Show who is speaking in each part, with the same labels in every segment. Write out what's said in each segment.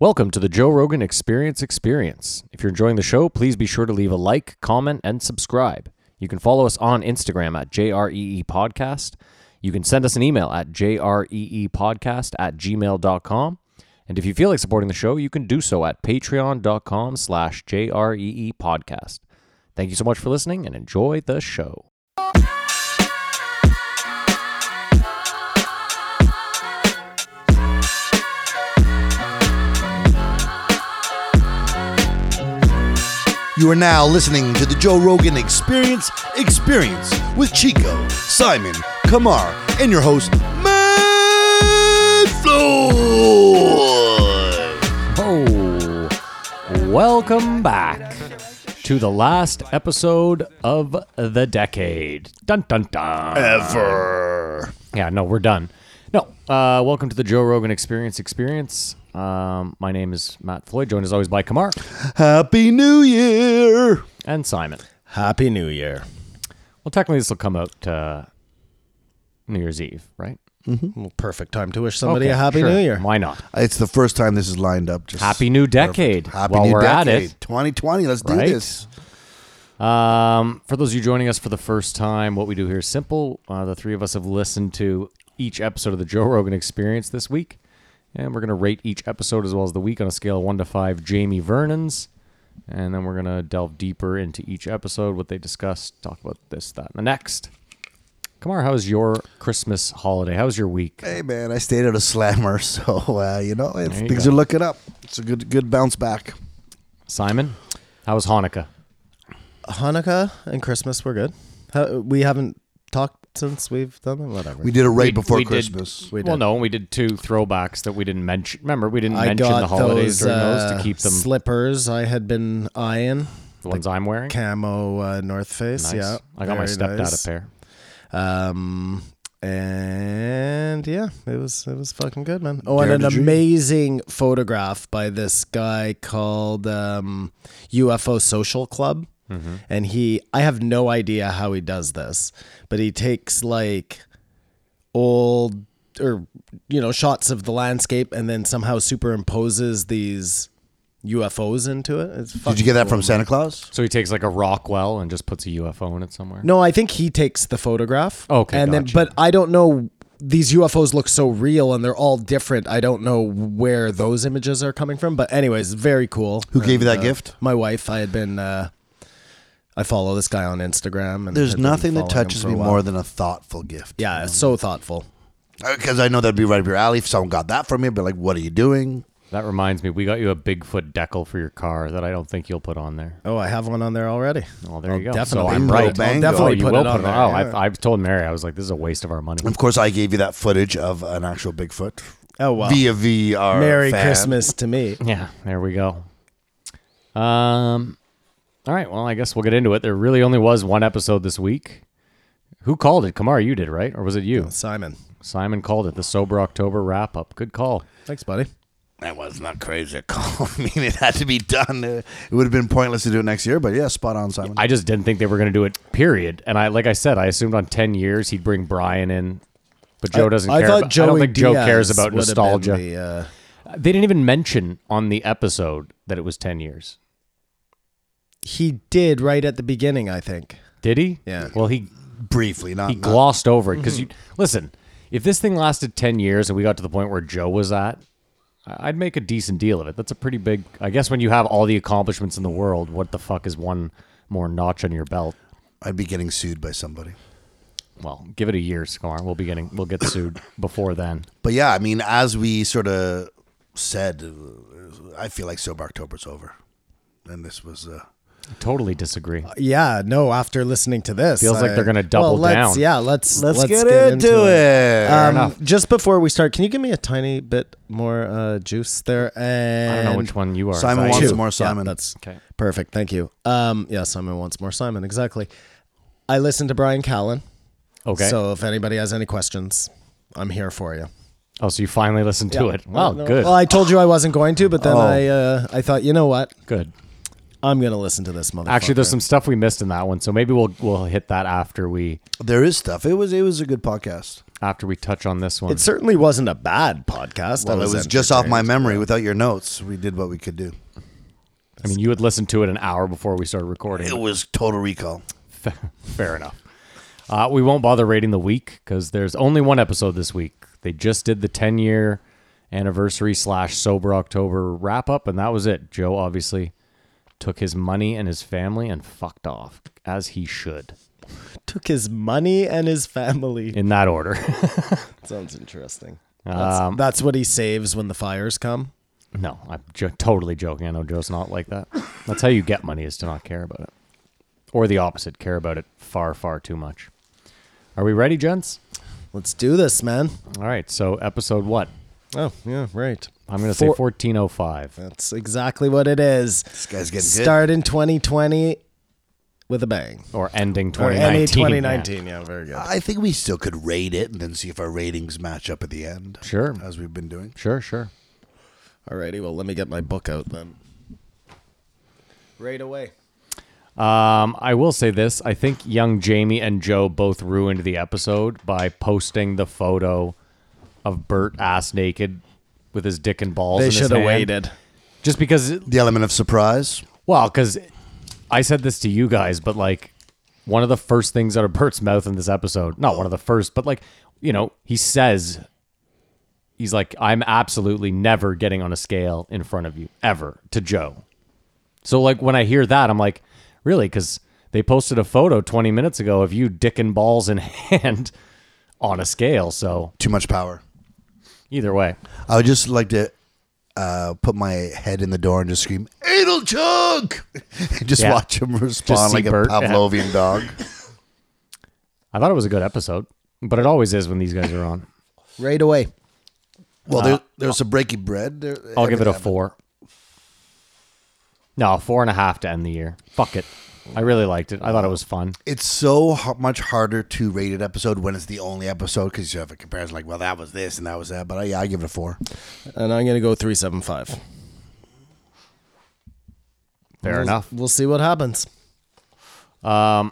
Speaker 1: Welcome to the Joe Rogan Experience Experience. If you're enjoying the show, please be sure to leave a like, comment, and subscribe. You can follow us on Instagram at JREE E Podcast. You can send us an email at jreepodcast E at gmail.com. And if you feel like supporting the show, you can do so at patreon.com slash JREE E Podcast. Thank you so much for listening and enjoy the show.
Speaker 2: You are now listening to the Joe Rogan Experience Experience with Chico, Simon, Kamar, and your host, Matt Floyd.
Speaker 1: Oh, welcome back to the last episode of the decade. Dun dun dun.
Speaker 2: Ever.
Speaker 1: Yeah, no, we're done. No, uh, welcome to the Joe Rogan Experience. Experience. Um, my name is Matt Floyd, joined as always by Kamar
Speaker 2: Happy New Year.
Speaker 1: and Simon.
Speaker 3: Happy New Year.
Speaker 1: Well, technically, this will come out uh, New Year's Eve, right?
Speaker 3: Well, perfect time to wish somebody
Speaker 1: Okay,
Speaker 3: a Happy
Speaker 1: sure.
Speaker 3: New Year.
Speaker 1: Why not?
Speaker 2: It's the first time this is lined up. Just
Speaker 1: Happy New Decade.
Speaker 2: Happy
Speaker 1: While
Speaker 2: New
Speaker 1: we're
Speaker 2: Decade.
Speaker 1: at it,
Speaker 2: 2020. Let's do
Speaker 1: Right?
Speaker 2: this.
Speaker 1: Um, for those of you joining us for the first time, what we do here is simple. Uh, the three of us have listened to each episode of the Joe Rogan Experience this week, and we're going to rate each episode as well as the week on a scale of one to five Jamie Vernon's. And then we're going to delve deeper into each episode, what they discussed, talk about this, that, and the next. Kamar, how was your Christmas holiday? How was your week?
Speaker 2: Hey man, I stayed at a slammer, so uh, you know it's,
Speaker 1: you
Speaker 2: things
Speaker 1: go.
Speaker 2: are looking up. It's a good good bounce back.
Speaker 1: Simon, how was Hanukkah?
Speaker 3: Hanukkah and Christmas were good. How, we haven't talked since we've done them. Whatever.
Speaker 2: We did it right
Speaker 1: We-
Speaker 2: before
Speaker 1: we did-
Speaker 2: Christmas.
Speaker 3: We
Speaker 1: well,
Speaker 3: did.
Speaker 1: no, we did two throwbacks that we didn't mention. Remember, we didn't
Speaker 3: I
Speaker 1: mention
Speaker 3: got
Speaker 1: the holidays
Speaker 3: those,
Speaker 1: during those
Speaker 3: uh,
Speaker 1: to keep them
Speaker 3: slippers I had been eyeing.
Speaker 1: the ones I'm wearing.
Speaker 3: Camo uh, North Face.
Speaker 1: Nice.
Speaker 3: Yeah.
Speaker 1: I got my
Speaker 3: very
Speaker 1: stepdad
Speaker 3: nice.
Speaker 1: a pair.
Speaker 3: Um, and yeah, it was it was fucking good, man. Oh,
Speaker 2: Where
Speaker 3: and an
Speaker 2: did you-
Speaker 3: amazing photograph by this guy called um, UFO Social Club,
Speaker 2: Mm-hmm.
Speaker 3: and he I have no idea how he does this, but he takes like old or you know shots of the landscape and then somehow superimposes these UFOs into it. It's
Speaker 2: Did you get that from Santa Claus?
Speaker 1: So he takes like a Rockwell and just puts a UFO in it somewhere.
Speaker 3: No, I think he takes the photograph.
Speaker 1: Okay,
Speaker 3: and
Speaker 1: gotcha.
Speaker 3: then but I don't know. These UFOs look so real and they're all different. I don't know where those images are coming from, but anyways, very cool. uh,
Speaker 2: Who gave you that gift?
Speaker 3: My wife. I had been. Uh, I follow this guy on Instagram, and
Speaker 2: There's
Speaker 3: had been
Speaker 2: nothing that
Speaker 3: following him
Speaker 2: touches
Speaker 3: for a
Speaker 2: me
Speaker 3: while.
Speaker 2: more than a thoughtful gift.
Speaker 3: Yeah, it's so thoughtful.
Speaker 2: Because I know that'd be right up your alley. If someone got that from me, I'd be like, what are you doing?
Speaker 1: That reminds me, we got you a Bigfoot decal for your car that I don't think you'll put on there.
Speaker 3: Oh, I have one on there already.
Speaker 1: Well, there
Speaker 3: I'll
Speaker 1: you go.
Speaker 3: Oh, Definitely,
Speaker 1: So I'm
Speaker 3: put it-
Speaker 2: right.
Speaker 3: I'll
Speaker 2: Bingo.
Speaker 1: Oh,
Speaker 3: definitely
Speaker 1: you
Speaker 3: put
Speaker 1: will
Speaker 3: it on
Speaker 1: put it.
Speaker 3: there.
Speaker 1: Oh,
Speaker 3: yeah.
Speaker 1: I've, I've told Mary I was like, this is a waste of our money.
Speaker 2: Of course, I gave you that footage of an actual Bigfoot
Speaker 3: oh wow.
Speaker 2: via VR.
Speaker 3: Merry
Speaker 2: fan.
Speaker 3: Christmas to me.
Speaker 1: Yeah, there we go. Um, all right. Well, I guess we'll get into it. There really only was one episode this week. Who called it? Kamar, you did, right? Or was it you?
Speaker 3: Simon,
Speaker 1: Simon called it the Sober October wrap up. Good call.
Speaker 3: thanks, buddy.
Speaker 2: That was not crazy call. I mean, it had to be done. Uh, It would have been pointless to do it next year, but yeah, spot on, Simon.
Speaker 1: I just didn't think they were going to do it. Period. And I, like I said, I assumed on ten years he'd bring Brian in, but Joe doesn't
Speaker 3: I
Speaker 1: care.
Speaker 3: thought
Speaker 1: about, I don't
Speaker 3: Joey
Speaker 1: think Joe cares
Speaker 3: Diaz
Speaker 1: about
Speaker 3: would have been
Speaker 1: nostalgia.
Speaker 3: the, uh,
Speaker 1: They didn't even mention on the episode that it was ten years.
Speaker 3: He did right at the beginning, I think.
Speaker 1: Did he?
Speaker 3: Yeah.
Speaker 1: Well, he
Speaker 2: Briefly, not.
Speaker 1: he
Speaker 2: not-
Speaker 1: glossed over it because you listen. If this thing lasted ten years and we got to the point where Joe was at, I- I'd make a decent deal of it. That's a pretty big. I guess when you have all the accomplishments in the world, what the fuck is one more notch on your belt?
Speaker 2: I'd be getting sued by somebody.
Speaker 1: Well, give it a year, Scar. We'll be getting. We'll get sued before then.
Speaker 2: But yeah, I mean, as we sort of said, uh, I feel like Sober October's over. And this was. Uh,
Speaker 1: Totally disagree.
Speaker 3: Yeah, no. After listening to this,
Speaker 1: Feels like they're gonna double
Speaker 3: well, let's-
Speaker 1: down.
Speaker 3: Yeah, let's
Speaker 2: let's, get, into, it.
Speaker 3: Um,
Speaker 1: enough.
Speaker 3: just before we start, can you give me a tiny bit more uh, juice there? And
Speaker 1: I don't know which one you are.
Speaker 2: Simon
Speaker 1: Zach.
Speaker 2: wants
Speaker 3: Two.
Speaker 2: more
Speaker 3: Yeah,
Speaker 2: Simon.
Speaker 3: that's
Speaker 1: Okay.
Speaker 3: perfect. Thank you. Um, yeah, Simon wants more Simon. Exactly. I listened to Brian Callen.
Speaker 1: Okay. So,
Speaker 3: So if anybody has any questions, I'm here for you.
Speaker 1: oh, so you finally listened to it. Wow,
Speaker 3: No, no.
Speaker 1: good.
Speaker 3: Well, I told you I wasn't going to, but then
Speaker 2: Oh.
Speaker 3: I uh, I thought, you know what?
Speaker 1: good.
Speaker 3: I'm gonna listen to this motherfucker.
Speaker 1: Actually, there's some stuff we missed in that one, so maybe we'll we'll hit that after we.
Speaker 2: there is stuff. It was, it was a good podcast.
Speaker 1: after we touch on this one.
Speaker 3: It certainly wasn't a bad podcast. I
Speaker 2: Well, it was just off my memory. Without your notes, we did what we could do.
Speaker 1: I mean, you had listened to it an hour before we started recording.
Speaker 2: It was total recall.
Speaker 1: Fair enough. Uh, we won't bother rating the week because there's only one episode this week. They just did the 10 year anniversary slash sober October wrap up, and that was it. Joe obviously took his money and his family and fucked off as he should
Speaker 3: took his money and his family.
Speaker 1: in that order.
Speaker 3: Sounds interesting. That's,
Speaker 1: Um,
Speaker 3: that's what he saves when the fires come.
Speaker 1: no, I'm jo- totally joking. I know Joe's not like that. That's how you get money is to not care about it, or the opposite, care about it far, far too much. Are we ready, gents?
Speaker 3: Let's do this, man.
Speaker 1: All right. So, episode what?
Speaker 3: Oh, yeah, right.
Speaker 1: I'm going to say
Speaker 3: Four-
Speaker 1: 1405.
Speaker 3: That's exactly what it is. This
Speaker 2: guy's getting good.
Speaker 3: Start in 2020 with a bang.
Speaker 1: or ending
Speaker 3: Or
Speaker 1: 2019.
Speaker 3: any
Speaker 1: yeah.
Speaker 3: 2019. Yeah, very good.
Speaker 2: I think we still could rate it and then see if our ratings match up at the end.
Speaker 1: Sure.
Speaker 2: As we've been doing.
Speaker 1: Sure, sure.
Speaker 3: Alrighty, well, let me get my book out then. Right away.
Speaker 1: Um, I will say this: I think young Jamie and Joe both ruined the episode by posting the photo of Bert ass naked with his dick and balls.
Speaker 3: They
Speaker 1: in his
Speaker 3: should have
Speaker 1: hand.
Speaker 3: waited.
Speaker 1: Just because,
Speaker 2: The element of surprise.
Speaker 1: well, because I said this to you guys, but like one of the first things out of Bert's mouth in this episode, not one of the first, but like you know, he says. He's like, I'm absolutely never getting on a scale in front of you ever to Joe. So like when I hear that, I'm like, really? Because they posted a photo 20 minutes ago of you dick and balls in hand on a scale. So
Speaker 2: Too much power.
Speaker 1: either way,
Speaker 2: I would just like to uh, put my head in the door and just scream, Anal Chunk! just
Speaker 1: Yeah.
Speaker 2: watch him respond
Speaker 1: see
Speaker 2: like
Speaker 1: Bert,
Speaker 2: a
Speaker 1: yeah.
Speaker 2: Pavlovian dog.
Speaker 1: I thought it was a good episode, but it always is when these guys are on.
Speaker 3: Right away.
Speaker 2: Well, there, there's some breaking bread. There,
Speaker 1: I'll give it a four. No, four and a half to end the year. Fuck it. I really liked it. I thought it was fun.
Speaker 2: It's so h- much harder to rate an episode when it's the only episode because you have a comparison like, well, that was this and that was that. But uh, yeah, I give it a four.
Speaker 3: And I'm going to go 375.
Speaker 1: Fair
Speaker 3: We'll-
Speaker 1: enough.
Speaker 3: We'll see what happens.
Speaker 1: I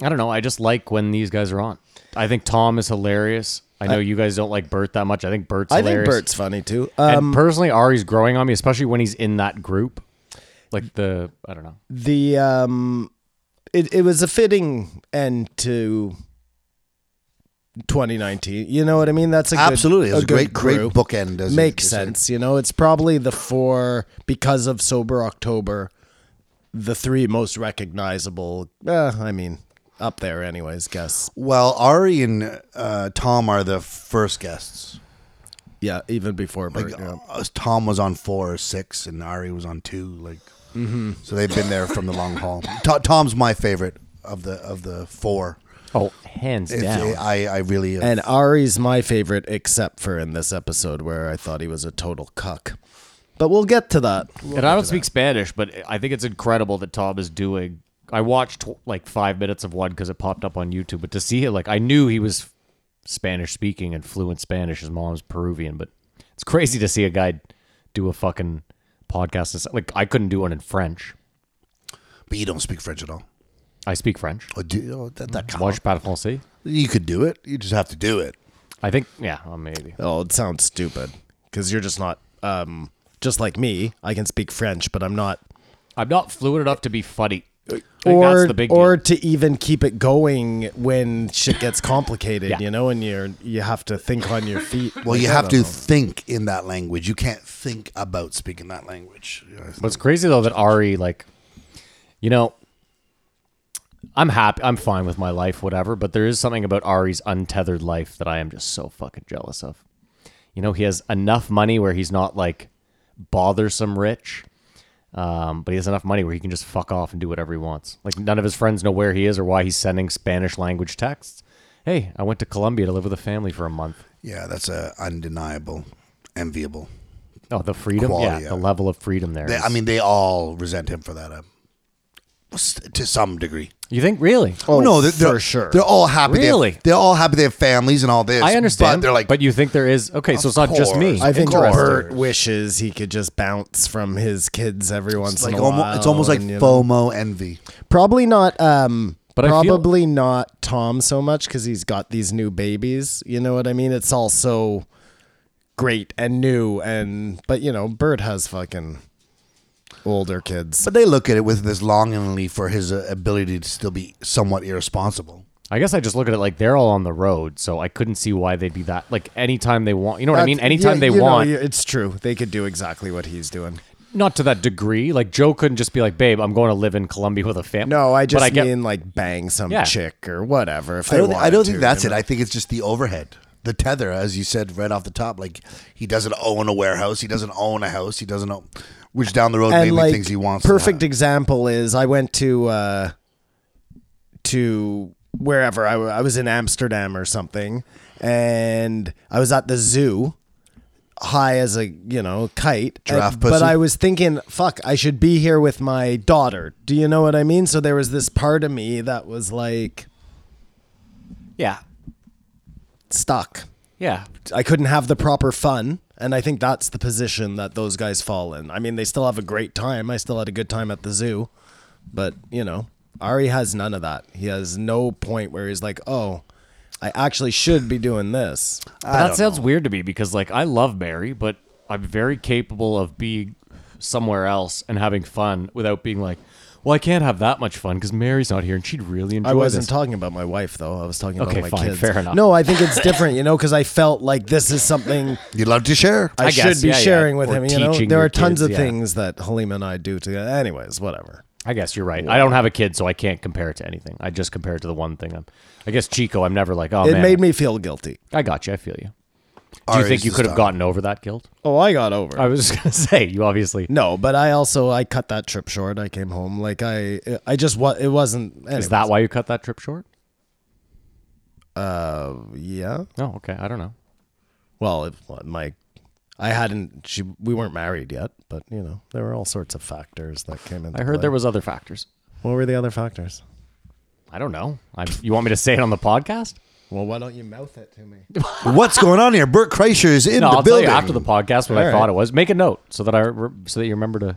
Speaker 1: don't know. I just like when these guys are on. I think Tom is hilarious. I know you guys don't like Bert that much. I think Bert's
Speaker 3: I think
Speaker 1: hilarious.
Speaker 3: Bert's um, funny too.
Speaker 1: and personally, Ari's growing on me, especially when he's in that group. Like the, I don't know.
Speaker 3: the um it, it was a fitting end to 2019 you know what i mean that's a good-
Speaker 2: Absolutely. It was a great,
Speaker 3: good
Speaker 2: great
Speaker 3: group.
Speaker 2: bookend, as you
Speaker 3: makes
Speaker 2: just said.
Speaker 3: sense you know it's probably the four because of sober october the three most recognizable uh, i mean up there anyways guess
Speaker 2: Well, Ari and uh, Tom are the first guests.
Speaker 3: yeah even before Bert, yeah.
Speaker 2: Uh, Tom was on four or six, and Ari was on two. Like,
Speaker 3: Mm-hmm.
Speaker 2: so they've been there from the long haul. To- Tom's my favorite of the of the four.
Speaker 1: Oh, hands
Speaker 2: It's-
Speaker 1: down.
Speaker 2: I I really uh,
Speaker 3: and ari's my favorite except for in this episode where i thought he was a total cuck but we'll get to that
Speaker 1: and I don't speak Spanish, but I think it's incredible that Tom is doing. I watched tw- like five minutes of one because it popped up on YouTube, but to see it, like, I knew he was Spanish speaking and fluent Spanish. His mom's Peruvian, but it's crazy to see a guy do a fucking podcast. and stuff. Like, I couldn't do one in French.
Speaker 2: but you don't speak French at all.
Speaker 1: I speak French.
Speaker 2: Oh, do, oh, that,
Speaker 3: Mm.
Speaker 2: that
Speaker 1: Moi,
Speaker 2: count.
Speaker 1: je parle français.
Speaker 2: You could do it. You just have to do it.
Speaker 1: I think, yeah, well, maybe.
Speaker 3: Oh, it sounds stupid because you're just not, um, just like me. I can speak French, but I'm not,
Speaker 1: I'm not fluent enough to be funny. I think
Speaker 3: or
Speaker 1: that's the big
Speaker 3: or
Speaker 1: deal.
Speaker 3: to even keep it going when shit gets complicated,
Speaker 1: Yeah.
Speaker 3: you know, and you're you have to think on your feet.
Speaker 2: Well,
Speaker 3: Like,
Speaker 2: you
Speaker 3: I
Speaker 2: have to
Speaker 3: don't know.
Speaker 2: think in that language. You can't think about speaking that language.
Speaker 1: What's crazy though that Ari like, you know, I'm happy, I'm fine with my life, whatever. But there is something about Ari's untethered life that I am just so fucking jealous of. You know, he has enough money where he's not like bothersome rich, um, but he has enough money where he can just fuck off and do whatever he wants. Like none of his friends know where he is or why he's sending Spanish language texts. Hey, I went to Colombia to live with a family for a month.
Speaker 2: Yeah, that's a undeniable, enviable.
Speaker 1: Oh, the freedom,
Speaker 2: Quality,
Speaker 1: yeah,
Speaker 2: yeah.
Speaker 1: the level of freedom there.
Speaker 2: They, I
Speaker 1: is-
Speaker 2: mean, they all resent him for that, uh, s- to some degree.
Speaker 1: you think really?
Speaker 3: Oh,
Speaker 2: no, they're,
Speaker 3: for
Speaker 2: they're-
Speaker 3: sure.
Speaker 2: They're all happy. they have-
Speaker 1: Really?
Speaker 2: they're all happy. They have families and all this.
Speaker 1: I understand.
Speaker 2: But they're like,
Speaker 1: but you think there is okay, so it's not just me.
Speaker 2: course.
Speaker 3: I think
Speaker 2: Interesting.
Speaker 3: Bert wishes he could just bounce from his kids every once
Speaker 2: like
Speaker 3: in a
Speaker 2: almo-
Speaker 3: while.
Speaker 2: it's almost like
Speaker 3: and, you know-
Speaker 2: FOMO envy.
Speaker 3: probably not um
Speaker 1: But I feel-
Speaker 3: probably not Tom so much because he's got these new babies. You know what I mean? It's all so great and new, and but you know, Bert has fucking older kids.
Speaker 2: But they look at it with this longingly for his uh, ability to still be somewhat irresponsible.
Speaker 1: I guess I just look at it like they're all on the road, so I couldn't see why they'd be that. Like anytime they want, you know what I mean?
Speaker 3: That's-
Speaker 1: Anytime
Speaker 3: yeah,
Speaker 1: they
Speaker 3: you know,
Speaker 1: want,
Speaker 3: you- it's true. They could do exactly what he's doing.
Speaker 1: not to that degree. Like Joe couldn't just be like, "Babe, I'm going to live in Colombia with a family."
Speaker 3: No, I just
Speaker 1: but I get,
Speaker 3: mean like bang some
Speaker 1: Yeah.
Speaker 3: chick or whatever. If
Speaker 2: I
Speaker 3: they
Speaker 2: don't, thi- I
Speaker 3: wanted
Speaker 2: don't
Speaker 3: to,
Speaker 2: think that's it.
Speaker 3: you know?
Speaker 2: I think it's just the overhead, the tether, as you said right off the top. Like he doesn't own a warehouse, he doesn't own a house, he doesn't own, which down the road
Speaker 3: and
Speaker 2: mainly
Speaker 3: like
Speaker 2: things he wants. to
Speaker 3: perfect
Speaker 2: have.
Speaker 3: example is I went to uh, to wherever I, w- I was in Amsterdam or something, and I was at the zoo, high as a you know kite.
Speaker 2: Giraffe
Speaker 3: and- But
Speaker 2: pussy.
Speaker 3: I was thinking, fuck, I should be here with my daughter. Do you know what I mean? So there was this part of me that was like
Speaker 1: yeah,
Speaker 3: stuck.
Speaker 1: yeah.
Speaker 3: I couldn't have the proper fun. And I think that's the position that those guys fall in. I mean, they still have a great time. I still had a good time at the zoo. But, you know, Ari has none of that. He has no point where he's like, oh, I actually should be doing this.
Speaker 1: But that sounds weird to me because like I love Mary, but I'm very capable of being somewhere else and having fun without being like, well, I can't have that much fun because Mary's not here and she'd really enjoy
Speaker 3: I wasn't
Speaker 1: this.
Speaker 3: talking about my wife, though. I was talking about
Speaker 1: Okay,
Speaker 3: my
Speaker 1: fine.
Speaker 3: kids.
Speaker 1: Fair enough.
Speaker 3: No, I think it's different, you know, because I felt like this is something
Speaker 1: e-
Speaker 2: You love to share.
Speaker 3: I,
Speaker 1: I
Speaker 3: should
Speaker 1: guess,
Speaker 3: be
Speaker 1: yeah, yeah.
Speaker 3: sharing with
Speaker 1: Or
Speaker 3: him. You know,
Speaker 1: teaching
Speaker 3: there
Speaker 1: your
Speaker 3: are
Speaker 1: kids,
Speaker 3: tons of
Speaker 1: yeah.
Speaker 3: things that Halim and I do together. Anyways, whatever.
Speaker 1: I guess you're right. I don't have a kid, so I can't compare it to anything. I just compare it to the one thing. I'm, I guess Chico. I'm never like, oh
Speaker 3: it
Speaker 1: man,
Speaker 3: made me feel guilty.
Speaker 1: I got you. I feel you. Do you
Speaker 2: Ari's
Speaker 1: think you
Speaker 2: the
Speaker 1: could have
Speaker 2: star.
Speaker 1: gotten over that guilt?
Speaker 3: Oh, I got over it.
Speaker 1: I was just gonna say you obviously.
Speaker 3: No, but I also I cut that trip short. I came home like I I just what it wasn't.
Speaker 1: Is that why you cut that trip short?
Speaker 3: Yeah.
Speaker 1: No. okay. I don't know.
Speaker 3: Well, it, well, my I hadn't. She we weren't married yet, but you know there were all sorts of factors that came in.
Speaker 1: I heard there was other factors.
Speaker 3: What were the other factors?
Speaker 1: I don't know. I, you want me to say it on the podcast?
Speaker 3: Well, why don't you mouth it to me?
Speaker 2: What's going on here? Bert Kreischer is in
Speaker 1: No,
Speaker 2: the
Speaker 1: I'll
Speaker 2: building.
Speaker 1: tell you after the podcast what I
Speaker 3: All
Speaker 1: thought
Speaker 3: right.
Speaker 1: it was. Make a note so that I re- so that you remember to.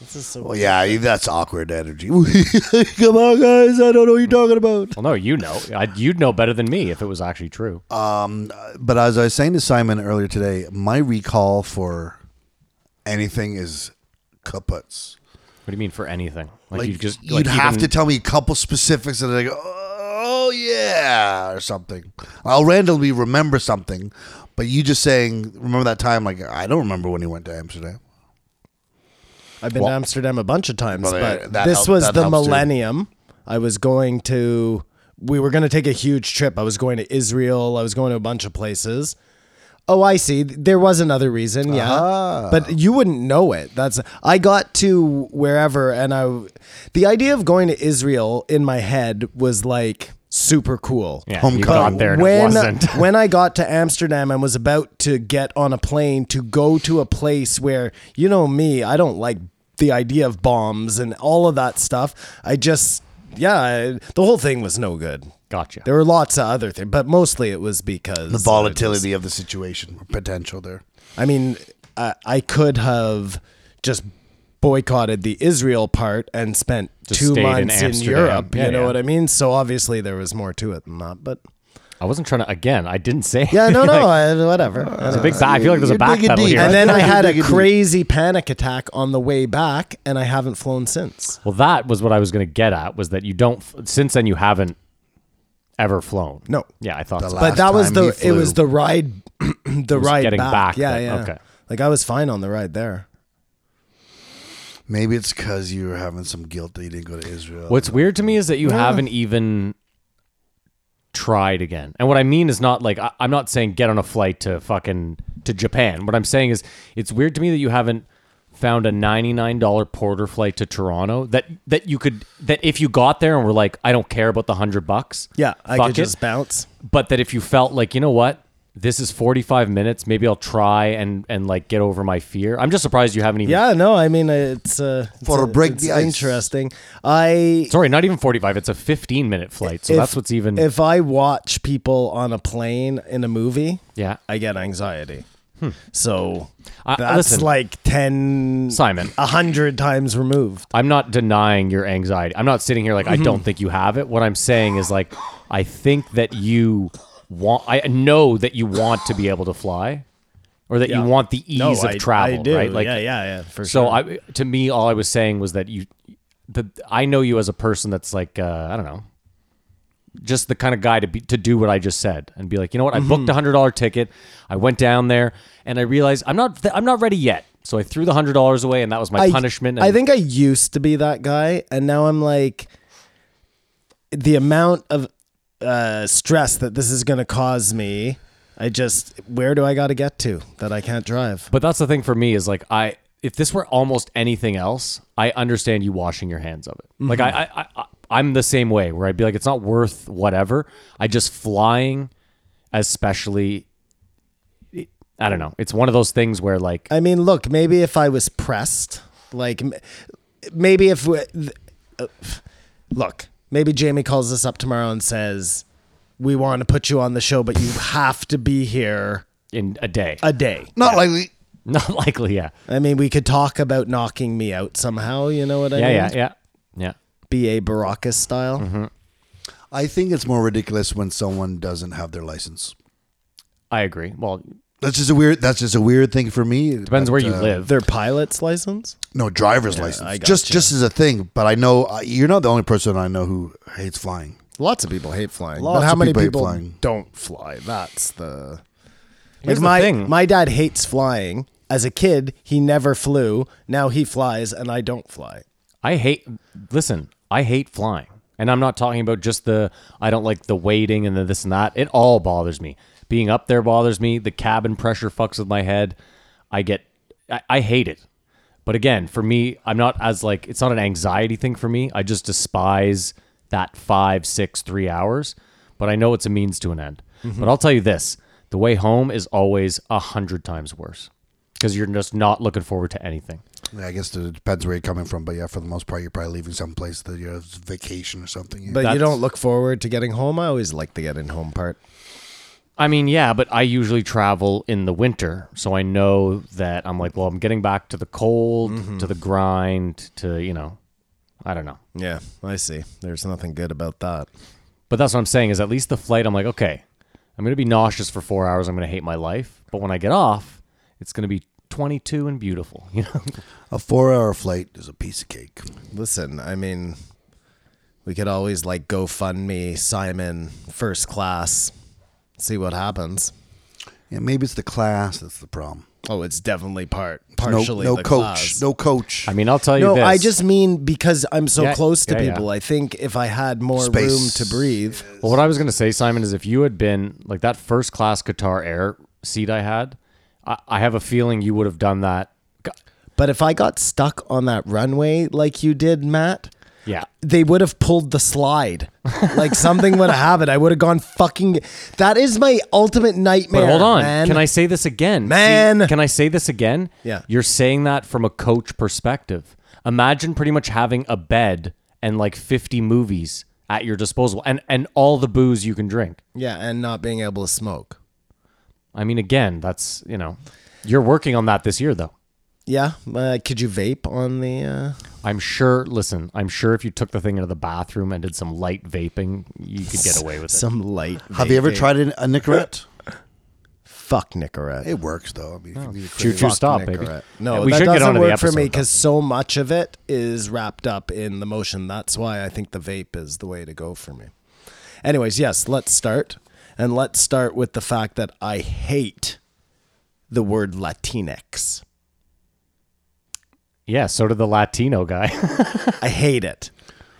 Speaker 3: This is so.
Speaker 2: well, yeah, that's awkward energy. Come on, guys, I don't know what you're talking about.
Speaker 1: Well, no, you know, I, you'd know better than me if it was actually true.
Speaker 2: But as I was saying to Simon earlier today, my recall for anything is kaputs.
Speaker 1: what do you mean for anything? Like,
Speaker 2: like
Speaker 1: you just
Speaker 2: you'd have to
Speaker 1: even-
Speaker 2: tell me a couple specifics and like oh yeah or something i'll randomly remember something but you just saying remember that time like i don't remember when he went to amsterdam
Speaker 3: I've been to Amsterdam a bunch of times,
Speaker 2: Well, yeah,
Speaker 3: but
Speaker 2: that
Speaker 3: this
Speaker 2: help-
Speaker 3: was
Speaker 2: that
Speaker 3: the
Speaker 2: helps too.
Speaker 3: millennium. I was going to, we were going to take a huge trip. I was going to Israel. I was going to a bunch of places. Oh, I see. There was another reason, yeah. But you wouldn't know it. That's I got to wherever, and I, the idea of going to Israel in my head was like super cool.
Speaker 1: yeah,
Speaker 2: Homecoming.
Speaker 1: You got there and
Speaker 3: when
Speaker 1: it wasn't.
Speaker 3: when I got to Amsterdam and was about to get on a plane to go to a place where you know me, I don't like the idea of bombs and all of that stuff. I just yeah, I, the whole thing was no good.
Speaker 1: Gotcha.
Speaker 3: There were lots of other things, but mostly it was because
Speaker 2: the volatility of the situation or potential there
Speaker 3: I mean, I, I could have just boycotted the Israel part and spent
Speaker 1: Just
Speaker 3: two
Speaker 1: stayed in
Speaker 3: months in,
Speaker 1: Amsterdam.
Speaker 3: Europe.
Speaker 1: Yeah,
Speaker 3: you know
Speaker 1: yeah.
Speaker 3: what I mean? So obviously there was more to it than that. But
Speaker 1: I wasn't trying to. Again, I didn't say.
Speaker 3: yeah, no,
Speaker 1: anything.
Speaker 3: no, I, whatever. I
Speaker 1: It's
Speaker 3: don't
Speaker 1: a big. I feel like there's a
Speaker 2: You're digging
Speaker 1: backpedal
Speaker 2: deep.
Speaker 1: here.
Speaker 3: And then I
Speaker 2: Diggity,
Speaker 3: had a
Speaker 2: diggity.
Speaker 3: crazy panic attack on the way back, and I haven't flown since.
Speaker 1: well, that was what I was going to get at. Was that you don't? Since then, you haven't ever flown.
Speaker 3: No.
Speaker 1: Yeah, I thought.
Speaker 2: The
Speaker 1: so.
Speaker 2: last
Speaker 3: But that was
Speaker 2: time
Speaker 3: the
Speaker 2: he
Speaker 3: it
Speaker 2: flew.
Speaker 3: was the ride, the ride
Speaker 1: getting back
Speaker 3: Yeah,
Speaker 1: then,
Speaker 3: yeah.
Speaker 1: okay.
Speaker 3: Like I was fine on the ride there.
Speaker 2: maybe it's because you were having some guilt that you didn't go to israel
Speaker 1: What's weird to me is that you haven't even tried again. And what I mean is not like I, I'm not saying get on a flight to fucking to Japan. What I'm saying is it's weird to me that you haven't found a $99 porter flight to Toronto that that you could that if you got there and were like I don't care about the 100 bucks.
Speaker 3: Yeah, I
Speaker 1: fuck
Speaker 3: could
Speaker 1: it.
Speaker 3: just bounce.
Speaker 2: Hmm.
Speaker 1: but that if you felt like, you know what? This is 45 minutes, maybe I'll try and and like get over my fear. I'm just surprised you haven't even
Speaker 3: Yeah, no, I mean it's uh, it's,
Speaker 2: For a break
Speaker 3: it's
Speaker 2: the ice.
Speaker 3: Interesting. I
Speaker 1: Sorry, not even 45. It's a 15 minute flight. So
Speaker 3: if-
Speaker 1: that's what's even
Speaker 3: If I watch people on a plane in a movie,
Speaker 1: Yeah. Hmm.
Speaker 3: I get anxiety. So
Speaker 1: I-
Speaker 3: that's
Speaker 1: listen.
Speaker 3: like 10,
Speaker 1: Simon.
Speaker 3: 100 times removed.
Speaker 1: I'm not denying your anxiety. I'm not sitting here like
Speaker 3: Mm-hmm.
Speaker 1: I don't think you have it. What I'm saying is like I think that you want. I know that you want to be able to fly, or that
Speaker 3: Yeah.
Speaker 1: you want the ease
Speaker 3: No,
Speaker 1: of
Speaker 3: I-
Speaker 1: travel,
Speaker 3: I do.
Speaker 1: right? Like
Speaker 3: yeah, yeah, yeah. For
Speaker 1: so.
Speaker 3: sure.
Speaker 1: I to me, all I was saying was that you. The, I know you as a person that's like uh, I don't know, just the kind of guy to be to do what I just said and be like, you know what, I
Speaker 3: Mm-hmm.
Speaker 1: booked a hundred dollar ticket. I went down there and I realized I'm not th- I'm not ready yet. So I threw the hundred dollars away, and that was my punishment. And
Speaker 3: I think I used to be that guy, and now I'm like, the amount of uh, stress that this is going to cause me. I just, where do I got to get to that I can't drive?
Speaker 1: But that's the thing for me is like I if this were almost anything else, I understand you washing your hands of it. Like I, I, I, I I'm the same way where I'd be like it's not worth whatever. I just flying, especially. I don't know. It's one of those things where like
Speaker 3: I mean, look, maybe if I was pressed, like, m- maybe if, we, th- uh, look, maybe Jamie calls us up tomorrow and says, we want to put you on the show, but you have to be here
Speaker 1: in a day,
Speaker 3: a day.
Speaker 2: Not likely.
Speaker 1: not likely. Yeah,
Speaker 3: I mean, we could talk about knocking me out somehow. You know what I
Speaker 1: yeah,
Speaker 3: mean?
Speaker 1: yeah, Mm-hmm. yeah, yeah.
Speaker 3: B.A. Baracus style.
Speaker 2: I think it's more ridiculous when someone doesn't have their license.
Speaker 1: I agree. Well,
Speaker 2: That's just a weird. That's just a weird thing for me.
Speaker 1: depends
Speaker 2: But,
Speaker 1: where you
Speaker 2: uh,
Speaker 1: live.
Speaker 3: Their pilot's license?
Speaker 2: No driver's license.
Speaker 3: I
Speaker 2: just
Speaker 3: gotcha.
Speaker 2: just as a thing. But I know uh, you're not the only person I know who hates flying.
Speaker 3: Lots of people hate flying.
Speaker 2: Lots
Speaker 3: but how
Speaker 2: of
Speaker 3: many
Speaker 2: people hate
Speaker 3: people
Speaker 2: flying.
Speaker 3: don't fly? That's the. Like
Speaker 1: Here's the
Speaker 3: my
Speaker 1: thing.
Speaker 3: my dad hates flying. As a kid, he never flew. Now he flies, and I don't fly.
Speaker 1: I hate listen, I hate flying. And I'm not talking about just the I don't like the waiting and the this and that. It all bothers me. Being up there bothers me. The cabin pressure fucks with my head. I get I, I hate it. But again, for me, I'm not as like it's not an anxiety thing for me. I just despise that five, six, three hours. But I know it's a means to an end. But I'll tell you this the way home is always a hundred times worse. Because you're just not looking forward to anything.
Speaker 2: Yeah, I guess it depends where you're coming from. But yeah, for the most part, you're probably leaving someplace that you have vacation or something. Yeah.
Speaker 3: But you
Speaker 1: That's-
Speaker 3: don't look forward to getting home. I always like the getting home part.
Speaker 1: I mean, yeah, but I usually travel in the winter, so I know that I'm like, well, I'm getting back to the cold,
Speaker 3: Mm-hmm.
Speaker 1: to the grind, to you know, I don't know.
Speaker 3: Yeah, I see. There's nothing good about that.
Speaker 1: But that's what I'm saying is at least the flight, I'm like, okay, I'm gonna be nauseous for four hours, I'm gonna hate my life, but when I get off, it's gonna be 22 and beautiful, you know.
Speaker 2: a four-hour flight is a piece of cake.
Speaker 3: Listen, I mean, we could always like GoFundMe Simon first class, see what happens.
Speaker 2: Yeah, maybe it's the class that's the problem.
Speaker 3: Oh, it's definitely part
Speaker 2: No,
Speaker 3: partially
Speaker 2: no
Speaker 3: the
Speaker 2: coach.
Speaker 3: class.
Speaker 2: No coach.
Speaker 1: I mean, I'll tell you
Speaker 3: No,
Speaker 1: this.
Speaker 3: I just mean because I'm so
Speaker 1: Yeah,
Speaker 3: close to
Speaker 1: yeah, yeah.
Speaker 3: people. I think if I had more
Speaker 2: Space.
Speaker 3: room to breathe,
Speaker 1: Well, what I was going to say, Simon, is if you had been like that first class Qatar Air seat I had, I, I have a feeling you would have done that.
Speaker 3: but if I got stuck on that runway like you did, Matt,
Speaker 1: Yeah.
Speaker 3: they would have pulled the slide. like something would have happened. I would have gone fucking. That is my ultimate nightmare.
Speaker 1: But hold on.
Speaker 3: man.
Speaker 1: Can I say this again? See,
Speaker 3: Man.
Speaker 1: can I say this again?
Speaker 3: Yeah.
Speaker 1: You're saying that from a coach perspective. Imagine pretty much having a bed and like 50 movies at your disposal and, and all the booze you can drink.
Speaker 3: Yeah, and not being able to smoke.
Speaker 1: I mean, again, that's, you know, you're working on that this year, though.
Speaker 3: Yeah, uh, could you vape on the? Uh,
Speaker 1: I'm sure, listen, I'm sure if you took the thing into the bathroom and did some light vaping, you could get away with it.
Speaker 3: some light.
Speaker 2: have you ever
Speaker 3: vaping.
Speaker 2: tried an- a Nicorette?
Speaker 3: Fuck Nicorette.
Speaker 2: it works though. I mean, if you need a
Speaker 1: Choo
Speaker 2: creative-
Speaker 1: choo stop,
Speaker 3: Nicorette.
Speaker 1: baby.
Speaker 3: No,
Speaker 1: Yeah, we
Speaker 3: that
Speaker 1: should
Speaker 3: doesn't
Speaker 1: get onto
Speaker 3: work
Speaker 1: the episode,
Speaker 3: for me
Speaker 1: though.
Speaker 3: because so much of it is wrapped up in the motion. That's why I think the vape is the way to go for me. Anyways, yes, let's start. And let's start with the fact that I hate the word Latinx.
Speaker 1: Yeah, so did the Latino guy.
Speaker 3: I hate it.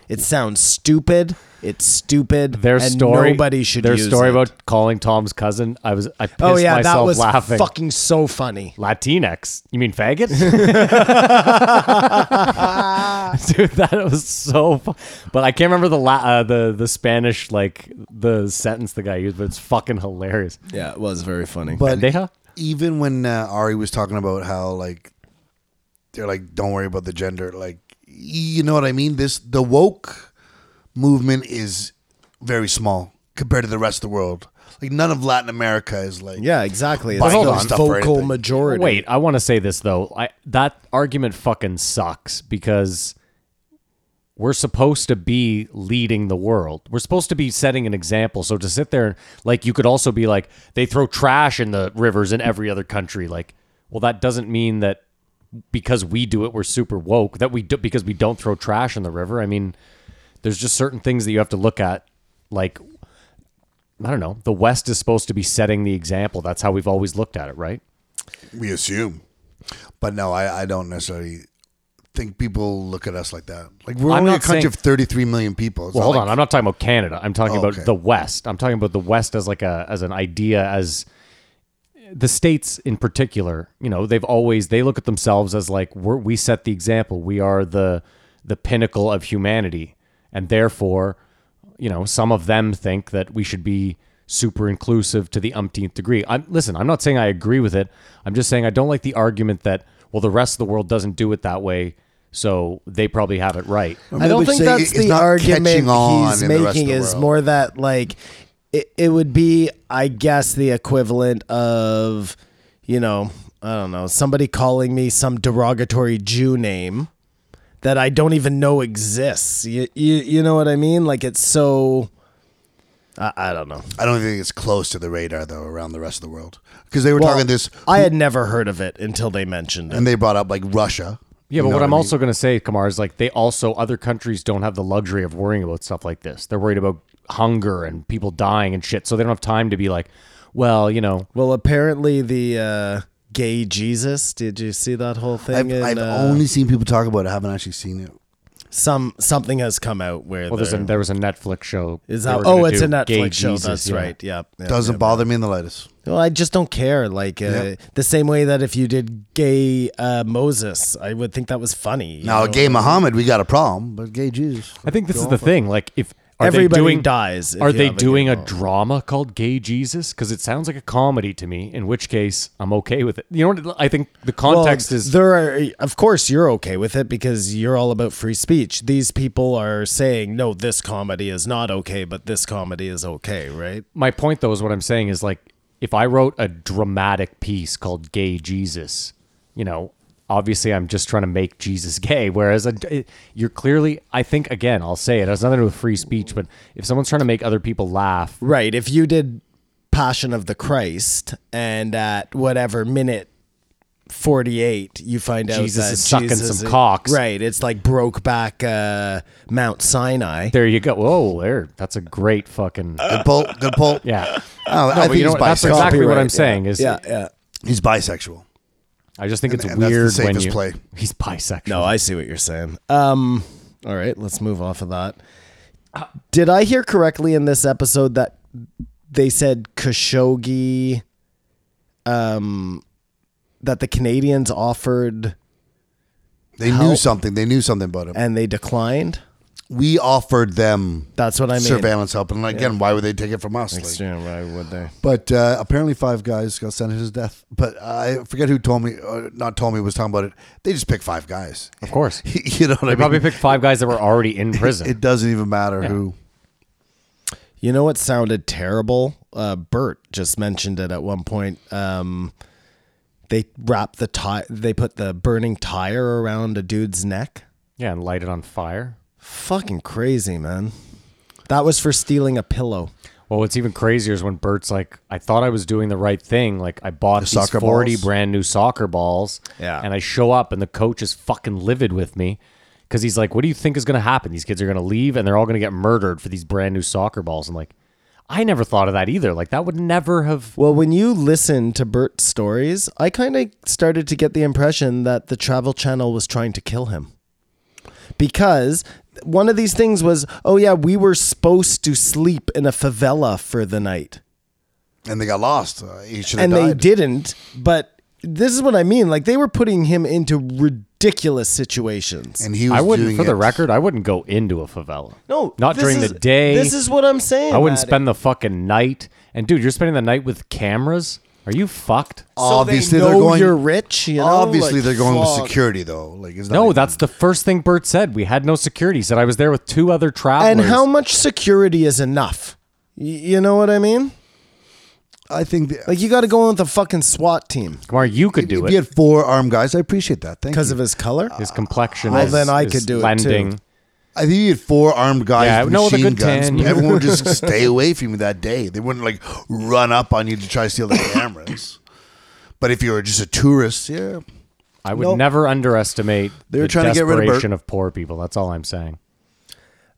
Speaker 3: It sounds stupid. It's stupid.
Speaker 1: their
Speaker 3: and
Speaker 1: story.
Speaker 3: Nobody should
Speaker 1: Their
Speaker 3: use
Speaker 1: story
Speaker 3: it.
Speaker 1: about calling Tom's cousin. I was I pissed
Speaker 3: Oh yeah,
Speaker 1: myself
Speaker 3: that was
Speaker 1: laughing.
Speaker 3: fucking so funny.
Speaker 1: Latinx. You mean faggot? Dude, that was so. Fu- but I can't remember the la- uh, the the Spanish like the sentence the guy used, but it's fucking hilarious.
Speaker 3: Yeah, it was very funny.
Speaker 2: But
Speaker 1: Pendeja?
Speaker 2: even when uh, Ari was talking about how like they're like, don't worry about the gender. Like, you know what I mean? This the woke movement is very small compared to the rest of the world. Like none of Latin America is like
Speaker 3: Yeah, exactly. It's
Speaker 2: But hold
Speaker 3: the
Speaker 2: on. Stuff or
Speaker 3: vocal
Speaker 2: anything.
Speaker 3: majority.
Speaker 1: Wait, I want to say this though. I that argument fucking sucks because we're supposed to be leading the world. We're supposed to be setting an example. So to sit there like you could also be like they throw trash in the rivers in every other country like well that doesn't mean that because we do it we're super woke that we do because we don't throw trash in the river. I mean there's just certain things that you have to look at like I don't know. The West is supposed to be setting the example. That's how we've always looked at it, right?
Speaker 2: we assume. But no, I, I don't necessarily think people look at us like that. Like we're
Speaker 1: I'm
Speaker 2: only a
Speaker 1: not
Speaker 2: country
Speaker 1: saying-
Speaker 2: of 33 million people. It's
Speaker 1: Well,
Speaker 2: not
Speaker 1: hold
Speaker 2: like-
Speaker 1: on. I'm not talking about Canada. I'm talking
Speaker 2: Oh,
Speaker 1: about
Speaker 2: okay.
Speaker 1: the West. I'm talking about the West as like a as an idea as the states in particular. You know, they've always they look at themselves as like we're, we set the example. We are the the pinnacle of humanity, and therefore, you know, some of them think that we should be super inclusive to the umpteenth degree. I'm listen. I'm not saying I agree with it. I'm just saying I don't like the argument that well, the rest of the world doesn't do it that way. So they probably have it right.
Speaker 2: Or
Speaker 3: I
Speaker 2: maybe
Speaker 3: don't
Speaker 2: just
Speaker 3: think
Speaker 2: say
Speaker 3: that's
Speaker 2: it's
Speaker 3: the
Speaker 2: not
Speaker 3: argument
Speaker 2: catching on
Speaker 3: he's
Speaker 2: in the rest
Speaker 3: making.
Speaker 2: of the
Speaker 3: Is
Speaker 2: world.
Speaker 3: more that like it, it would be, I guess, the equivalent of, you know, I don't know, somebody calling me some derogatory Jew name that I don't even know exists. You you, you know what I mean? Like it's so. I, I don't know.
Speaker 2: I don't think it's close to the radar though around the rest of the world because they were
Speaker 3: Well,
Speaker 2: talking this
Speaker 3: I had never heard of it until they mentioned it.
Speaker 2: and they brought up like Russia.
Speaker 1: Yeah,
Speaker 2: You
Speaker 1: but
Speaker 2: know
Speaker 1: what I'm
Speaker 2: I mean?
Speaker 1: also going to say, Kamar, is like they also other countries don't have the luxury of worrying about stuff like this. They're worried about hunger and people dying and shit, so they don't have time to be like, well, you know,
Speaker 3: Well, apparently the uh, gay Jesus. Did you see that whole thing?
Speaker 2: I've,
Speaker 3: in,
Speaker 2: I've
Speaker 3: uh,
Speaker 2: only seen people talk about it. I haven't actually seen it.
Speaker 3: some something has come out where
Speaker 1: well, oh, there's a,
Speaker 3: they're-
Speaker 1: there was a Netflix show.
Speaker 3: is
Speaker 1: they
Speaker 3: that
Speaker 1: were gonna
Speaker 3: oh it's
Speaker 1: do,
Speaker 3: a
Speaker 1: Gay
Speaker 3: Netflix show
Speaker 1: Jesus,
Speaker 3: that's
Speaker 1: yeah.
Speaker 3: right yeah, yeah
Speaker 2: Doesn't
Speaker 3: yeah.
Speaker 2: bother me in the lightest.
Speaker 3: well I just don't care like uh,
Speaker 2: Yep.
Speaker 3: the same way that if you did gay uh, Moses I would think that was funny you
Speaker 2: Now,
Speaker 3: know? uh,
Speaker 2: gay Muhammad, we got a problem, but gay Jesus.
Speaker 1: I think this is the thing. Like, if are
Speaker 3: everybody
Speaker 1: they doing,
Speaker 3: dies if
Speaker 1: Are
Speaker 3: you
Speaker 1: they
Speaker 3: have gay
Speaker 1: doing a
Speaker 3: Moses.
Speaker 1: drama called Gay Jesus? Because it sounds like a comedy to me. In which case, I'm okay with it. You know what? I think the
Speaker 3: Well,
Speaker 1: context is
Speaker 3: there are of course you're okay with it because you're all about free speech these people are saying no this comedy is not okay but this comedy is okay right
Speaker 1: my point though is what I'm saying is like if I wrote a dramatic piece called "Gay Jesus," you know, obviously I'm just trying to make Jesus gay. Whereas a, you're clearly, I think again, I'll say it it has nothing to do with free speech, but if someone's trying to make other people laugh,
Speaker 3: Right. If you did Passion of the Christ and at whatever minute 48 you find out
Speaker 1: Jesus
Speaker 3: that
Speaker 1: is sucking
Speaker 3: Jesus
Speaker 1: some
Speaker 3: is-
Speaker 1: cocks.
Speaker 3: Right. It's like broke back uh, Mount Sinai.
Speaker 1: there you go. Whoa, there, that's a great fucking
Speaker 2: Good pull. Good pull.
Speaker 1: yeah.
Speaker 2: Oh, I
Speaker 1: but
Speaker 2: think
Speaker 1: you know
Speaker 2: he's
Speaker 1: what? That's
Speaker 2: bisexual.
Speaker 1: exactly what
Speaker 3: Copyright,
Speaker 1: I'm saying. Is
Speaker 3: Yeah, yeah.
Speaker 2: He's bisexual.
Speaker 1: I just think it's
Speaker 2: and that's the
Speaker 1: weird when
Speaker 2: safest
Speaker 1: you
Speaker 2: play.
Speaker 1: he's bisexual.
Speaker 3: No, I see what you're saying. Um all right, let's move off of that. Did I hear correctly in this episode that they said Khashoggi um that the Canadians offered
Speaker 2: They knew something. They knew something about him.
Speaker 3: and they declined?
Speaker 2: we offered them
Speaker 3: That's what I mean.
Speaker 2: surveillance help, and again, why would they take it from us? Like,
Speaker 3: Extreme, why would they?
Speaker 2: But uh, apparently, five guys got sentenced to death. But I forget who told me, uh, not told me, was talking about it. They just pick five guys.
Speaker 1: of course. They
Speaker 2: you know what I mean?
Speaker 1: probably picked five guys that were already in prison.
Speaker 2: It doesn't even matter who.
Speaker 3: You know what sounded terrible? Uh, Bert just mentioned it at one point. Um, they wrapped the tire. They put the burning tire around a dude's neck.
Speaker 1: yeah, and light it on fire.
Speaker 3: Fucking crazy, man. That was for stealing a pillow.
Speaker 1: Well, what's even crazier is when Bert's like, I thought I was doing the right thing. Like, I bought these
Speaker 2: soccer
Speaker 1: 40
Speaker 2: balls?
Speaker 1: brand new soccer balls.
Speaker 3: Yeah.
Speaker 1: And I show up, and the coach is fucking livid with me because he's like, What do you think is going to happen? These kids are going to leave, and they're all going to get murdered for these brand new soccer balls. And like, I never thought of that either. Like, that would never have.
Speaker 3: Well, when you listen to Bert's stories, I kind of started to get the impression that the Travel Channel was trying to kill him. Because one of these things was, oh, yeah, we were supposed to sleep in a favela for the night.
Speaker 2: And they got lost. Uh, he should have
Speaker 3: and
Speaker 2: died.
Speaker 3: they didn't. But this is what I mean. Like they were putting him into ridiculous situations.
Speaker 2: And he was
Speaker 1: I wouldn't,
Speaker 2: doing
Speaker 1: for the
Speaker 2: it.
Speaker 1: record, I wouldn't go into a favela.
Speaker 3: no,
Speaker 1: Not
Speaker 3: this
Speaker 1: during
Speaker 3: is-
Speaker 1: the day.
Speaker 3: This is what I'm saying.
Speaker 1: I wouldn't
Speaker 3: Maddie.
Speaker 1: spend the fucking night. And dude, you're spending the night with cameras? Are you fucked?
Speaker 3: So they
Speaker 2: obviously are
Speaker 3: know
Speaker 2: going.
Speaker 3: You're rich. You know?
Speaker 2: obviously,
Speaker 3: Like,
Speaker 2: they're going
Speaker 3: fuck.
Speaker 2: with security though. Like, it's not
Speaker 1: No,
Speaker 2: even-
Speaker 1: that's the first thing Bert said. We had no security. He said I was there with two other travelers.
Speaker 3: And how much security is enough? Y- you know what I mean?
Speaker 2: I think that,
Speaker 3: Like you got to go in with a fucking SWAT team
Speaker 1: Kamar, you could do
Speaker 2: if
Speaker 1: it.
Speaker 2: you had four armed guys, I appreciate that. Thank
Speaker 3: because
Speaker 2: you.
Speaker 3: of his color.
Speaker 1: His complexion.
Speaker 3: Well,
Speaker 1: is,
Speaker 3: then I
Speaker 1: is
Speaker 3: could do it, too.
Speaker 1: lending.
Speaker 2: I think you had four armed guys
Speaker 1: Yeah,
Speaker 2: with
Speaker 1: no, with a
Speaker 2: machine
Speaker 1: good
Speaker 2: guns.
Speaker 1: 10,
Speaker 2: but
Speaker 1: yeah.
Speaker 2: Everyone would just stay away from you that day. They wouldn't like run up on you to try to steal the cameras. but if you were just a tourist, yeah,
Speaker 1: I would
Speaker 2: Nope.
Speaker 1: never underestimate
Speaker 2: They were
Speaker 1: the
Speaker 2: trying to get rid of Bert.
Speaker 1: desperation of poor people. That's all I'm saying.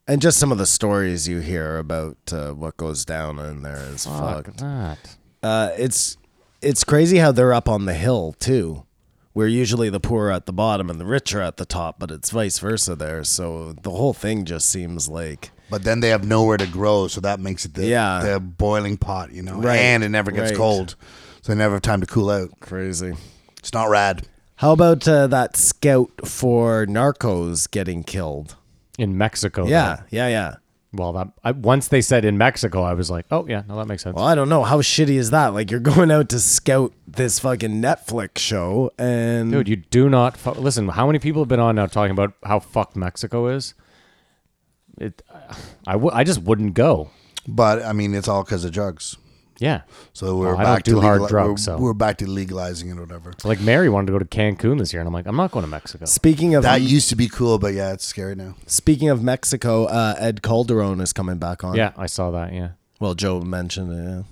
Speaker 3: And just some of the stories you hear about uh, what goes down in there is fucked.
Speaker 1: that.
Speaker 3: Uh, it's it's crazy how they're up on the hill too, where usually the poor are at the bottom and the rich are at the top, but it's vice versa there. So the whole thing just seems like
Speaker 2: But then they have nowhere to grow, so that makes it the,
Speaker 3: Yeah.
Speaker 2: the boiling pot, you know.
Speaker 3: Right.
Speaker 2: And it never gets
Speaker 3: Right.
Speaker 2: cold, so they never have time to cool out.
Speaker 3: crazy.
Speaker 2: It's not rad.
Speaker 3: How about uh, that scout for Narcos getting killed?
Speaker 1: In Mexico.
Speaker 3: Yeah, yeah, yeah.
Speaker 1: though. Well, that, I, once they said in Mexico, I was like, oh, yeah, no, that makes sense.
Speaker 3: Well, I don't know how shitty is that. Like you're going out to scout this fucking Netflix show, and
Speaker 1: Dude, you do not. Fu- Listen, how many people have been on now talking about how fucked Mexico is? It, I, w- I just wouldn't go.
Speaker 2: But I mean, it's all because of drugs.
Speaker 1: Yeah.
Speaker 2: So we're
Speaker 1: Well, Oh, I
Speaker 2: back
Speaker 1: don't do
Speaker 2: to
Speaker 1: hard
Speaker 2: legalize-
Speaker 1: drugs,
Speaker 2: We're,
Speaker 1: so.
Speaker 2: we're back to legalizing it or whatever.
Speaker 1: Like Mary wanted to go to Cancun this year, and I'm like, I'm not going to Mexico.
Speaker 3: speaking of
Speaker 2: That used to be cool, but yeah, it's scary now.
Speaker 3: Speaking of Mexico, uh, Ed Calderon is coming back on.
Speaker 1: Yeah, I saw that. Yeah,
Speaker 3: Well, Joe mentioned it. Yeah.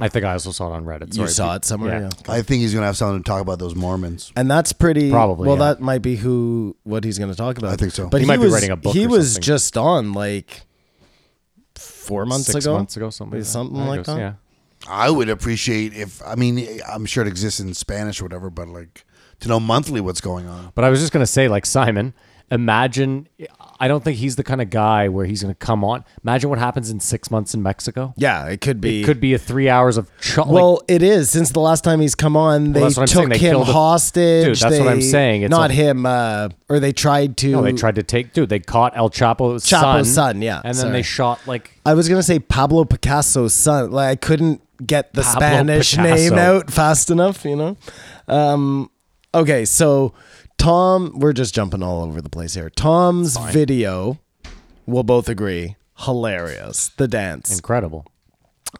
Speaker 1: I think I also saw it on Reddit.
Speaker 3: You
Speaker 1: Sorry,
Speaker 3: saw
Speaker 1: pe-
Speaker 3: it somewhere. Yeah.
Speaker 1: yeah.
Speaker 2: I think he's gonna have something to talk about those Mormons.
Speaker 3: And that's pretty.
Speaker 1: Probably,
Speaker 3: Well,
Speaker 1: yeah.
Speaker 3: that might be who what he's going to talk about.
Speaker 2: I think so.
Speaker 3: But
Speaker 1: He
Speaker 3: he,
Speaker 1: might be
Speaker 3: was,
Speaker 1: writing a book
Speaker 3: He
Speaker 1: or
Speaker 3: was
Speaker 1: something.
Speaker 3: just on like four months
Speaker 1: Six
Speaker 3: ago.
Speaker 1: months ago, something, like that.
Speaker 3: Something
Speaker 1: I
Speaker 3: like
Speaker 1: guess,
Speaker 3: that.
Speaker 1: Yeah.
Speaker 2: I would appreciate if I mean I'm sure it exists in Spanish or whatever, but like to know monthly what's going on.
Speaker 1: But I was just gonna say, like Simon, imagine. I don't think he's the kind of guy where he's gonna come on. Imagine what happens in six months in Mexico.
Speaker 3: Yeah, it could be.
Speaker 1: It could be a three hours of cho-
Speaker 3: Well, it is since the last time he's come on, they
Speaker 1: that's what I'm
Speaker 3: took
Speaker 1: saying, they
Speaker 3: him
Speaker 1: killed a-
Speaker 3: hostage.
Speaker 1: Dude, that's what I'm
Speaker 3: they-
Speaker 1: saying, it's
Speaker 3: not
Speaker 1: a-
Speaker 3: him, uh, or they tried to.
Speaker 1: No, they tried to take dude. They caught El Chapo's son.
Speaker 3: Chapo's son, yeah,
Speaker 1: and then
Speaker 3: sorry.
Speaker 1: they shot like
Speaker 3: I was gonna say Pablo Picasso's son. Like I couldn't get the
Speaker 1: Pablo
Speaker 3: Spanish
Speaker 1: Picasso.
Speaker 3: name out fast enough, you know. Um, okay, so Tom, we're just jumping all over the place here. Tom's video, we'll both agree, hilarious. The dance.
Speaker 1: incredible.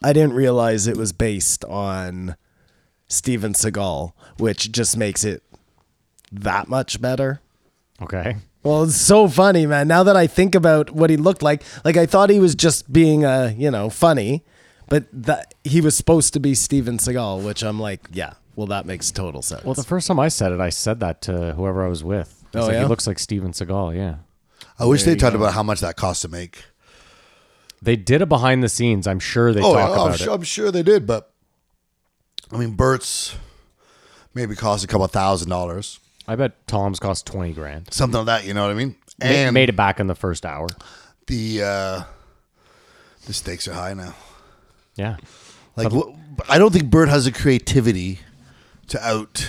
Speaker 3: I didn't realize it was based on Steven Seagal, which just makes it that much better.
Speaker 1: Okay,
Speaker 3: Well, it's so funny, man. Now that I think about what he looked like, like I thought he was just being, uh, you know, funny, but that he was supposed to be Steven Seagal, which I'm like, yeah, well, that makes total sense.
Speaker 1: well, the first time I said it, I said that to whoever I was with. I was
Speaker 3: Oh,
Speaker 1: like,
Speaker 3: yeah?
Speaker 1: he looks like Steven Seagal. Yeah,
Speaker 2: I wish they talked about how much that costs to make.
Speaker 1: they did a behind the scenes. I'm sure
Speaker 3: Oh,
Speaker 1: they talk
Speaker 2: oh, I'm,
Speaker 1: about
Speaker 2: su-
Speaker 1: it.
Speaker 2: I'm sure they did, but I mean, Burt's maybe cost a couple thousand dollars,
Speaker 1: I bet Tom's cost twenty grand.
Speaker 2: something like that. You know what I mean?
Speaker 1: Ma-
Speaker 2: And
Speaker 1: made it back in the first hour.
Speaker 2: the uh, the stakes are high now.
Speaker 1: Yeah,
Speaker 2: Like, wh- I don't think Burt has the creativity to out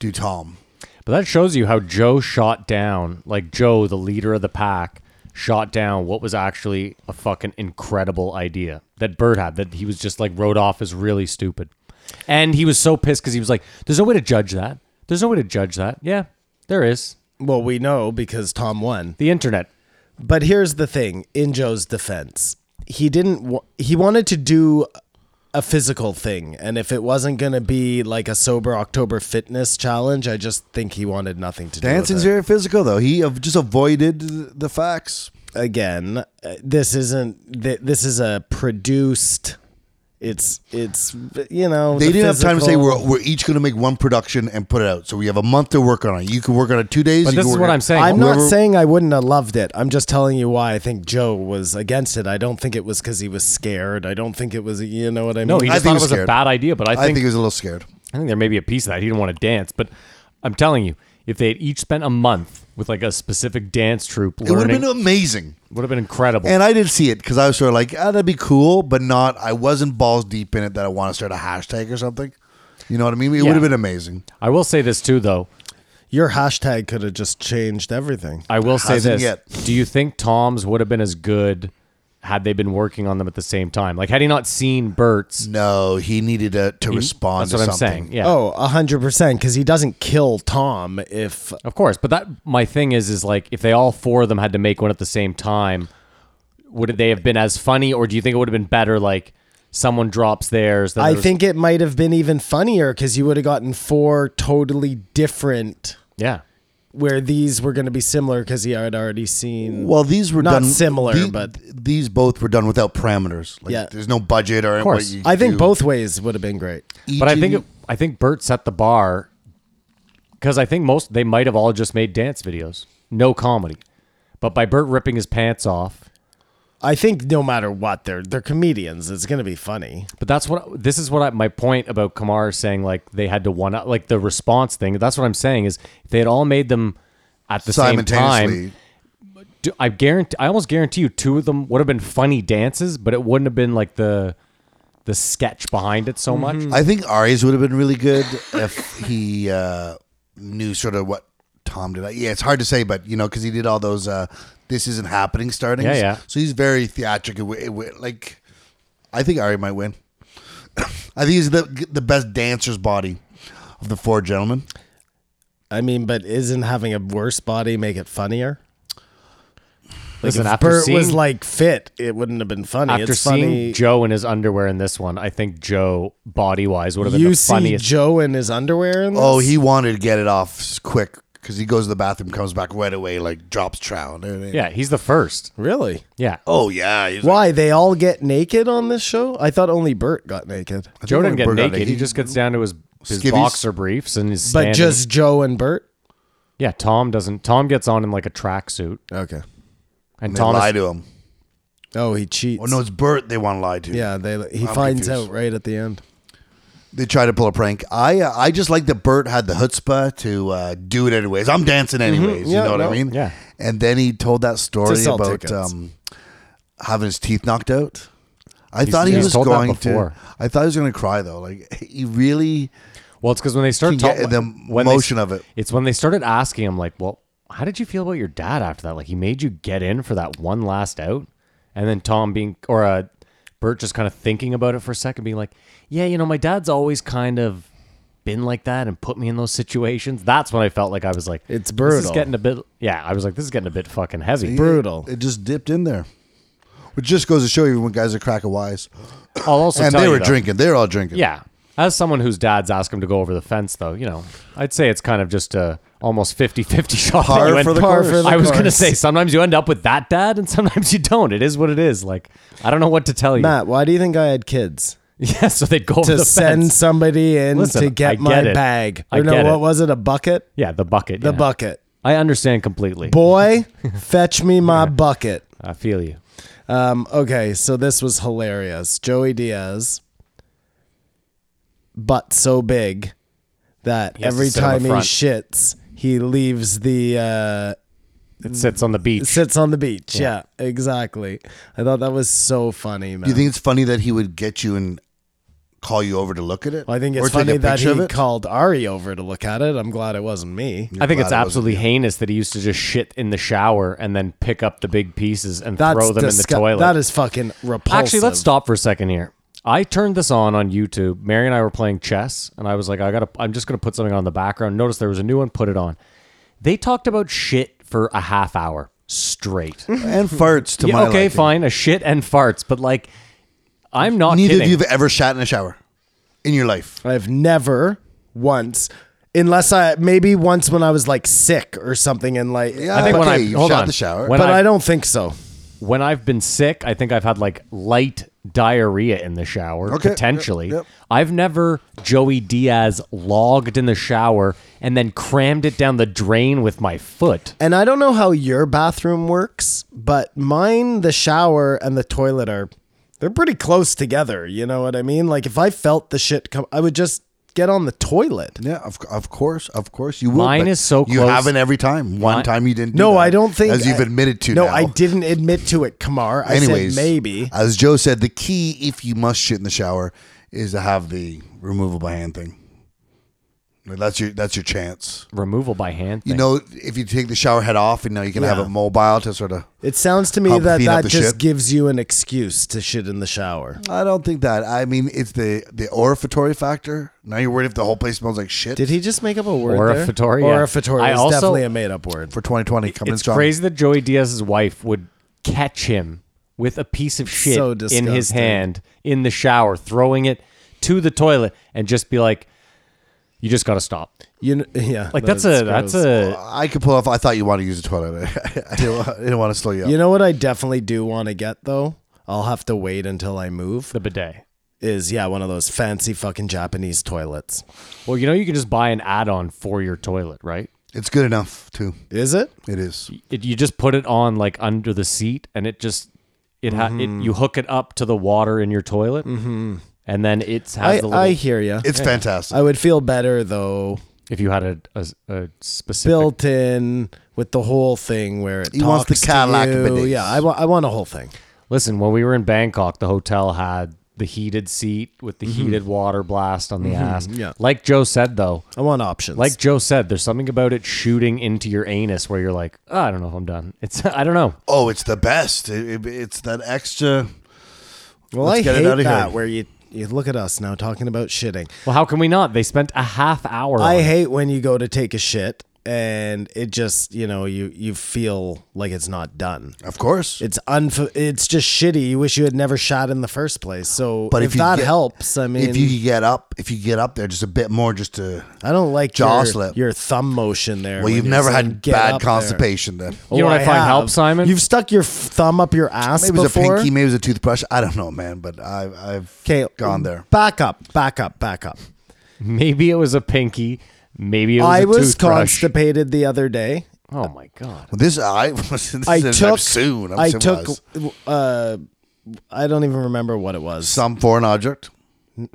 Speaker 2: do Tom.
Speaker 1: but that shows you how Joe shot down. Like Joe, the leader of the pack, shot down what was actually a fucking incredible idea that Bird had. That he was just like wrote off as really stupid, and he was so pissed because he was like, "There's no way to judge that. There's no way to judge that." Yeah, there is.
Speaker 3: well, we know because Tom won.
Speaker 1: The internet.
Speaker 3: But here's the thing in Joe's defense, he didn't, wa- he wanted to do a physical thing. And if it wasn't going to be like a sober October fitness challenge, I just think he wanted nothing to do with it.
Speaker 2: Dancing's very physical, though. He av- just avoided the facts.
Speaker 3: again, uh, this isn't th- this is a produced. It's it's you know
Speaker 2: They
Speaker 3: the
Speaker 2: didn't have time to say
Speaker 3: physical-
Speaker 2: we're, we're each going to make one production and put it out. So we have a month to work on it. You can work on it two days.
Speaker 1: But
Speaker 2: you
Speaker 1: this
Speaker 2: can
Speaker 1: is
Speaker 2: work
Speaker 1: what
Speaker 2: on-
Speaker 1: I'm saying.
Speaker 3: I'm
Speaker 1: Whoever-
Speaker 3: not saying I wouldn't have loved it. I'm just telling you why I think Joe was against it. I don't think it was because he was scared. I don't think it was you know what I mean.
Speaker 1: No, he
Speaker 2: I
Speaker 1: just thought it
Speaker 2: think he
Speaker 1: was
Speaker 2: was
Speaker 1: a
Speaker 2: scared.
Speaker 1: bad idea. But I
Speaker 2: I
Speaker 1: think
Speaker 2: think he was a little scared.
Speaker 1: I think there may be a piece of that. He didn't want to dance, but I'm telling you, if they had each spent a month with like a specific dance troupe,
Speaker 2: It would
Speaker 1: learning,
Speaker 2: have been amazing.
Speaker 1: would have been incredible.
Speaker 2: And I did see it because I was sort of like, ah, that'd be cool, but not. I wasn't balls deep in it that I want to start a hashtag or something. You know what I mean? It would have been amazing.
Speaker 1: I will say this too, though.
Speaker 3: your hashtag could have just changed everything.
Speaker 1: I will say
Speaker 2: Hasn't
Speaker 1: this:
Speaker 2: yet.
Speaker 1: Do you think Tom's would have been as good had they been working on them at the same time? Like, had he not seen Bert's,
Speaker 2: No, he needed to, to respond
Speaker 1: that's what
Speaker 2: to
Speaker 1: I'm
Speaker 2: something.
Speaker 1: saying. Yeah,
Speaker 3: Oh, a hundred percent, because he doesn't kill Tom if
Speaker 1: of course. But that my thing is, is like if they all four of them had to make one at the same time, would they have been as funny, or do you think it would have been better? Like someone drops theirs. then
Speaker 3: I
Speaker 1: there's-
Speaker 3: think it might have been even funnier because you would have gotten four totally different.
Speaker 1: yeah.
Speaker 3: Where these were going to be similar because he had already seen.
Speaker 2: Well, these were
Speaker 3: not
Speaker 2: done
Speaker 3: similar,
Speaker 2: the-
Speaker 3: but
Speaker 2: these both were done without parameters. Like,
Speaker 3: Yeah.
Speaker 2: there's no budget or. Of
Speaker 1: course.
Speaker 3: I think both ways would have been great.
Speaker 1: But I think it, I think Bert set the bar because I think most they might have all just made dance videos, no comedy. But by Bert ripping his pants off,
Speaker 3: I think no matter what, they're they're comedians. It's going to be funny.
Speaker 1: but that's what this is what I, my point about Kamar saying like they had to one up like the response thing. That's what I'm saying is if they had all made them at the same time,
Speaker 2: simultaneously.
Speaker 1: do- I guarantee I almost guarantee you two of them would have been funny dances, but it wouldn't have been like the the sketch behind it so
Speaker 3: Mm-hmm.
Speaker 1: much.
Speaker 2: I think Ari's would have been really good if he uh, knew sort of what Tom did. Yeah, it's hard to say, but you know, because he did all those uh, "this isn't happening" startings.
Speaker 1: Yeah, yeah.
Speaker 2: So he's very theatrical. It wa- it wa- Like, I think Ari might win. I think he's the the best dancer's body of the four gentlemen.
Speaker 3: I mean, but isn't having a worse body make it funnier? Like
Speaker 1: Listen,
Speaker 3: if
Speaker 1: after
Speaker 3: Bert was
Speaker 1: seeing-
Speaker 3: like fit, it wouldn't have been funny.
Speaker 1: After
Speaker 3: it's
Speaker 1: seeing
Speaker 3: funny.
Speaker 1: Joe in his underwear in this one, I think Joe body wise would have been
Speaker 3: you
Speaker 1: the
Speaker 3: see
Speaker 1: funniest.
Speaker 3: Joe in his underwear in this?
Speaker 2: Oh, he wanted to get it off s- quick because he goes to the bathroom, comes back right away, like drops trowel. and everything.
Speaker 1: Yeah, he's the first.
Speaker 3: really?
Speaker 1: Yeah.
Speaker 2: Oh yeah. He's
Speaker 3: Why they all get naked on this show? I thought only Bert got naked,
Speaker 2: like-
Speaker 1: Joe didn't get
Speaker 2: Burger,
Speaker 1: naked. He, just gets down to his, his
Speaker 2: Skivvies?
Speaker 1: boxer briefs and his.
Speaker 3: but
Speaker 1: standing.
Speaker 3: just Joe and Bert.
Speaker 1: yeah, Tom doesn't. Tom gets on in like a tracksuit,
Speaker 3: Okay.
Speaker 1: and
Speaker 2: They
Speaker 1: Tom
Speaker 2: lie
Speaker 1: is,
Speaker 2: to him.
Speaker 3: Oh, he cheats.
Speaker 2: Oh no, it's Bert. They want to lie to.
Speaker 3: Yeah, they he
Speaker 2: I'm
Speaker 3: finds
Speaker 2: confused.
Speaker 3: out right at the end.
Speaker 2: They try to pull a prank. I uh, I just like that Bert had the chutzpah to uh, do it anyways. I'm dancing anyways.
Speaker 3: Mm-hmm. Yeah,
Speaker 2: you know what
Speaker 3: no,
Speaker 2: I mean?
Speaker 1: yeah.
Speaker 2: And then he told that story
Speaker 3: sell
Speaker 2: about
Speaker 3: tickets.
Speaker 2: um, having his teeth knocked out. I thought he
Speaker 1: he's
Speaker 2: was
Speaker 1: told that
Speaker 2: going to.
Speaker 1: before.
Speaker 2: I thought he was going to cry though. Like he really.
Speaker 1: well, it's because when they start
Speaker 2: Can get
Speaker 1: talking,
Speaker 2: the
Speaker 1: they-
Speaker 2: motion of it.
Speaker 1: it's when they started asking him like, "Well, how did you feel about your dad after that? Like, he made you get in for that one last out," and then Tom being or uh, Bert just kind of thinking about it for a second, being like, "Yeah, you know, my dad's always kind of." Been like that and put me in those situations. That's when I felt like I was like,
Speaker 3: It's
Speaker 1: This is
Speaker 3: brutal.
Speaker 1: getting a bit. Yeah, I was like, this is getting a bit fucking heavy.
Speaker 3: Brutal.
Speaker 2: It just dipped in there, which just goes to show you when guys are crack of wise.
Speaker 1: I'll also
Speaker 2: and
Speaker 1: tell
Speaker 2: they
Speaker 1: you,
Speaker 2: were
Speaker 1: though,
Speaker 2: drinking. They were all drinking.
Speaker 1: Yeah, as someone whose dad's asked him to go over the fence, though, you know, I'd say it's kind of just a almost 50-50 shot. that
Speaker 2: Par
Speaker 1: you end-
Speaker 2: for the Par course. for the
Speaker 1: I was gonna
Speaker 3: course.
Speaker 1: say sometimes you end up with that dad, and sometimes you don't. It is what it is. Like I don't know what to tell you.
Speaker 3: Matt, why do you think I had kids?
Speaker 1: Yeah, so they'd go over
Speaker 3: to
Speaker 1: the
Speaker 3: send
Speaker 1: fence.
Speaker 3: somebody in
Speaker 1: Listen,
Speaker 3: to
Speaker 1: I
Speaker 3: get
Speaker 1: get
Speaker 3: my
Speaker 1: it.
Speaker 3: bag.
Speaker 1: I
Speaker 3: Or no,
Speaker 1: get
Speaker 3: what
Speaker 1: it.
Speaker 3: was it? A bucket?
Speaker 1: Yeah, the bucket.
Speaker 3: The
Speaker 1: yeah.
Speaker 3: bucket.
Speaker 1: I understand completely.
Speaker 3: Boy, fetch me my bucket.
Speaker 1: I feel you.
Speaker 3: Um, okay, so this was hilarious. Joey Diaz, but so big that
Speaker 1: He has to
Speaker 3: every
Speaker 1: sit on the
Speaker 3: time he
Speaker 1: front.
Speaker 3: shits, he leaves the uh,
Speaker 1: It sits on the beach.
Speaker 3: sits on the beach. Yeah. exactly. I thought that was so funny, man.
Speaker 2: Do you think it's funny that he would get you and call you over to look at it?
Speaker 3: Well, I think it's
Speaker 2: Or take a
Speaker 3: funny that
Speaker 2: picture of
Speaker 3: he
Speaker 2: it?
Speaker 3: called Ari over to look at it. I'm glad it wasn't
Speaker 1: I
Speaker 3: me.
Speaker 1: think it's
Speaker 2: glad it wasn't
Speaker 1: absolutely heinous that he used to just shit in the shower and then pick up the big pieces and
Speaker 3: That's
Speaker 1: throw them
Speaker 3: disgu-
Speaker 1: in the toilet.
Speaker 3: That is fucking repulsive.
Speaker 1: Actually, let's stop for a second here. I turned this on on YouTube. Mary and I were playing chess, and I was like, I gotta, I'm just gonna put something on the background. Notice there was a new one. Put it on. They talked about shit for a half hour straight.
Speaker 2: and farts to
Speaker 1: Yeah,
Speaker 2: my
Speaker 1: okay,
Speaker 2: liking.
Speaker 1: fine, a shit and farts, but like, I'm not
Speaker 2: Neither
Speaker 1: kidding.
Speaker 2: of you have ever shat in a shower in your life.
Speaker 3: I've never once, unless I maybe once when I was like sick or something, and like
Speaker 2: Yeah,
Speaker 1: I think when
Speaker 2: okay,
Speaker 1: I
Speaker 2: you
Speaker 1: hold
Speaker 2: shot
Speaker 1: on.
Speaker 2: the shower.
Speaker 1: when
Speaker 3: but
Speaker 1: I,
Speaker 3: I don't think so.
Speaker 1: when I've been sick, I think I've had like light diarrhea in the shower,
Speaker 2: Okay,
Speaker 1: potentially.
Speaker 2: yep, yep.
Speaker 1: I've never Joey Diaz logged in the shower and then crammed it down the drain with my foot.
Speaker 3: And I don't know how your bathroom works, but mine, the shower and the toilet are they're pretty close together. You know what I mean? Like if I felt the shit come, I would just get on the toilet.
Speaker 2: Yeah, of, of course, of course you will.
Speaker 1: Mine
Speaker 2: but
Speaker 1: is so
Speaker 2: You
Speaker 1: close.
Speaker 2: haven't every time. One
Speaker 1: Mine-
Speaker 2: time you didn't. do
Speaker 3: No,
Speaker 2: that,
Speaker 3: I don't think.
Speaker 2: as you've
Speaker 3: I-
Speaker 2: admitted to.
Speaker 3: No,
Speaker 2: now.
Speaker 3: I didn't admit to it, Kamar. I
Speaker 2: Anyways,
Speaker 3: said maybe.
Speaker 2: as Joe said, the key if you must shit in the shower is to have the removal by hand thing. Like, That's your that's your chance.
Speaker 1: Removal by hand.
Speaker 2: You
Speaker 1: thing.
Speaker 2: know, if you take the shower head off, you know you can have
Speaker 3: Yeah.
Speaker 2: it mobile to sort of.
Speaker 3: It sounds to me
Speaker 2: Help
Speaker 3: that
Speaker 2: clean up
Speaker 3: that
Speaker 2: the
Speaker 3: just
Speaker 2: shit.
Speaker 3: gives you an excuse to shit in the shower.
Speaker 2: I don't think that. I mean, it's the the olfactory factor. Now you're worried if the whole place smells like shit.
Speaker 3: Did he just make up a word?
Speaker 1: Orifatory,
Speaker 3: There?
Speaker 1: yeah.
Speaker 3: Orifatory
Speaker 1: I
Speaker 3: is
Speaker 1: also-
Speaker 3: definitely a made up word.
Speaker 2: for 2020 coming
Speaker 1: it's
Speaker 2: strong.
Speaker 1: crazy that Joey Diaz's wife would catch him with a piece of shit
Speaker 3: So
Speaker 1: in his
Speaker 3: disgusting.
Speaker 1: hand in the shower, throwing it to the toilet, and just be like, "You just got to stop."
Speaker 3: You know, yeah.
Speaker 1: Like
Speaker 3: no,
Speaker 1: that's
Speaker 3: it's
Speaker 1: a that's
Speaker 3: gross.
Speaker 1: a
Speaker 2: I could pull off. I thought you wanted to use the toilet. I didn't, wa- I didn't want to slow you up.
Speaker 3: You know what I definitely do want to get though? I'll have to wait until I move.
Speaker 1: the bidet.
Speaker 3: Is yeah, one of those fancy fucking Japanese toilets.
Speaker 1: Well, you know, you can just buy an add-on for your toilet, right?
Speaker 2: it's good enough too.
Speaker 3: Is it?
Speaker 2: It is.
Speaker 1: It, you just put it on like under the seat, and it just it, ha-
Speaker 3: Mm-hmm.
Speaker 1: it you hook it up to the water in your toilet, mm-hmm. and then it has
Speaker 3: I,
Speaker 1: the little.
Speaker 3: I hear you.
Speaker 2: It's fantastic.
Speaker 3: I would feel better though,
Speaker 1: if you had a, a, a specific
Speaker 3: built in with the whole thing where it
Speaker 2: He wants the
Speaker 3: talks to
Speaker 2: Cadillac
Speaker 3: you.
Speaker 2: bidets.
Speaker 3: Yeah, I, wa- I want a whole thing.
Speaker 1: Listen, when we were in Bangkok, the hotel had the heated seat with the heated water blast on the ass.
Speaker 3: Mm-hmm. yeah.
Speaker 1: Like Joe said, though,
Speaker 3: I want options.
Speaker 1: like Joe said, there's something about it shooting into your anus where you're like, "Oh, I don't know if I'm done. It's I don't know.
Speaker 2: oh, it's the best. It, it- it's that extra.
Speaker 3: well,
Speaker 2: let's
Speaker 3: I
Speaker 2: get it
Speaker 3: hate
Speaker 2: outta here.
Speaker 3: that where you you look at us now talking about shitting.
Speaker 1: Well, how can we not? They spent a half hour. on
Speaker 3: I
Speaker 1: it.
Speaker 3: hate when you go to take a shit and it just you know you you feel like it's not done.
Speaker 2: Of course.
Speaker 3: It's unf- It's just shitty. You wish you had never shot in the first place. So,
Speaker 2: But
Speaker 3: but
Speaker 2: if
Speaker 3: if,
Speaker 2: you
Speaker 3: that
Speaker 2: get-
Speaker 3: helps, I mean,
Speaker 2: if you could get up, if you get up there just a bit more, just to.
Speaker 3: I don't like
Speaker 2: Jaw
Speaker 3: your,
Speaker 2: slip.
Speaker 3: your thumb motion there.
Speaker 2: Well,
Speaker 3: when
Speaker 2: you've
Speaker 3: you're
Speaker 2: never
Speaker 3: saying,
Speaker 2: had
Speaker 3: "Get
Speaker 2: bad
Speaker 3: up there."
Speaker 2: constipation then.
Speaker 1: You know
Speaker 3: Oh,
Speaker 1: what I find
Speaker 3: have.
Speaker 1: help, Simon?
Speaker 3: You've stuck your f- thumb up your ass
Speaker 2: Maybe it was a
Speaker 3: before.
Speaker 2: pinky, maybe it was a toothbrush. I don't know, man, but I, I've
Speaker 3: okay,
Speaker 2: gone there.
Speaker 3: Back up, back up, back up.
Speaker 1: Maybe it was a pinky. Maybe it was
Speaker 3: I
Speaker 1: a
Speaker 3: was
Speaker 1: toothbrush.
Speaker 3: constipated the other day.
Speaker 1: oh my god.
Speaker 2: Well, This I was. This
Speaker 3: I
Speaker 2: is,
Speaker 3: took
Speaker 2: I'm soon. I'm
Speaker 3: I
Speaker 2: civilized.
Speaker 3: took. Uh, I don't even remember what it was.
Speaker 2: some foreign object
Speaker 3: No.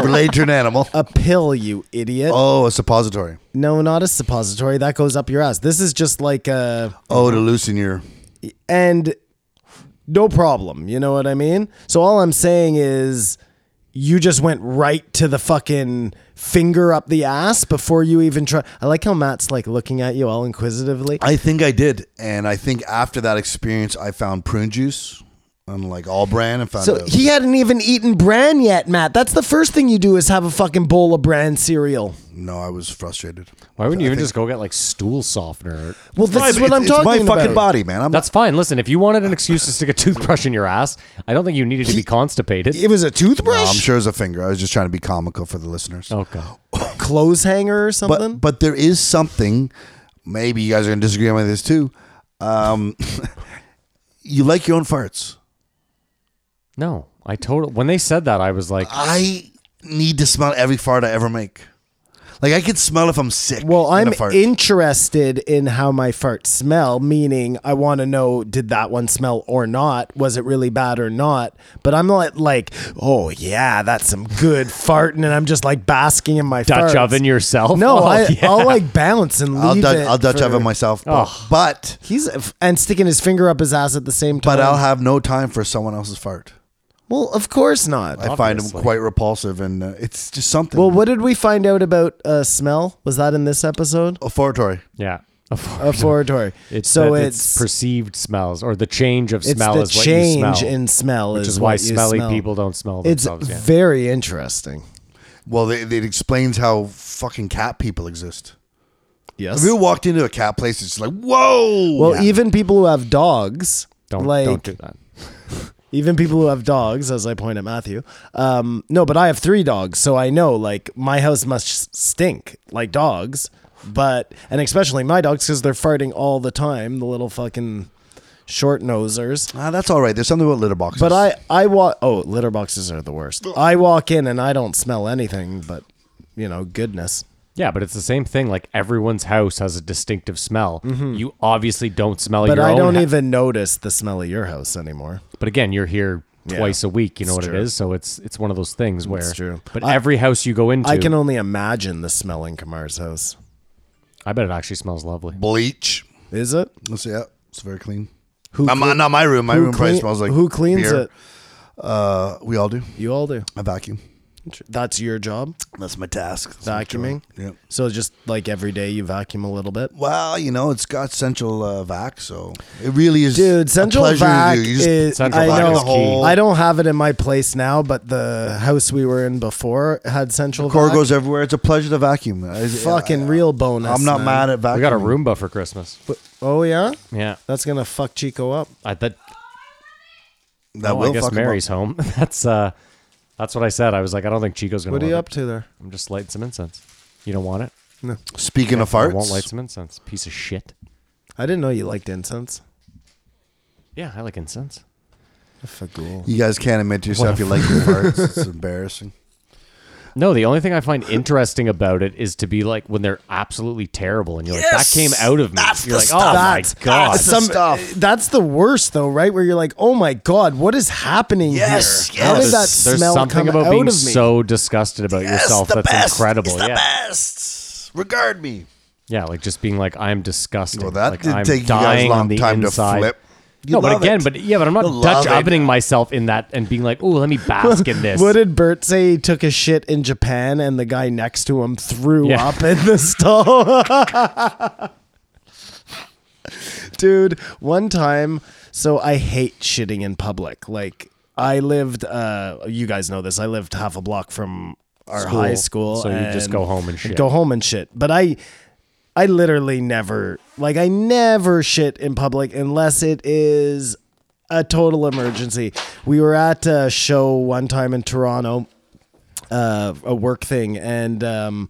Speaker 2: related to an animal.
Speaker 3: A pill, you idiot.
Speaker 2: Oh, a suppository.
Speaker 3: No, not a suppository. That goes up your ass. This is just like a.
Speaker 2: Oh, to loosen your.
Speaker 3: and no problem. You know what I mean? So all I'm saying is you just went right to the fucking finger up the ass before you even try. I like how Matt's like looking at you all inquisitively.
Speaker 2: I think I did, and I think after that experience, I found prune juice and like all brand and found.
Speaker 3: So
Speaker 2: out-
Speaker 3: he hadn't even eaten bran yet, Matt. That's the first thing you do is have a fucking bowl of bran cereal.
Speaker 2: no, I was frustrated.
Speaker 1: Why wouldn't you
Speaker 2: I
Speaker 1: even
Speaker 2: think-
Speaker 1: just go get like stool softener?
Speaker 3: Well, this is what
Speaker 2: It's-
Speaker 3: I'm talking
Speaker 2: It's my
Speaker 3: about.
Speaker 2: fucking body, man. I'm
Speaker 1: That's fine. Listen, if you wanted an excuse to stick a toothbrush in your ass, I don't think you needed to be constipated.
Speaker 3: It was a
Speaker 2: No, I'm
Speaker 3: toothbrush,
Speaker 2: sure it's a finger. I was just trying to be comical for the listeners.
Speaker 1: Oh god.
Speaker 3: clothes hanger, or something.
Speaker 2: But but there is something. Maybe you guys are gonna disagree on with this too. Um, you like your own farts.
Speaker 1: No, I totally. When they said that, I was like,
Speaker 2: I need to smell every fart I ever make. Like I can smell if I'm sick.
Speaker 3: Well,
Speaker 2: in
Speaker 3: I'm
Speaker 2: a fart.
Speaker 3: interested in how my farts smell, meaning I want to know did that one smell or not? Was it really bad or not? But I'm not like, oh yeah, that's some good farting, and I'm just like basking in my
Speaker 1: Dutch
Speaker 3: farts.
Speaker 1: oven yourself.
Speaker 3: No,
Speaker 1: Oh,
Speaker 3: I,
Speaker 1: yeah.
Speaker 3: I'll like bounce and leave
Speaker 2: I'll, Dutch,
Speaker 3: it.
Speaker 2: I'll Dutch
Speaker 3: for-
Speaker 2: oven myself, but,
Speaker 1: Oh.
Speaker 2: but
Speaker 3: He's uh, and sticking his finger up his ass at the same time.
Speaker 2: but I'll have no time for someone else's fart.
Speaker 3: well, of course not.
Speaker 2: I find them
Speaker 1: Obviously.
Speaker 2: quite repulsive, and uh, it's just something.
Speaker 3: well, what did we find out about uh, smell? Was that in this episode?
Speaker 2: a fartory.
Speaker 1: yeah.
Speaker 3: Of foratory.
Speaker 1: It's
Speaker 3: so
Speaker 1: that
Speaker 3: it's
Speaker 1: it's, perceived smells or the change of
Speaker 3: it's
Speaker 1: smell
Speaker 3: the
Speaker 1: is what
Speaker 3: change
Speaker 1: you smell,
Speaker 3: in smell,
Speaker 1: which
Speaker 3: is,
Speaker 1: is, why
Speaker 3: what you
Speaker 1: smelly
Speaker 3: smell.
Speaker 1: people don't smell
Speaker 3: It's
Speaker 1: themselves. yeah.
Speaker 3: very interesting.
Speaker 2: Well, it, it explains how fucking cat people exist.
Speaker 3: Yes.
Speaker 2: Have you ever walked into a cat place? It's just like whoa.
Speaker 3: well, even people who have dogs,
Speaker 1: Don't
Speaker 3: like
Speaker 1: don't do that.
Speaker 3: even people who have dogs, as I point at Matthew. Um, no, but I have three dogs, so I know like my house must stink like dogs, but and especially my dogs because they're farting all the time. The little fucking short nosers.
Speaker 2: Ah, that's all right. There's something about litter boxes.
Speaker 3: But I I walk. Oh, litter boxes are the worst. I walk in and I don't smell anything, but you know, goodness.
Speaker 1: Yeah, but it's the same thing. Like everyone's house has a distinctive smell. You obviously don't smell
Speaker 3: Mm-hmm. But
Speaker 1: your
Speaker 3: I
Speaker 1: own.
Speaker 3: don't
Speaker 1: ha-
Speaker 3: even notice the smell of your house anymore.
Speaker 1: But again, you're here
Speaker 3: Yeah,
Speaker 1: twice a week. You know
Speaker 3: it's
Speaker 1: what
Speaker 3: true.
Speaker 1: it is. So it's it's one of those things where.
Speaker 3: true.
Speaker 1: But
Speaker 3: I-
Speaker 1: every house you go into,
Speaker 3: I can only imagine the smell in Kamar's house.
Speaker 1: I bet it actually smells lovely.
Speaker 2: bleach.
Speaker 3: Is it?
Speaker 2: Let's see. Yeah, it's very clean.
Speaker 3: Who
Speaker 2: not, my, not my room. My
Speaker 3: who
Speaker 2: room probably
Speaker 3: clean-
Speaker 2: smells like
Speaker 3: who cleans
Speaker 2: beer.
Speaker 3: it?
Speaker 2: Uh, we all do.
Speaker 3: You all do.
Speaker 2: I vacuum.
Speaker 3: That's your job,
Speaker 2: That's my task. That's my job.
Speaker 3: vacuuming.
Speaker 2: Yeah.
Speaker 3: So just like every day, you vacuum a little bit.
Speaker 2: Well, you know, it's got central uh, vac, so it really is.
Speaker 3: Dude,
Speaker 2: a
Speaker 3: central
Speaker 2: pleasure to
Speaker 3: vac
Speaker 2: do. You just-
Speaker 3: is.
Speaker 1: Central
Speaker 3: I
Speaker 1: vac
Speaker 3: know.
Speaker 1: is key.
Speaker 3: I don't have it in my place now, but the house we were in before had central
Speaker 2: core
Speaker 3: vac.
Speaker 2: goes everywhere. It's a pleasure to vacuum. It's-
Speaker 3: Fucking real bonus.
Speaker 2: I'm not
Speaker 3: man.
Speaker 2: mad at vacuuming.
Speaker 1: We got a Roomba for Christmas.
Speaker 3: Oh yeah,
Speaker 1: Yeah,
Speaker 3: that's gonna fuck Chico up.
Speaker 1: I, that
Speaker 2: That
Speaker 1: Oh,
Speaker 2: will
Speaker 1: I guess
Speaker 2: fuck 'em up.
Speaker 1: Mary's home. That's uh, that's what I said. I was like, I don't think Chico's gonna.
Speaker 3: What are
Speaker 1: love
Speaker 3: you
Speaker 1: it.
Speaker 3: up to there?
Speaker 1: I'm just lighting some incense. You don't want it?
Speaker 2: Speaking of
Speaker 1: I won't light
Speaker 2: farts,
Speaker 1: some incense. Piece of shit.
Speaker 3: I didn't know you liked incense.
Speaker 1: Yeah, I like incense.
Speaker 2: you guys can't admit to yourself you like your farts. It's embarrassing.
Speaker 1: No, the only thing I find interesting about it is to be like when they're absolutely terrible, and you're like, that came out of me. you're like, oh
Speaker 3: That's-
Speaker 1: my god,
Speaker 3: that's some- That's the worst, though, right? Where you're like, oh my god, what is happening
Speaker 2: Yes,
Speaker 3: here? How
Speaker 2: yes.
Speaker 3: did that
Speaker 1: there's
Speaker 3: smell
Speaker 1: something
Speaker 3: come
Speaker 1: about
Speaker 3: out
Speaker 1: being
Speaker 3: of me?
Speaker 1: so disgusted about yourself.
Speaker 2: Yes, the
Speaker 1: That's
Speaker 2: best.
Speaker 1: incredible.
Speaker 2: It's the
Speaker 1: yeah,
Speaker 2: best. Regard me.
Speaker 1: yeah, like just being like, I'm disgusted.
Speaker 2: Well, that
Speaker 1: like,
Speaker 2: did
Speaker 1: I'm
Speaker 2: take you guys
Speaker 1: dying
Speaker 2: a
Speaker 1: on
Speaker 2: long
Speaker 1: the
Speaker 2: time
Speaker 1: inside.
Speaker 2: to flip. You
Speaker 1: no, but
Speaker 2: love
Speaker 1: again,
Speaker 2: it.
Speaker 1: but yeah, but I'm not
Speaker 2: You
Speaker 1: Dutch
Speaker 2: love it.
Speaker 1: ovening myself in that and being like, oh, let me bask in this.
Speaker 3: What did Bert say? He took a shit in Japan, and the guy next to him threw
Speaker 1: Yeah.
Speaker 3: up in the stall. Dude, one time, so I hate shitting in public. Like I lived, uh, you guys know this. I lived half a block from our
Speaker 1: School.
Speaker 3: high school,
Speaker 1: So you just
Speaker 3: and-
Speaker 1: go home and shit.
Speaker 3: Go home and shit. But I, I literally never, like, I never shit in public unless it is a total emergency. We were at a show one time in Toronto, uh, a work thing, and um,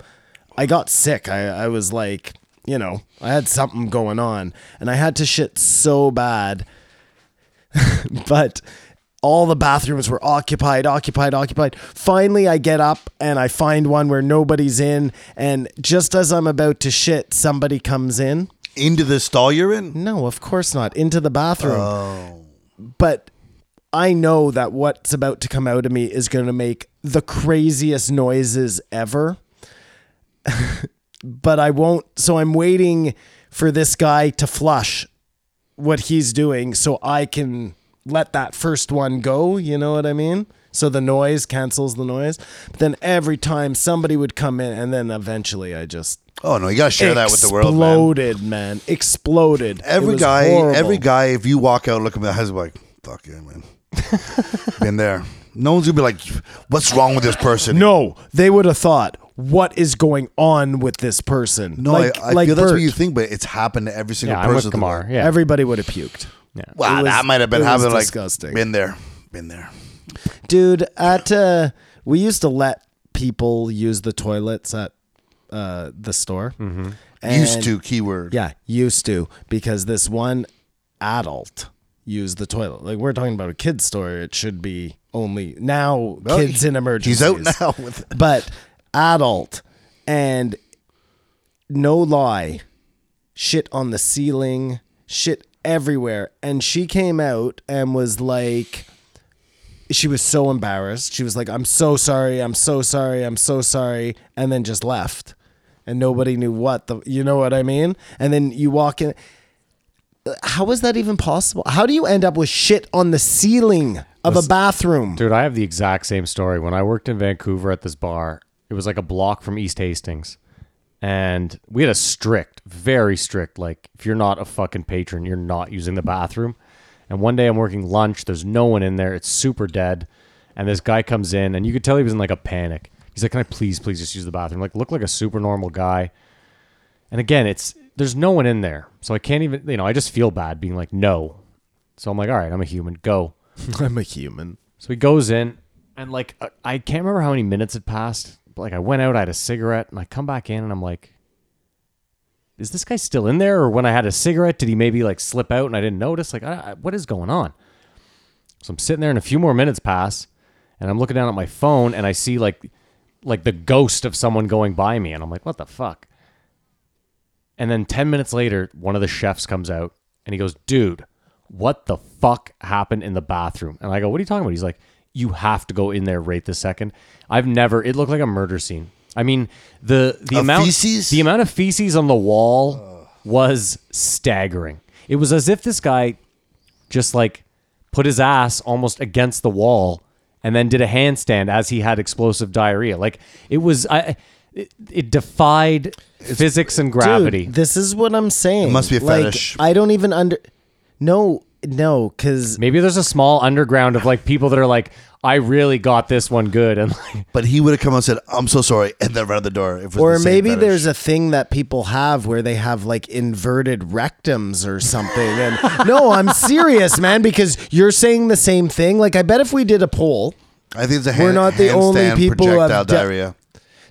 Speaker 3: I got sick. I, I was like, you know, I had something going on, and I had to shit so bad but all the bathrooms were occupied, occupied, occupied. Finally, I get up and I find one where nobody's in. And just as I'm about to shit, somebody comes in.
Speaker 2: into the stall you're in.
Speaker 3: No, of course not. Into the bathroom. But I know that what's about to come out of me is going to make the craziest noises ever. but I won't. So I'm waiting for this guy to flush what he's doing so I can let that first one go. You know what I mean? So the noise cancels the noise. But then every time somebody would come in, and then eventually I just
Speaker 2: Oh no, you gotta share that with the world, man.
Speaker 3: Exploded, man. Exploded. It
Speaker 2: Every
Speaker 3: was
Speaker 2: guy,
Speaker 3: horrible.
Speaker 2: every guy. If you walk out looking at his like, fuck yeah, man. Been there. No one's gonna be like, what's wrong with this person?
Speaker 3: No, they would have thought, what is going on with this person?
Speaker 2: no.
Speaker 3: like,
Speaker 2: I, I
Speaker 3: like
Speaker 2: feel that's
Speaker 3: Bert.
Speaker 2: what you think, but it's happened to every single
Speaker 1: yeah, I'm
Speaker 2: person.
Speaker 1: with
Speaker 2: in the world.
Speaker 1: Kamar. Yeah,
Speaker 3: Everybody would have puked.
Speaker 2: Wow,
Speaker 3: It was-
Speaker 2: that might have
Speaker 3: it
Speaker 2: been
Speaker 3: was
Speaker 2: happening. Like,
Speaker 3: disgusting.
Speaker 2: been there, been there.
Speaker 3: Dude, at uh, we used to let people use the toilets at uh, the store. Mm-hmm.
Speaker 2: used to keyword.
Speaker 3: Yeah, used to because this one adult used the toilet. Like we're talking about a kid's store, it should be only now
Speaker 2: Well,
Speaker 3: kids in
Speaker 2: Oh, he's
Speaker 3: emergencies.
Speaker 2: out now. With
Speaker 3: but adult and no lie shit on the ceiling shit everywhere and she came out and was like she was so embarrassed she was like i'm so sorry i'm so sorry i'm so sorry and then just left and nobody knew what the you know what i mean and then you walk in how is that even possible how do you end up with shit on the ceiling of a bathroom
Speaker 1: Dude, I have the exact same story. When I worked in Vancouver at this bar, it was like a block from East Hastings. And we had a strict, very strict, like, if you're not a fucking patron, you're not using the bathroom. And one day I'm working lunch, there's no one in there, it's super dead. And this guy comes in, and you could tell he was in like a panic. He's like, Can I please, please just use the bathroom? Like, look like a super normal guy. And again, it's there's no one in there. So I can't even, you know, I just feel bad being like, No. So I'm like, All right, I'm a human, go.
Speaker 3: i'm a human
Speaker 1: So he goes in, and like I- I can't remember how many minutes had passed. But like I went out, I had a cigarette, and I come back in, and I'm like, "Is this guy still in there?" Or when I had a cigarette, did he maybe like slip out and I didn't notice? Like, I, I, what is going on? So I'm sitting there, and a few more minutes pass, and I'm looking down at my phone, and I see like, like the ghost of someone going by me, and I'm like, "What the fuck?" And then 10 minutes later, one of the chefs comes out and he goes, Dude, what the fuck happened in the bathroom? And I go, What are you talking about? He's like, You have to go in there right this second. I've never, it looked like a murder scene. I mean, the, the
Speaker 2: Of
Speaker 1: amount
Speaker 2: feces?
Speaker 1: the amount of feces on the wall was staggering. It was as if this guy just like put his ass almost against the wall and then did a handstand as he had explosive diarrhea. Like it was, I, it, it defied physics and gravity.
Speaker 3: Dude, this is what I'm saying.
Speaker 2: It must be a
Speaker 3: like,
Speaker 2: fetish.
Speaker 3: I don't even under. No, no, because
Speaker 1: Maybe there's a small underground of like people that are like, I really got this one good, and like,
Speaker 2: But he would have come out and said, "I'm so sorry," and then run out the door. If it was
Speaker 3: or
Speaker 2: the same
Speaker 3: maybe
Speaker 2: fetish.
Speaker 3: there's a thing that people have where they have like inverted rectums or something. And no, I'm serious, man, because you're saying the same thing. Like I bet if we did a poll,
Speaker 2: I think it's a
Speaker 3: we're
Speaker 2: hand,
Speaker 3: not the only
Speaker 2: handstand
Speaker 3: people who have
Speaker 2: projectile
Speaker 3: de-
Speaker 2: diarrhea.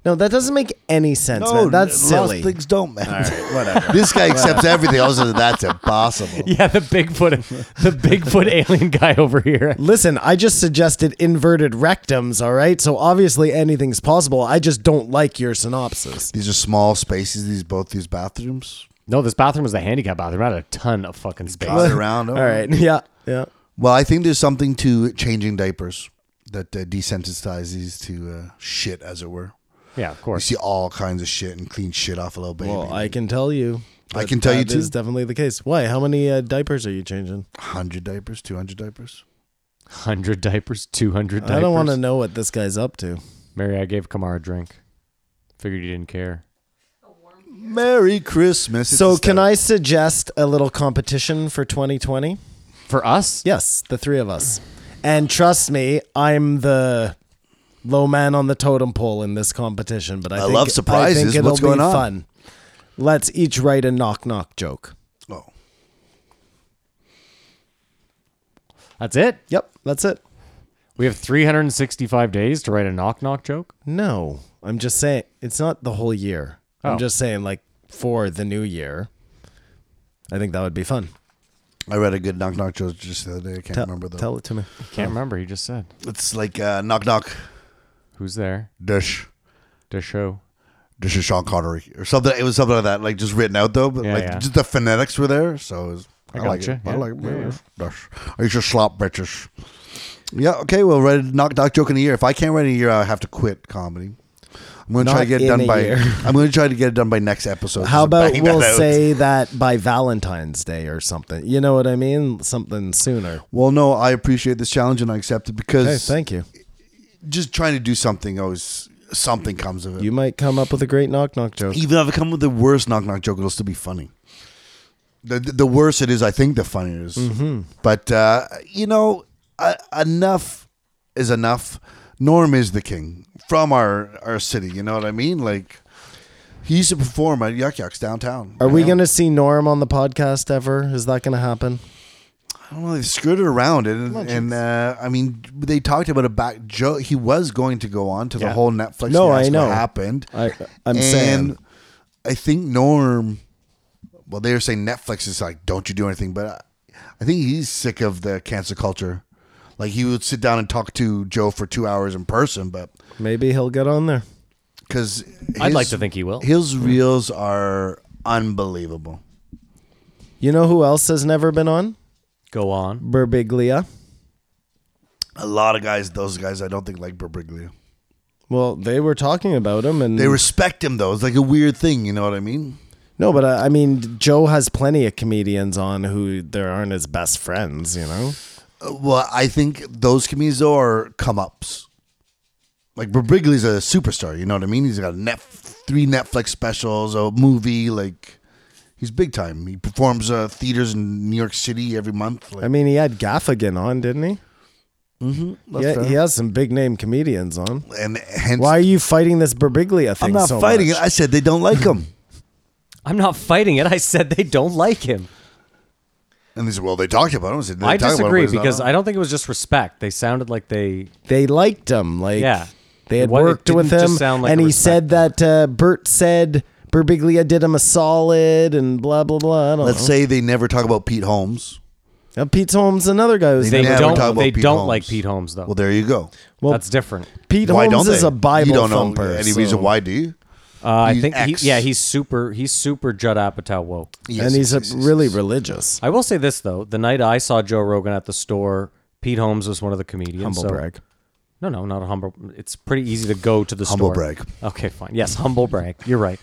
Speaker 3: no, that doesn't make any sense. man. that's
Speaker 2: lost
Speaker 3: silly.
Speaker 2: Things don't man. this guy accepts everything. Also, that's impossible.
Speaker 1: yeah, the Bigfoot, the Bigfoot alien guy over here.
Speaker 3: Listen, I just suggested inverted rectums, all right? So obviously anything's possible. I just don't like your synopsis.
Speaker 2: These are small spaces. These both these bathrooms.
Speaker 1: No, this bathroom is the handicap bathroom. Not a ton of fucking space.
Speaker 2: Got it around.
Speaker 3: All right. Yeah. Yeah.
Speaker 2: Well, I think there's something to changing diapers that uh, desensitizes to uh, shit, as it were.
Speaker 1: Yeah, of
Speaker 2: You
Speaker 1: course.
Speaker 2: see all kinds of shit and clean shit off a little baby.
Speaker 3: Well, I can tell you.
Speaker 2: I can tell you
Speaker 3: that is
Speaker 2: too.
Speaker 3: definitely the case. Why? How many uh, diapers are you changing?
Speaker 2: Hundred diapers, two hundred diapers.
Speaker 1: Hundred diapers, two hundred diapers.
Speaker 3: I don't want to know what this guy's up to.
Speaker 1: Mary, I gave Kamara a drink. Figured you didn't care.
Speaker 2: Merry Christmas. It's
Speaker 3: So,
Speaker 2: a
Speaker 3: can
Speaker 2: start.
Speaker 3: I suggest a little competition for 2020?
Speaker 1: For us,
Speaker 3: Yes, the three of us. And trust me, I'm the low man on the totem pole in this competition, but I,
Speaker 2: I
Speaker 3: think,
Speaker 2: love
Speaker 3: I
Speaker 2: surprises.
Speaker 3: think it'll
Speaker 2: What's going
Speaker 3: be
Speaker 2: on?
Speaker 3: fun. Let's each write a knock knock joke.
Speaker 2: Oh.
Speaker 1: that's it.
Speaker 3: Yep, that's it.
Speaker 1: We have 365 days to write a knock knock joke.
Speaker 3: No, I'm just saying it's not the whole year.
Speaker 1: Oh.
Speaker 3: I'm just saying like for the new year. I think that would be fun.
Speaker 2: I read a good knock knock joke just the other day. I can't
Speaker 3: Tell,
Speaker 2: remember though.
Speaker 3: tell it to me.
Speaker 1: Can't remember. He just said,
Speaker 2: It's like uh, knock knock
Speaker 1: "Who's there?"
Speaker 2: dish.
Speaker 1: To show.
Speaker 2: This is Sean Connery or something. It was something like that, like just written out though, but
Speaker 1: Yeah,
Speaker 2: like
Speaker 1: yeah.
Speaker 2: just the phonetics were there. So it was, I,
Speaker 1: I
Speaker 2: like
Speaker 1: gotcha,
Speaker 2: it. I
Speaker 1: yeah.
Speaker 2: like it.
Speaker 1: Yeah, yeah.
Speaker 2: Dish. I used to slop bitches. Yeah. Okay. Well, write a knock knock joke in a year. If I can't write in a year, I have to quit comedy. I'm gonna try
Speaker 3: Not
Speaker 2: to get it
Speaker 3: in
Speaker 2: done
Speaker 3: a
Speaker 2: by.
Speaker 3: year.
Speaker 2: I'm gonna try to get it done by next episode.
Speaker 3: How
Speaker 2: Just
Speaker 3: about
Speaker 2: bang that
Speaker 3: we'll
Speaker 2: out.
Speaker 3: say that by Valentine's Day or something? You know what I mean? Something sooner.
Speaker 2: Well, no, I appreciate this challenge and I accept it because
Speaker 3: Hey, thank you.
Speaker 2: just trying to do something always something comes of it.
Speaker 3: You might come up with a great knock knock joke.
Speaker 2: Even if I come with the worst knock knock joke, it'll still be funny. The, the worse it is, I think the funnier it is.
Speaker 3: Mm-hmm.
Speaker 2: But uh, you know, uh, enough is enough. Norm is the king from our our city. You know what I mean? Like he used to perform at Yuck Yucks downtown.
Speaker 3: Are we
Speaker 2: You know?
Speaker 3: going to see Norm on the podcast ever? Is that going to happen?
Speaker 2: I don't know. They screwed it around, and and uh, I mean, they talked about a back joke. He was going to go on to the
Speaker 1: Yeah.
Speaker 2: whole Netflix.
Speaker 3: No, I
Speaker 2: fiasco
Speaker 3: know.
Speaker 2: happened.
Speaker 3: I, I'm
Speaker 2: and
Speaker 3: saying
Speaker 2: I think Norm. Well, they were saying Netflix is like, don't you do anything, but I, I think he's sick of the cancel culture. Like he would sit down and talk to Joe for two hours in person, but
Speaker 3: maybe he'll get on there.
Speaker 2: because
Speaker 1: I'd like to think he will.
Speaker 2: his reels are unbelievable.
Speaker 3: You know who else has never been on?
Speaker 1: Go on.
Speaker 3: Berbiglia.
Speaker 2: A lot of guys, those guys, I don't think like Berbriglio.
Speaker 3: Well, they were talking about him, and
Speaker 2: They respect him though. It's like a weird thing, you know what I mean?
Speaker 3: no, but I, I mean, Joe has plenty of comedians on who there aren't his best friends. You know,
Speaker 2: Uh, Well, I think those comedians though are come ups. Like Brigley's a superstar, you know what I mean? He's got net three Netflix specials, a movie, like he's big time. He performs uh, theaters in New York City every month. Like,
Speaker 3: I mean, he had Gaffigan on, didn't he?
Speaker 1: Mm-hmm.
Speaker 2: that's
Speaker 3: yeah,
Speaker 2: fair.
Speaker 3: he has some big name comedians on.
Speaker 2: and hence
Speaker 3: Why are you fighting this Berbiglia thing?
Speaker 2: I'm not
Speaker 3: so
Speaker 2: fighting
Speaker 3: much?
Speaker 2: it. I said they don't like him.
Speaker 1: I'm not fighting it. I said they don't like him.
Speaker 2: and they said, Well, they talked about him. I, said, they
Speaker 1: I
Speaker 2: talked about him,
Speaker 1: disagree
Speaker 2: but he's not
Speaker 1: because
Speaker 2: on.
Speaker 1: I don't think it was just respect. They sounded like they
Speaker 3: they liked him. Like
Speaker 1: Yeah.
Speaker 3: they had
Speaker 1: Why- it
Speaker 3: worked with
Speaker 1: didn't
Speaker 3: him,
Speaker 1: just sound like
Speaker 3: and
Speaker 1: a
Speaker 3: he
Speaker 1: respect.
Speaker 3: said that uh, Bert said Berbiglia did him a solid, and blah blah blah. I don't
Speaker 2: let's
Speaker 3: know.
Speaker 2: say they never talk about Pete Holmes.
Speaker 3: Now, Pete Holmes, another guy who's
Speaker 1: they
Speaker 2: never
Speaker 1: don't
Speaker 2: talk about
Speaker 1: they
Speaker 2: Pete
Speaker 1: don't
Speaker 2: Holmes.
Speaker 1: like Pete Holmes though.
Speaker 2: Well, there you go.
Speaker 3: well,
Speaker 1: That's different.
Speaker 3: Pete
Speaker 2: why
Speaker 3: Holmes
Speaker 2: don't
Speaker 3: is
Speaker 2: they?
Speaker 3: a Bible
Speaker 2: You don't know
Speaker 3: thumper.
Speaker 2: any
Speaker 3: so-
Speaker 2: reason why do you?
Speaker 1: Uh, I
Speaker 2: He's
Speaker 1: think he,
Speaker 2: ex.
Speaker 1: yeah, he's super. He's super Judd Apatow woke.
Speaker 2: Yes,
Speaker 3: and he's
Speaker 2: yes, yes,
Speaker 3: a
Speaker 2: yes,
Speaker 3: really
Speaker 2: yes.
Speaker 3: religious.
Speaker 1: I will say this though: the night I saw Joe Rogan at the store, Pete Holmes was one of the comedians.
Speaker 3: Humble
Speaker 1: so-
Speaker 3: brag.
Speaker 1: No, no, not a humble. It's pretty easy to go to the
Speaker 2: Humble
Speaker 1: store.
Speaker 2: brag.
Speaker 1: Okay, fine. Yes, humble brag. You're right.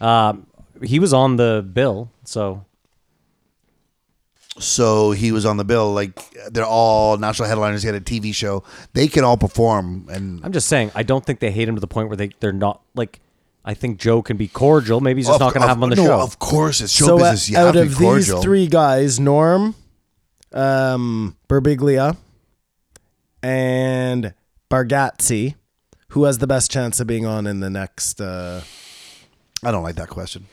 Speaker 1: Um, he was on the bill, so
Speaker 2: So he was on the bill. Like they're all national headliners. He had a TV show. They can all perform, and
Speaker 1: I'm just saying I don't think they hate him to the point where they they're not like. I think Joe can be cordial. Maybe he's just not going to have him on the
Speaker 2: no,
Speaker 1: show.
Speaker 2: Of course, it's show
Speaker 3: So uh,
Speaker 2: business. You
Speaker 3: out
Speaker 2: have
Speaker 3: of
Speaker 2: to be
Speaker 3: these
Speaker 2: cordial.
Speaker 3: three guys, Norm, um, Berbiglia and Bargazzi, who has the best chance of being on in the next? Uh,
Speaker 2: I don't like that question.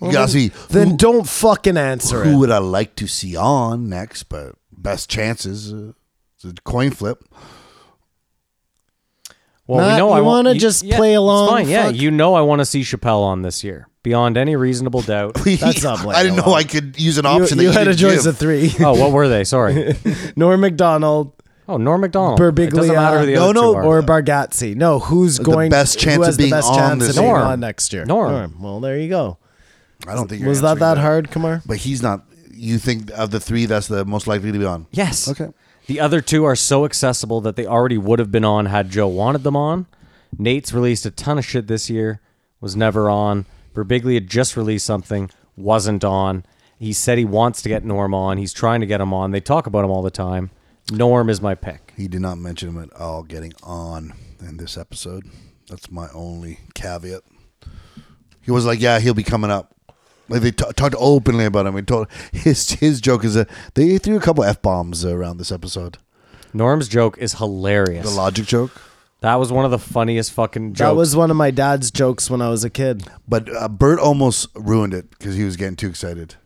Speaker 2: Gazi,
Speaker 3: then
Speaker 2: who,
Speaker 3: don't fucking answer
Speaker 2: who
Speaker 3: it.
Speaker 2: would I like to see on next? But best chances, uh, it's a coin flip.
Speaker 1: Well,
Speaker 3: Matt,
Speaker 1: we know
Speaker 3: you
Speaker 1: I
Speaker 3: wanna
Speaker 1: want
Speaker 3: just play along,
Speaker 1: It's fine. Yeah,
Speaker 3: fuck.
Speaker 1: you know I want to see Chappelle on this year, beyond any reasonable doubt.
Speaker 3: That's not playing
Speaker 2: I didn't know
Speaker 3: along.
Speaker 2: I could use an
Speaker 3: You,
Speaker 2: option.
Speaker 3: you
Speaker 2: that
Speaker 3: had a
Speaker 2: didn't
Speaker 3: choice
Speaker 2: give. Um,
Speaker 3: of three:
Speaker 1: oh, what were they? Sorry.
Speaker 3: Norm Macdonald,
Speaker 1: Oh, Norm Macdonald.
Speaker 3: Berbiglia,
Speaker 1: It doesn't matter who the
Speaker 2: No,
Speaker 1: other
Speaker 2: no,
Speaker 1: two are.
Speaker 3: or Bargazzi. No, who's going?
Speaker 2: best chance
Speaker 3: who
Speaker 2: of
Speaker 3: has
Speaker 2: being
Speaker 3: the best
Speaker 2: on
Speaker 3: chance
Speaker 2: this
Speaker 3: of being
Speaker 1: year.
Speaker 3: on next year?
Speaker 1: Norm.
Speaker 3: Well, there you go.
Speaker 2: I don't think you're
Speaker 3: Was that
Speaker 2: answering
Speaker 3: that hard, Kumar?
Speaker 2: But he's not. You think of the three, that's the most likely to be on.
Speaker 1: Yes.
Speaker 2: Okay.
Speaker 1: The other two are so accessible that they already would have been on had Joe wanted them on. Nate's released a ton of shit this year, was never on. Berbiglia just released something, wasn't on. He said he wants to get Norm on. He's trying to get him on. They talk about him all the time. Norm is my pick.
Speaker 2: He did not mention him at all getting on in this episode. That's my only caveat. He was like, "Yeah, he'll be coming up." Like they ta- talked openly about him. He told his his joke is that they threw a couple f bombs around this episode.
Speaker 1: Norm's joke is hilarious.
Speaker 2: The logic joke,
Speaker 1: That was one of the funniest fucking jokes.
Speaker 3: That was one of my dad's jokes when I was a kid.
Speaker 2: but uh, Bert almost ruined it because he was getting too excited.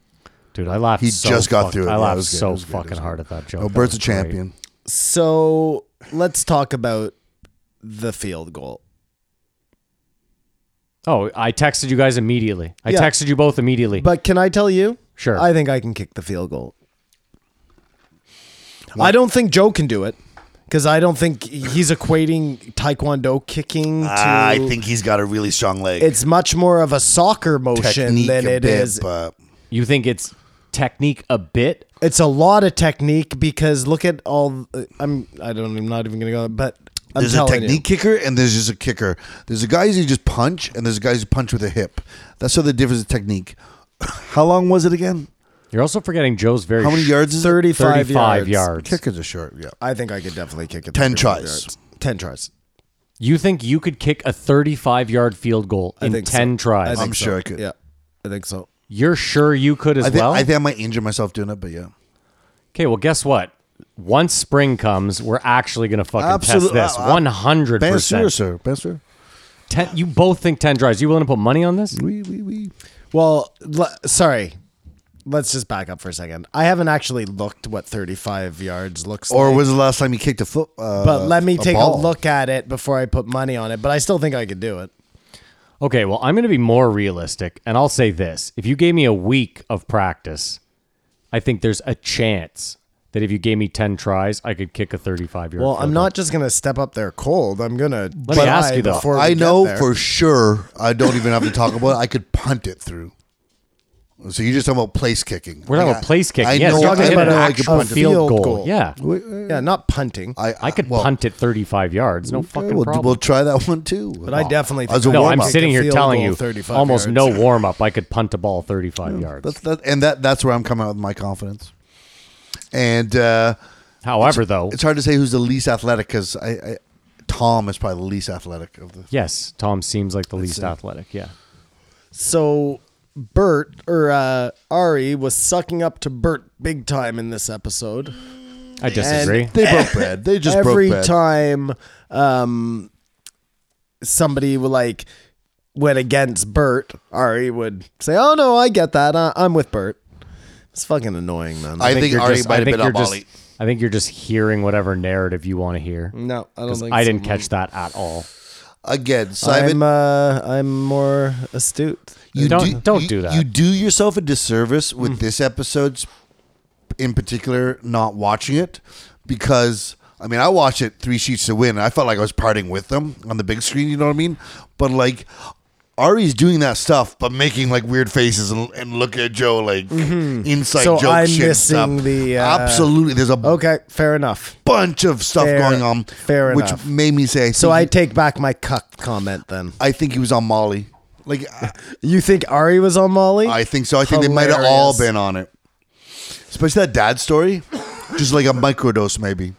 Speaker 1: dude. I laughed.
Speaker 2: He
Speaker 1: so
Speaker 2: just got
Speaker 1: fuck-
Speaker 2: through it.
Speaker 1: I
Speaker 2: Yeah, it
Speaker 1: laughed
Speaker 2: was good. It
Speaker 1: so
Speaker 2: was good. It was
Speaker 1: fucking
Speaker 2: good.
Speaker 1: hard at that joke.
Speaker 2: No,
Speaker 1: That
Speaker 2: Oh, Bert's a
Speaker 1: was great.
Speaker 2: champion.
Speaker 3: So let's talk about the field goal.
Speaker 1: Oh, I texted you guys immediately. I
Speaker 3: Yeah.
Speaker 1: texted you both immediately.
Speaker 3: But can I tell you?
Speaker 1: Sure.
Speaker 3: I think I can kick the field goal. I don't think Joe can do it because I don't think he's equating taekwondo kicking to.
Speaker 2: I think he's got a really strong leg.
Speaker 3: it's much more of a soccer motion
Speaker 2: technique
Speaker 3: than
Speaker 2: a
Speaker 3: it
Speaker 2: bit,
Speaker 3: is.
Speaker 2: but
Speaker 1: you think it's technique a bit
Speaker 3: It's a lot of technique because look at all. I'm. I don't. I'm not even gonna go. But I'm
Speaker 2: there's a
Speaker 3: telling you.
Speaker 2: technique kicker and there's just a kicker. There's a guys you just punch and there's guys you punch with a hip. That's sort of the difference of technique. How long was it again?
Speaker 1: You're also forgetting Joe's very
Speaker 2: How many
Speaker 1: sh-
Speaker 2: yards is it?
Speaker 3: 35,
Speaker 1: 35 yards.
Speaker 2: Kickers are short. Yeah.
Speaker 3: I think I could definitely kick it.
Speaker 2: 10
Speaker 3: 35
Speaker 2: tries.
Speaker 3: yards. Ten tries.
Speaker 1: You think you could kick a 35 yard field goal in
Speaker 3: think so.
Speaker 1: 10
Speaker 3: I
Speaker 1: tries?
Speaker 3: think
Speaker 2: I'm
Speaker 3: so.
Speaker 2: sure I could.
Speaker 3: Yeah, I think so.
Speaker 1: You're sure you could as
Speaker 2: I think
Speaker 1: well?
Speaker 2: I think I might injure myself doing it, but yeah.
Speaker 1: okay, well, guess what? Once spring comes, we're actually going to fucking
Speaker 2: Absolute-
Speaker 1: test this.
Speaker 2: I- I-
Speaker 1: 100%.
Speaker 2: Ben Stewart, sir. Ben Stewart.
Speaker 1: Ten- you both think 10 tries. You willing to put money on this?
Speaker 2: We we we.
Speaker 3: Well, le- sorry. Let's just back up for a second. I haven't actually looked what 35 yards looks
Speaker 2: Or
Speaker 3: like.
Speaker 2: was the last time you kicked a foot? Uh,
Speaker 3: but let me take a,
Speaker 2: ball?
Speaker 3: look at it before I put money on it. But I still think I could do it.
Speaker 1: Okay, well, I'm going to be more realistic, and I'll say this. If you gave me a week of practice, I think there's a chance that if you gave me 10 tries, I could kick a 35 yard
Speaker 3: Well,
Speaker 1: field
Speaker 3: I'm
Speaker 1: goal.
Speaker 3: not just going to step up there cold. I'm going to
Speaker 1: me ask you, though.
Speaker 2: I know for sure. I don't even have to talk about it. I could punt it through. So you're just talking about place kicking.
Speaker 1: We're talking about place kicking. yes,
Speaker 2: know
Speaker 1: you're talking
Speaker 2: I
Speaker 1: about
Speaker 2: know
Speaker 1: an
Speaker 2: I could
Speaker 1: actual
Speaker 2: punt it.
Speaker 1: field,
Speaker 3: Field
Speaker 1: goal.
Speaker 3: goal.
Speaker 1: Yeah.
Speaker 3: Yeah, not punting.
Speaker 2: I,
Speaker 1: I could
Speaker 2: well,
Speaker 1: punt it 35 yards. No fucking
Speaker 2: Okay, we'll,
Speaker 1: problem.
Speaker 2: we'll try that one too. But
Speaker 3: I definitely
Speaker 2: as a
Speaker 3: think I
Speaker 1: no,
Speaker 2: warm
Speaker 1: I'm
Speaker 2: up.
Speaker 3: Take
Speaker 1: sitting
Speaker 3: a
Speaker 1: here
Speaker 3: field
Speaker 1: telling
Speaker 3: goal
Speaker 1: you
Speaker 3: 35
Speaker 1: almost
Speaker 3: yards.
Speaker 1: no warm up. I could punt a ball 35 yards.
Speaker 2: That's that, and that that's where I'm coming out with my confidence. And uh,
Speaker 1: However, though,
Speaker 2: it's hard to say who's the least athletic because I, I Tom is probably the least athletic of the.
Speaker 1: yes, Tom seems like the least athletic. Yeah.
Speaker 3: So Bert or uh, Ari was sucking up to Bert big time in this episode.
Speaker 1: I disagree.
Speaker 2: They broke bad. They just
Speaker 3: every
Speaker 2: broke bad.
Speaker 3: time um, somebody would like went against Bert, Ari would say, "Oh no, I get that. I- I'm with Bert." It's fucking annoying, man.
Speaker 2: I think
Speaker 1: you're
Speaker 2: Ari
Speaker 1: just-
Speaker 2: might
Speaker 1: I
Speaker 2: have
Speaker 1: think
Speaker 2: been on
Speaker 1: you're just-
Speaker 2: Molly.
Speaker 1: I think you're just hearing whatever narrative you want to
Speaker 2: Mm,
Speaker 1: hear.
Speaker 3: no, I don't
Speaker 1: 'Cause
Speaker 3: think
Speaker 1: I
Speaker 3: so,
Speaker 1: didn't
Speaker 3: man.
Speaker 1: catch that at all.
Speaker 2: Again,
Speaker 3: I'm
Speaker 2: Simon,
Speaker 3: uh, I'm more astute.
Speaker 2: you
Speaker 1: Don't- don't
Speaker 2: you-
Speaker 1: do that.
Speaker 2: You do yourself a disservice with
Speaker 3: Mm.
Speaker 2: this episode's, in particular, not watching it because. I mean, I watched it three sheets to win. And I felt like I was partying with them on the big screen. You know what I mean? But like, Ari's doing that stuff, but making like weird faces and, and looking at Joe like inside
Speaker 3: Mm-hmm. So
Speaker 2: joke
Speaker 3: I'm
Speaker 2: shit
Speaker 3: missing
Speaker 2: stuff.
Speaker 3: the, uh,
Speaker 2: Absolutely, there's a
Speaker 3: Okay, fair enough.
Speaker 2: bunch of stuff
Speaker 3: Fair-
Speaker 2: going on,
Speaker 3: fair
Speaker 2: which
Speaker 3: enough.
Speaker 2: made me say, I think,
Speaker 3: So I take back my cuck comment then.
Speaker 2: I think he was on Molly. Like, I-
Speaker 3: You think Ari was on Molly?
Speaker 2: I think so. I think they might have all
Speaker 3: Hilarious.
Speaker 2: been on it. Especially that dad story, just like a microdose maybe.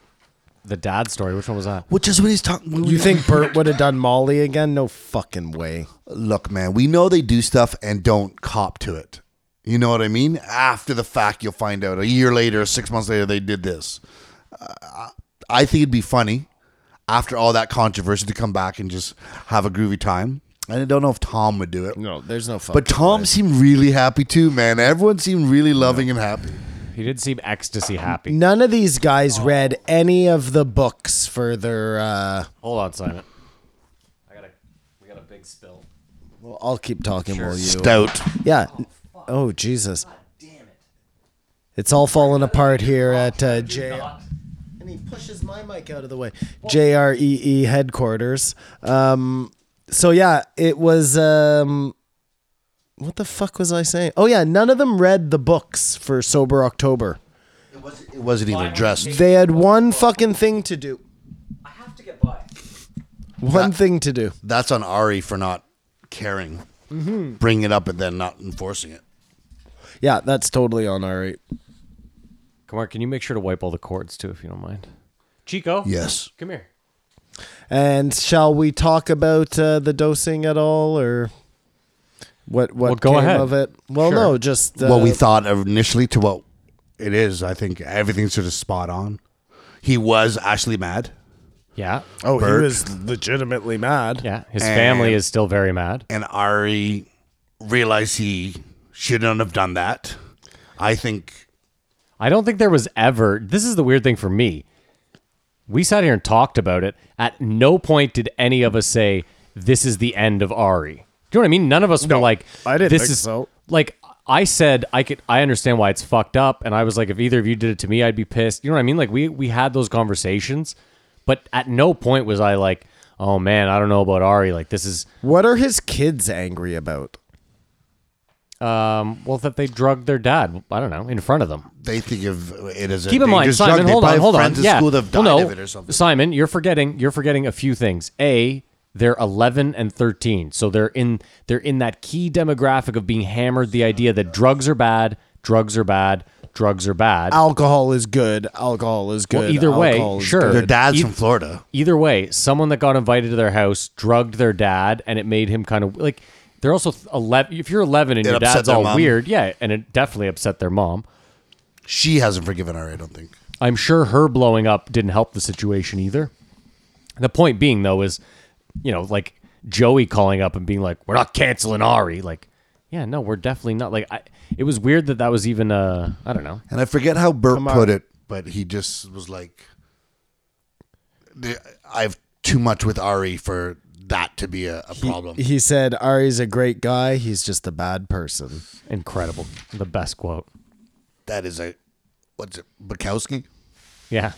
Speaker 1: The dad story. Which one was that?
Speaker 2: Which is what he's talking.
Speaker 3: you think Bert would have done Molly again? No fucking way.
Speaker 2: Look, man, we know they do stuff and don't cop to it. You know what I mean? After the fact, you'll find out a year later, six months later, they did this. Uh, I think it'd be funny after all that controversy to come back and just have a groovy time. And I don't know if Tom would do it.
Speaker 3: No, there's no fucking
Speaker 2: But Tom
Speaker 3: way.
Speaker 2: seemed really happy too, man. Everyone seemed really loving and happy.
Speaker 1: He did seem ecstasy happy.
Speaker 3: None of these guys read any of the books for their. Uh,
Speaker 1: Hold on, Simon. I got a we got a big spill.
Speaker 3: well, I'll keep talking while you.
Speaker 2: Stout.
Speaker 3: Yeah. Oh Jesus. It's all falling apart here at uh, J. And he pushes my mic out of the way. JREE E headquarters. Um, so yeah, it was. Um, what the fuck was I saying? Oh yeah, none of them read the books for Sober October.
Speaker 2: It wasn't, it wasn't even addressed.
Speaker 3: They had one fucking thing to do.
Speaker 4: I have to get by.
Speaker 3: One thing to do.
Speaker 2: That's on Ari for not caring,
Speaker 1: Mm-hmm.
Speaker 2: bringing it up and then not enforcing it.
Speaker 3: Yeah, that's totally on our eight.
Speaker 1: Kumar, can you make sure to wipe all the cords too, if you don't mind? Chico.
Speaker 2: Yes.
Speaker 1: Come here.
Speaker 3: And shall we talk about uh, the dosing at all, or what? What
Speaker 1: Well, go
Speaker 3: came
Speaker 1: ahead.
Speaker 3: of it? Well,
Speaker 1: Sure.
Speaker 3: no, just uh,
Speaker 2: what we thought initially to what it is. I think everything's sort of spot on. He was actually mad,
Speaker 1: Yeah.
Speaker 3: Oh,
Speaker 2: Bert.
Speaker 3: he was legitimately mad.
Speaker 1: Yeah. His family
Speaker 2: And-
Speaker 1: is still very mad.
Speaker 2: and Ari realized he shouldn't have done that. I think
Speaker 1: I don't think there was ever. This is the weird thing for me. We sat here and talked about it. At no point did any of us say this is the end of Ari. Do you know what I mean? None of us were like,
Speaker 3: I didn't
Speaker 1: this
Speaker 3: think
Speaker 1: is
Speaker 3: so.
Speaker 1: like I said. I could. I understand why it's fucked up, and I was like, if either of you did it to me, I'd be pissed. You know what I mean? Like we we had those conversations, but at no point was I like, oh man, I don't know about Ari. Like this is
Speaker 3: What are his kids angry about?
Speaker 1: um well that they drugged their dad. I don't know in front of them.
Speaker 2: they think of it as a
Speaker 1: keep in mind,
Speaker 2: dangerous
Speaker 1: Simon.
Speaker 2: drug. They
Speaker 1: Hold
Speaker 2: probably
Speaker 1: on,
Speaker 2: have
Speaker 1: hold on.
Speaker 2: friends at
Speaker 1: Yeah,
Speaker 2: school that have
Speaker 1: Well,
Speaker 2: died
Speaker 1: no,
Speaker 2: of it or something.
Speaker 1: Simon, you're forgetting. You're forgetting a few things. A, they're 11 and 13, so they're in they're in that key demographic of being hammered. The idea that drugs are bad, drugs are bad, drugs are bad.
Speaker 3: Alcohol is good. Alcohol is good.
Speaker 1: Well, either way,
Speaker 3: alcohol is
Speaker 1: sure.
Speaker 3: good.
Speaker 2: Their dad's
Speaker 1: Eat-
Speaker 2: from Florida.
Speaker 1: Either way, someone that got invited to their house drugged their dad, and it made him kind of like. They're also 11. If you're 11 and
Speaker 2: It
Speaker 1: your
Speaker 2: upset
Speaker 1: dad's
Speaker 2: their
Speaker 1: all
Speaker 2: mom.
Speaker 1: weird, yeah, and it definitely upset their mom.
Speaker 2: She hasn't forgiven Ari. I don't think.
Speaker 1: I'm sure her blowing up didn't help the situation either. The point being, though, is, you know, like Joey calling up and being like, "We're not canceling Ari." Like, yeah, no, we're definitely not. Like, I, it was weird that that was even. Uh, I don't know.
Speaker 2: And I forget how Bert
Speaker 3: Come
Speaker 2: put
Speaker 3: on.
Speaker 2: it, but he just was like, "The- "I've too much with Ari for that to be a, a problem."
Speaker 3: He said Ari's a great guy. He's just a bad person.
Speaker 1: Incredible. The best quote.
Speaker 2: that is a what's it, Bukowski?
Speaker 1: Yeah.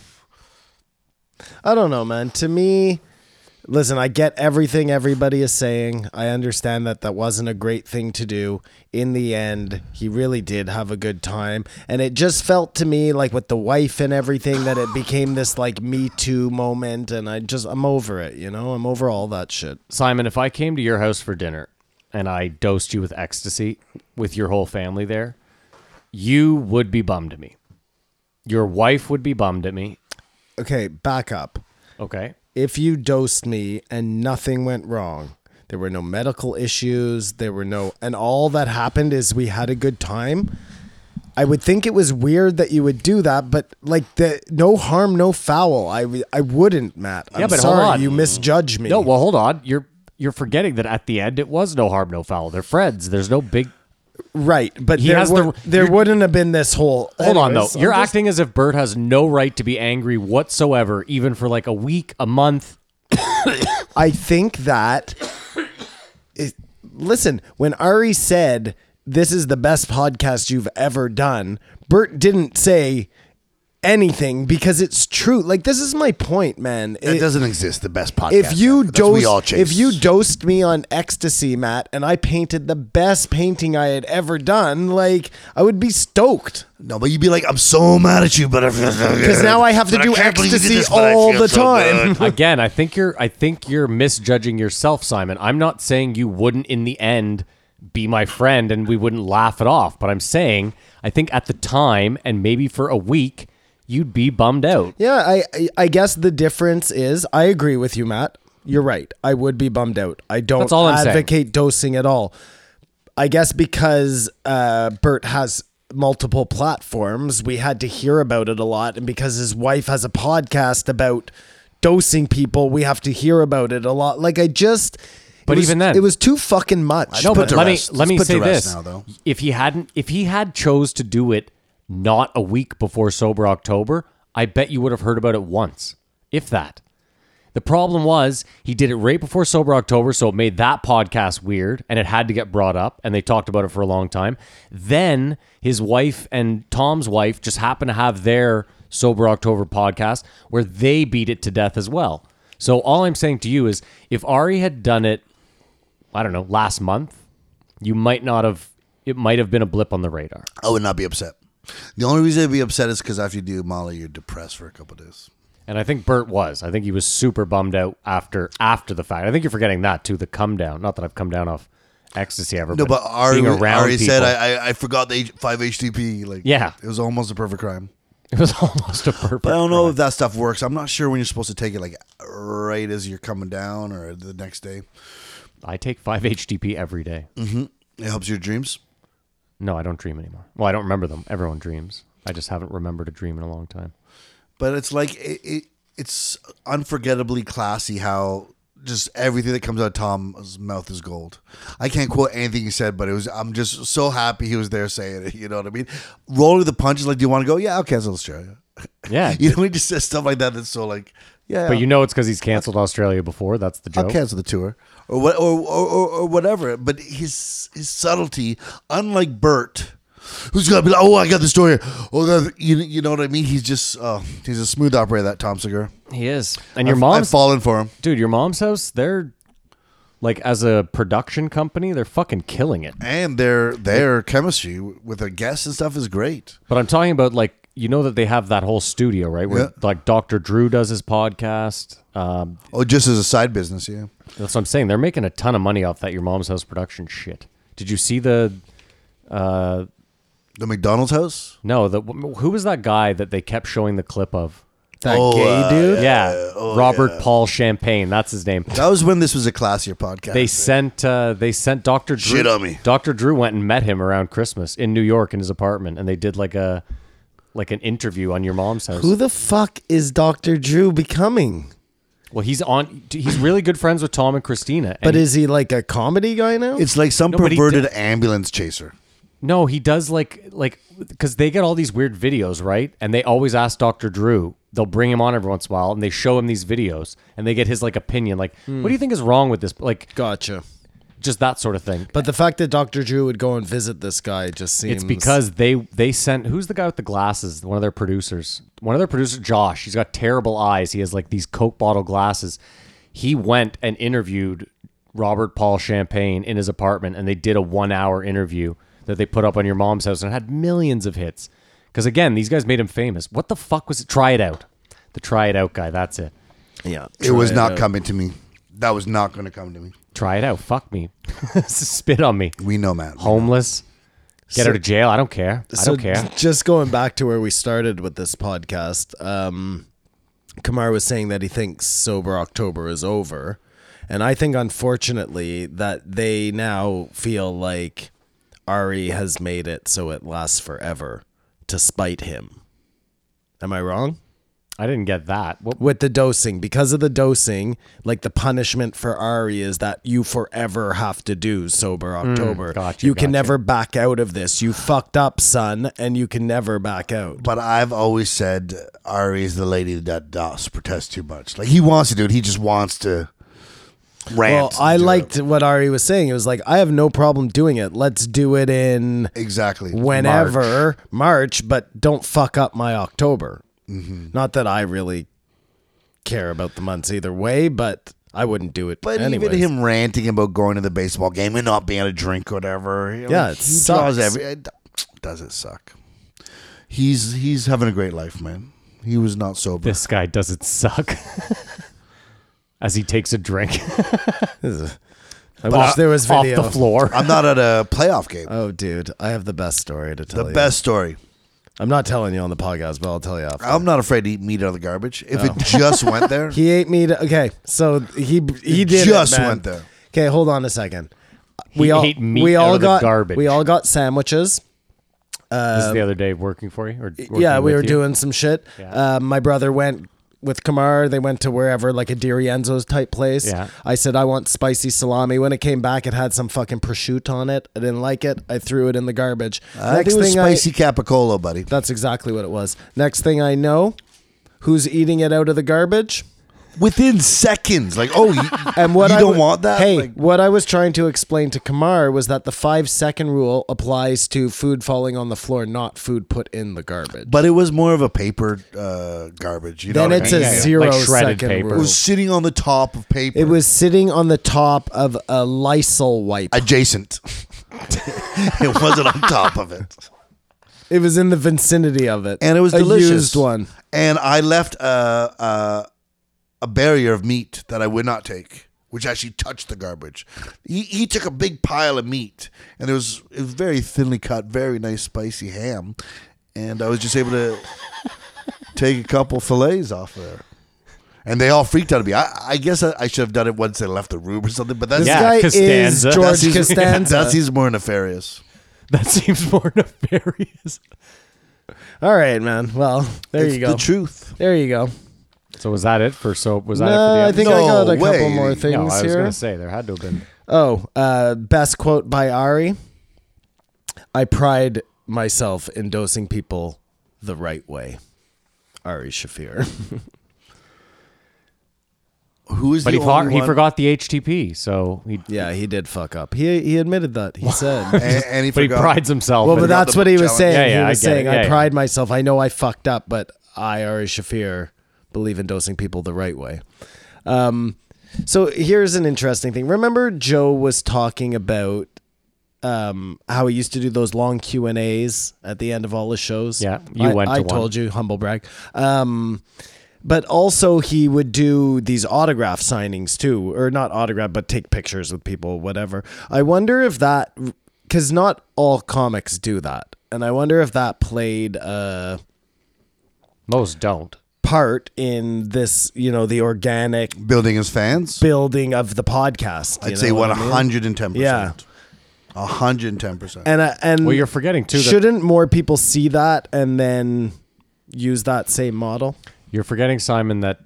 Speaker 3: I don't know, man. To me, listen, I get everything everybody is saying. I understand that that wasn't a great thing to do. In the end, he really did have a good time. And it just felt to me like with the wife and everything that it became this like Me Too moment. And I just, I'm over it, you know? I'm over all that shit.
Speaker 1: Simon, if I came to your house for dinner and I dosed you with ecstasy with your whole family there, you would be bummed at me. Your wife would be bummed at me.
Speaker 3: Okay, back up.
Speaker 1: Okay.
Speaker 3: If you dosed me and nothing went wrong, there were no medical issues, there were no, and all that happened is we had a good time. I would think it was weird that you would do that, but like the no harm, no foul. I w- I wouldn't, Matt. I'm
Speaker 1: Yeah, but hold
Speaker 3: sorry,
Speaker 1: on.
Speaker 3: you misjudge me.
Speaker 1: No, well, hold on. You're you're forgetting that at the end it was no harm, no foul. They're friends. There's no big.
Speaker 3: right, but
Speaker 1: He
Speaker 3: there,
Speaker 1: has
Speaker 3: wou-
Speaker 1: the-
Speaker 3: there wouldn't have been this whole.
Speaker 1: Hold on though.
Speaker 3: Anyways, I'm
Speaker 1: You're
Speaker 3: just-
Speaker 1: acting as if Bert has no right to be angry whatsoever, even for like a week, a month.
Speaker 3: I think that. It, listen, when Ari said this is the best podcast you've ever done, Bert didn't say anything because it's true. Like this is my point, man.
Speaker 2: It,
Speaker 3: It-
Speaker 2: doesn't exist. The best podcast.
Speaker 3: if you
Speaker 2: ever. That's what we all
Speaker 3: dosed,
Speaker 2: chase.
Speaker 3: if you dosed me on ecstasy, Matt, and I painted the best painting I had ever done, like I would be stoked
Speaker 2: no, but you'd be like, "I'm so mad at you," but because
Speaker 3: because now I have to do ecstasy all the time.
Speaker 1: Again, I think you're I think you're misjudging yourself, Simon. I'm not saying you wouldn't in the end be my friend and we wouldn't laugh it off, but I'm saying I think at the time and maybe for a week you'd be bummed out.
Speaker 3: Yeah, I, I I guess the difference is I agree with you, Matt. You're right. I would be bummed out. I don't
Speaker 1: That's all I'm saying.
Speaker 3: advocate dosing at all. I guess because uh, Bert has multiple platforms, we had to hear about it a lot. And because his wife has a podcast about dosing people, we have to hear about it a lot. Like, I just.
Speaker 1: But
Speaker 3: it was-
Speaker 1: even then-
Speaker 3: it was too fucking much.
Speaker 1: No, but
Speaker 2: put to
Speaker 1: let me
Speaker 2: rest.
Speaker 1: let me
Speaker 2: Let's put
Speaker 1: say
Speaker 2: to rest
Speaker 1: this:
Speaker 2: now, though.
Speaker 1: if he hadn't, if he had chose to do it not a week before sober October, I bet you would have heard about it once, if that. The problem was he did it right before sober October, so it made that podcast weird, and it had to get brought up, and they talked about it for a long time. Then his wife and Tom's wife just happened to have their sober October podcast where they beat it to death as well. So all I'm saying to you is, if Ari had done it I don't know, last month, you might not have. It might have been a blip on the radar.
Speaker 2: I would not be upset. The only reason I'd be upset is because after you do Molly, you're depressed for a couple days.
Speaker 1: And I think Bert was. I think he was super bummed out after after the fact. I think you're forgetting that too. The come down. Not that I've come down off ecstasy ever.
Speaker 2: No, but Ari,
Speaker 1: being around
Speaker 2: Ari
Speaker 1: people,
Speaker 2: said I, I I forgot the H- five HTP. Like
Speaker 1: Yeah.
Speaker 2: it was almost a perfect crime.
Speaker 1: it was almost a perfect.
Speaker 2: But I don't know
Speaker 1: crime.
Speaker 2: if that stuff works. I'm not sure when you're supposed to take it, like right as you're coming down or the next day.
Speaker 1: I take five HTP every day.
Speaker 2: It helps your dreams.
Speaker 1: No, I don't dream anymore. Well, I don't remember them. Everyone dreams. I just haven't remembered a dream in a long time.
Speaker 2: but it's like it, it it's unforgettably classy how just everything that comes out of Tom's mouth is gold. I can't quote anything he said, but it was I'm just so happy he was there saying it. You know what I mean? Rolling the punches, like, do you want to go? Yeah, I'll cancel Australia.
Speaker 1: Yeah,
Speaker 2: You know, he just says stuff like that. That's so like, yeah,
Speaker 1: but you know it's because he's canceled Australia before. That's the
Speaker 2: I'll
Speaker 1: joke.
Speaker 2: cancel the tour or what or, or, or, or whatever. But his his subtlety, unlike Bert, who's gonna be like, oh, I got the story. Oh, the, you you know what I mean? He's just uh, he's a smooth operator. That Tom Segura.
Speaker 1: He is. And your
Speaker 2: I've-
Speaker 1: mom's
Speaker 2: I've fallen for him.
Speaker 1: dude your mom's house they're like as a production company they're fucking killing it
Speaker 2: and their their chemistry with a guest and stuff is great.
Speaker 1: but i'm talking about like you know that they have that whole studio right where
Speaker 2: Yeah.
Speaker 1: like dr drew does his podcast um,
Speaker 2: Oh, just as a side business, yeah.
Speaker 1: that's what i'm saying they're making a ton of money off that your mom's house production shit did you see the
Speaker 2: The McDonald's house.
Speaker 1: no the who was that guy that they kept showing the clip of
Speaker 3: That
Speaker 2: Oh,
Speaker 3: gay
Speaker 2: uh,
Speaker 3: dude.
Speaker 1: yeah, robert paul champagne that's his name
Speaker 2: That was when this was a classier podcast.
Speaker 1: They sent uh, they sent Doctor Drew.
Speaker 2: Shit on me.
Speaker 1: Doctor Drew went and met him around Christmas in New York in his apartment, and they did like a like an interview on your mom's house.
Speaker 3: Who the fuck is Dr. Drew becoming?
Speaker 1: Well, he's on. He's really good friends with Tom and Christina. and
Speaker 3: But
Speaker 1: he-
Speaker 3: is he like a comedy guy now?
Speaker 2: it's like some
Speaker 1: No, but he
Speaker 2: perverted ambulance chaser.
Speaker 1: no, he does like like because they get all these weird videos, right? And they always ask Doctor Drew. They'll bring him on every once in a while, and they show him these videos, and they get his like opinion, like,
Speaker 3: Hmm.
Speaker 1: "What do you think is wrong with this?" Like,
Speaker 3: gotcha.
Speaker 1: just that sort of thing.
Speaker 3: But the fact that Dr. Drew would go and visit this guy just seems
Speaker 1: It's because they they sent who's the guy with the glasses? One of their producers. One of their producers, Josh. He's got terrible eyes. He has like these Coke bottle glasses. He went and interviewed Robert Paul Champagne in his apartment, and they did a one hour interview that they put up on your mom's house, and it had millions of hits. Because again, these guys made him famous. What the fuck was it? Try it out. The try it out guy. That's it.
Speaker 3: yeah,
Speaker 2: it was
Speaker 3: try
Speaker 2: not
Speaker 3: out.
Speaker 2: coming to me. That was not going to come to me.
Speaker 1: Try it out. Fuck me. Spit on me.
Speaker 2: We know, Matt.
Speaker 1: Homeless. Get
Speaker 3: So-
Speaker 1: out of jail. I don't care. I
Speaker 3: so
Speaker 1: don't care.
Speaker 3: j- Just going back to where we started with this podcast, um, Kamar was saying that he thinks sober October is over, and I think unfortunately that they now feel like Ari has made it so it lasts forever to spite him. Am I wrong?
Speaker 1: I didn't get that. What,
Speaker 3: with the dosing because of the dosing like the punishment for ari is that you forever have to do sober october
Speaker 1: Mm, gotcha,
Speaker 3: you can
Speaker 1: gotcha.
Speaker 3: never back out of this you fucked up son and you can never back out
Speaker 2: But I've always said Ari is the lady that does protest too much. Like he wants to do it. He just wants to
Speaker 3: well
Speaker 2: rant.
Speaker 3: i
Speaker 2: and do
Speaker 3: liked what ari was saying it was like i have no problem doing it let's do it in
Speaker 2: it. exactly March.
Speaker 3: whenever march, but don't fuck up my october
Speaker 1: Mm-hmm.
Speaker 3: not that i really care about the months either way but i wouldn't do it
Speaker 2: But
Speaker 3: anyways.
Speaker 2: even him ranting about going to the baseball game and not being able to drink or whatever. you know,
Speaker 3: Yeah, it
Speaker 2: he draws
Speaker 3: sucks.
Speaker 2: every- it- does it suck? He's he's having a great life, man. He was not sober.
Speaker 1: this guy doesn't suck. As he takes a drink
Speaker 3: i wish there was
Speaker 1: off
Speaker 3: video
Speaker 1: the floor.
Speaker 2: I'm not at a playoff game.
Speaker 3: Oh, dude, I have the best story to tell
Speaker 2: the
Speaker 3: you.
Speaker 2: best story.
Speaker 3: I'm not telling you on the podcast, but I'll tell you after.
Speaker 2: I'm not afraid to eat meat out of the garbage. If
Speaker 3: Oh.
Speaker 2: it just went there,
Speaker 3: he ate me. To, okay, so he he did it,
Speaker 2: just
Speaker 3: man.
Speaker 2: went there.
Speaker 3: Okay, hold on a second.
Speaker 1: He
Speaker 3: all
Speaker 1: ate meat
Speaker 3: we
Speaker 1: out
Speaker 3: all
Speaker 1: of the
Speaker 3: got
Speaker 1: garbage.
Speaker 3: we all got sandwiches.
Speaker 1: this is the other day working for you, or working
Speaker 3: yeah, we
Speaker 1: with
Speaker 3: were
Speaker 1: you?
Speaker 3: doing some shit.
Speaker 1: Yeah.
Speaker 3: Uh, my brother went with Kamar. They went to wherever, like a Dirienzo's type place.
Speaker 1: Yeah.
Speaker 3: I said, I want spicy salami. When it came back, it had some fucking prosciutto on it. I didn't like it. I threw it in the garbage.
Speaker 2: I think it was spicy capicola, buddy.
Speaker 3: I, that's exactly what it was. Next thing I know, who's eating it out of the garbage?
Speaker 2: Within seconds, like oh, you,
Speaker 3: And what
Speaker 2: you
Speaker 3: I
Speaker 2: don't
Speaker 3: w-
Speaker 2: want that.
Speaker 3: Hey,
Speaker 2: Like,
Speaker 3: what I was trying to explain to Kamar was that the five second rule applies to food falling on the floor, not food put in the garbage.
Speaker 2: but it was more of a paper uh, garbage. You know,
Speaker 3: then
Speaker 2: what I
Speaker 3: it's
Speaker 2: mean?
Speaker 3: a
Speaker 1: Yeah, yeah.
Speaker 3: zero
Speaker 1: Like
Speaker 3: second
Speaker 1: shredded paper.
Speaker 2: It
Speaker 3: rule.
Speaker 2: was sitting on the top of paper.
Speaker 3: It was sitting on the top of a Lysol wipe.
Speaker 2: adjacent. it wasn't on top of it.
Speaker 3: it was in the vicinity of it,
Speaker 2: and it was
Speaker 3: a
Speaker 2: delicious.
Speaker 3: Used one.
Speaker 2: And I left a, a a barrier of meat that I would not take, which actually touched the garbage. He, he took a big pile of meat, and it was it was very thinly cut, very nice spicy ham, and I was just able to take a couple fillets off there. And they all freaked out at me. I, I guess I, I should have done it once they left the room or something. But that's
Speaker 3: This
Speaker 1: Yeah,
Speaker 3: guy
Speaker 1: Costanza.
Speaker 3: is
Speaker 2: that's
Speaker 3: George
Speaker 2: even-
Speaker 3: Costanza.
Speaker 2: That's even more nefarious.
Speaker 1: That seems more nefarious.
Speaker 3: All right, man. Well, there
Speaker 2: It's
Speaker 3: you go.
Speaker 2: The truth.
Speaker 3: there you go.
Speaker 1: So was that it for so was that it for the
Speaker 3: No, I think
Speaker 1: episode?
Speaker 3: I got a
Speaker 2: No way.
Speaker 3: couple more things
Speaker 1: no, I was
Speaker 3: here.
Speaker 1: gonna say there had to have been
Speaker 3: Oh, uh, best quote by Ari. I pride myself in dosing people the right way. Ari Shafir.
Speaker 2: Who is
Speaker 1: But
Speaker 2: the
Speaker 1: he, fought,
Speaker 2: only
Speaker 1: he
Speaker 2: one-
Speaker 1: forgot the HTP, so he
Speaker 3: yeah, he did fuck up. He he admitted that. He said.
Speaker 2: And, and he
Speaker 1: but he
Speaker 2: forgot.
Speaker 1: prides himself.
Speaker 3: Well,
Speaker 1: in-
Speaker 3: but
Speaker 2: not
Speaker 3: that's
Speaker 2: the
Speaker 3: what he was
Speaker 2: challenge.
Speaker 3: saying.
Speaker 1: Yeah, yeah,
Speaker 3: he
Speaker 1: I
Speaker 3: was
Speaker 1: get
Speaker 3: saying,
Speaker 1: it.
Speaker 3: I
Speaker 1: Yeah,
Speaker 3: pride myself. I know I fucked up, but I, Ari Shafir, believe in dosing people the right way. Um, so here's an interesting thing. Remember, Joe was talking about um, how he used to do those long Q and A's at the end of all his shows.
Speaker 1: Yeah, you
Speaker 3: I,
Speaker 1: went to
Speaker 3: I
Speaker 1: one.
Speaker 3: told you, humble brag. Um, but also he would do these autograph signings too or not autograph but take pictures with people whatever i wonder if that because not all comics do that and i wonder if that played a
Speaker 1: most don't.
Speaker 3: part in this you know the organic
Speaker 2: building his fans.
Speaker 3: building of the podcast you
Speaker 2: I'd say
Speaker 3: know
Speaker 2: one
Speaker 3: what I mean?
Speaker 2: hundred and ten
Speaker 3: Yeah.
Speaker 2: percent. A hundred and ten percent.
Speaker 3: and I, and
Speaker 1: Well, you're forgetting too. That
Speaker 3: shouldn't more people see that and then use that same model
Speaker 1: you're forgetting Simon that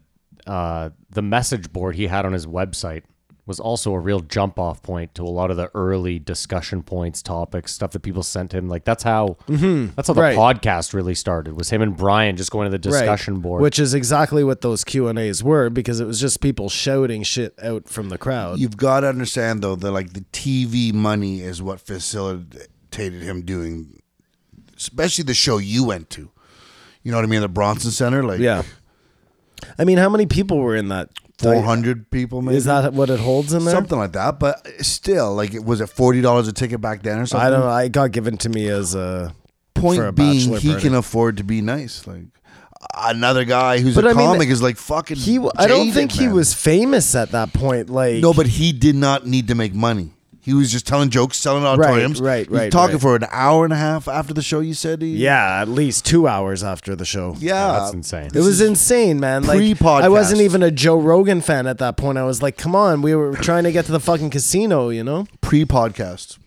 Speaker 1: uh, the message board he had on his website was also a real jump off point to a lot of the early discussion points, topics, stuff that people sent him. Like that's how that's how the
Speaker 3: Mm-hmm. Right.
Speaker 1: podcast really started. Was him and Brian just going to the discussion
Speaker 3: right.
Speaker 1: board?
Speaker 3: which is exactly what those q and a's were because it was just people shouting shit out from the crowd
Speaker 2: You've got to understand though that like the TV money is what facilitated him doing, especially the show you went to. You know what I mean? The Bronson Center, like
Speaker 3: Yeah. I mean, how many people were in that?
Speaker 2: four hundred people, maybe
Speaker 3: Is that what it holds in there?
Speaker 2: something like that. But still, like, it was it forty dollars a ticket back then or something?
Speaker 3: I don't know. It got given to me as a
Speaker 2: Point
Speaker 3: for a
Speaker 2: being,
Speaker 3: bachelor
Speaker 2: he
Speaker 3: party.
Speaker 2: can afford to be nice. Like another guy who's
Speaker 3: But
Speaker 2: a
Speaker 3: I mean,
Speaker 2: comic is like fucking.
Speaker 3: He, w- I don't
Speaker 2: jaded,
Speaker 3: think he
Speaker 2: man.
Speaker 3: was famous at that point. Like
Speaker 2: No, but he did not need to make money. He was just telling jokes, selling auditoriums.
Speaker 3: right,
Speaker 2: He
Speaker 3: right,
Speaker 2: talking
Speaker 3: right.
Speaker 2: for an hour and a half after the show. You said he.
Speaker 3: yeah, at least two hours after the show.
Speaker 2: yeah.
Speaker 1: that's insane.
Speaker 3: It was insane, man. Like
Speaker 2: Pre-podcast.
Speaker 3: I wasn't even a Joe Rogan fan at that point. I was like, come on, we were trying to get to the fucking casino, you know?
Speaker 2: Pre-podcast.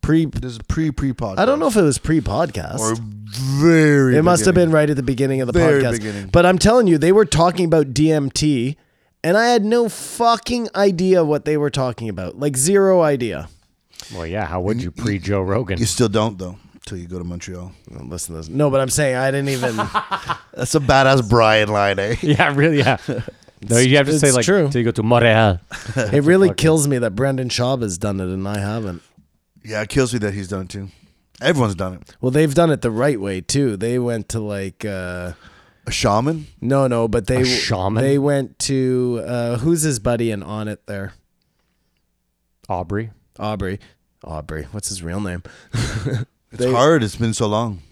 Speaker 3: Pre
Speaker 2: This is pre-pre-podcast.
Speaker 3: I don't know if it was pre-podcast.
Speaker 2: Or very.
Speaker 3: It must have
Speaker 2: beginning.
Speaker 3: been right at the beginning of the
Speaker 2: Very
Speaker 3: podcast.
Speaker 2: beginning.
Speaker 3: But I'm telling you, they were talking about DMT, and I had no fucking idea what they were talking about. Like zero idea.
Speaker 1: well, yeah. How would you pre Joe Rogan?
Speaker 2: You still don't though until you go to Montreal.
Speaker 3: Oh, Listen to this. No, but I'm saying I didn't even.
Speaker 2: That's a badass Brian line, eh?
Speaker 1: Yeah, really. Yeah. No, you have to
Speaker 3: It's-
Speaker 1: say
Speaker 3: it's
Speaker 1: like
Speaker 3: true.
Speaker 1: till you go to Montreal.
Speaker 3: it really kills me that Brendan Schaub has done it and I haven't.
Speaker 2: Yeah, it kills me that he's done it too. Everyone's done it.
Speaker 3: Well, they've done it the right way too. They went to like uh,
Speaker 2: A shaman.
Speaker 3: no, no, but they
Speaker 1: A shaman?
Speaker 3: they went to uh, who's his buddy and on it there
Speaker 1: Aubrey.
Speaker 3: Aubrey, Aubrey. What's his real name?
Speaker 2: It's hard. It's been so long.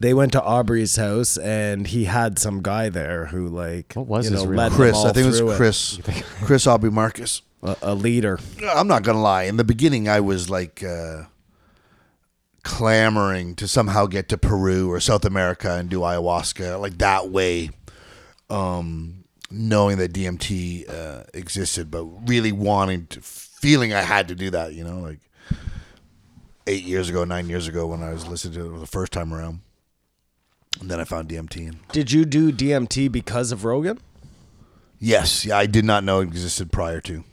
Speaker 3: they went to Aubrey's house and he had some guy there who like
Speaker 1: What was
Speaker 3: you
Speaker 1: his
Speaker 3: know,
Speaker 1: real
Speaker 3: led
Speaker 1: name?
Speaker 3: them
Speaker 2: Chris,
Speaker 3: all
Speaker 2: I think it
Speaker 3: through
Speaker 2: was Chris. Chris Aubrey Marcus.
Speaker 3: a, a leader.
Speaker 2: I'm not gonna lie. In the beginning, I was like uh, clamoring to somehow get to Peru or South America and do ayahuasca like that way, um, knowing that DMT uh, existed, but really wanting to feeling I had to do that, you know, like eight years ago, nine years ago when I was listening to it the first time around. And then I found DMT. And
Speaker 3: Did you do DMT because of Rogan?
Speaker 2: yes, yeah, I did not know it existed prior to.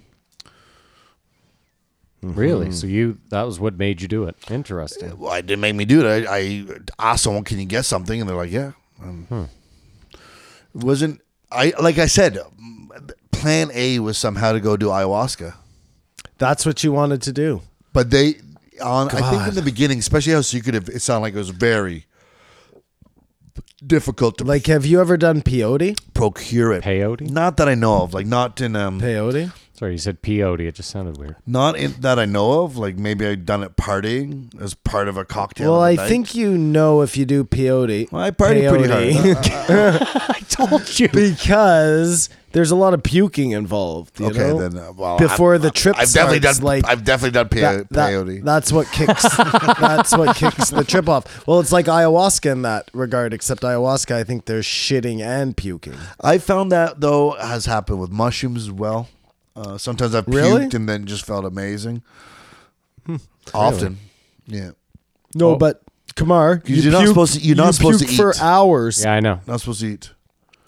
Speaker 3: Mm-hmm.
Speaker 1: Really? So you that was what made you do it? Interesting.
Speaker 2: Well, it didn't make me do it. I, I asked someone, "Can you get something?" And they're like, "Yeah." Um,
Speaker 3: Hmm.
Speaker 2: It wasn't I like I said. Plan A was somehow to go do ayahuasca.
Speaker 3: That's what you wanted to do.
Speaker 2: But they on I think in
Speaker 3: God.
Speaker 2: the beginning, especially how secretive, it sounded like it was very difficult to
Speaker 3: Like, have you ever done peyote?
Speaker 2: procure it.
Speaker 1: Peyote?
Speaker 2: Not that I know of. Like not in um
Speaker 3: Peyote?
Speaker 1: Sorry, you said peyote. It just sounded weird.
Speaker 2: not in that I know of. Like maybe I'd done it partying as part of a cocktail.
Speaker 3: Well,
Speaker 2: at
Speaker 3: I
Speaker 2: night.
Speaker 3: think you know if you do peyote.
Speaker 2: Well, I party pretty
Speaker 3: Peyote.
Speaker 2: hard.
Speaker 1: I told you.
Speaker 3: because there's a lot of puking involved. You
Speaker 2: okay,
Speaker 3: know?
Speaker 2: then uh, well,
Speaker 3: before
Speaker 2: I've-
Speaker 3: the trip
Speaker 2: I've definitely
Speaker 3: starts,
Speaker 2: done
Speaker 3: like
Speaker 2: I've definitely done pey-
Speaker 3: that- that-
Speaker 2: peyote.
Speaker 3: That's what kicks. that's what kicks the trip off. Well, it's like ayahuasca in that regard, except ayahuasca. I think there's shitting and puking.
Speaker 2: I found that though has happened with mushrooms as well. Uh, sometimes I've puked
Speaker 3: Really? Hmm.
Speaker 2: and then just felt amazing. Often, yeah.
Speaker 3: No,
Speaker 1: Oh.
Speaker 3: but Kamar,
Speaker 2: You're not supposed to- you're not
Speaker 3: you
Speaker 2: supposed to
Speaker 3: puke for
Speaker 2: eat.
Speaker 3: hours.
Speaker 1: Yeah, I know.
Speaker 2: Not supposed to eat.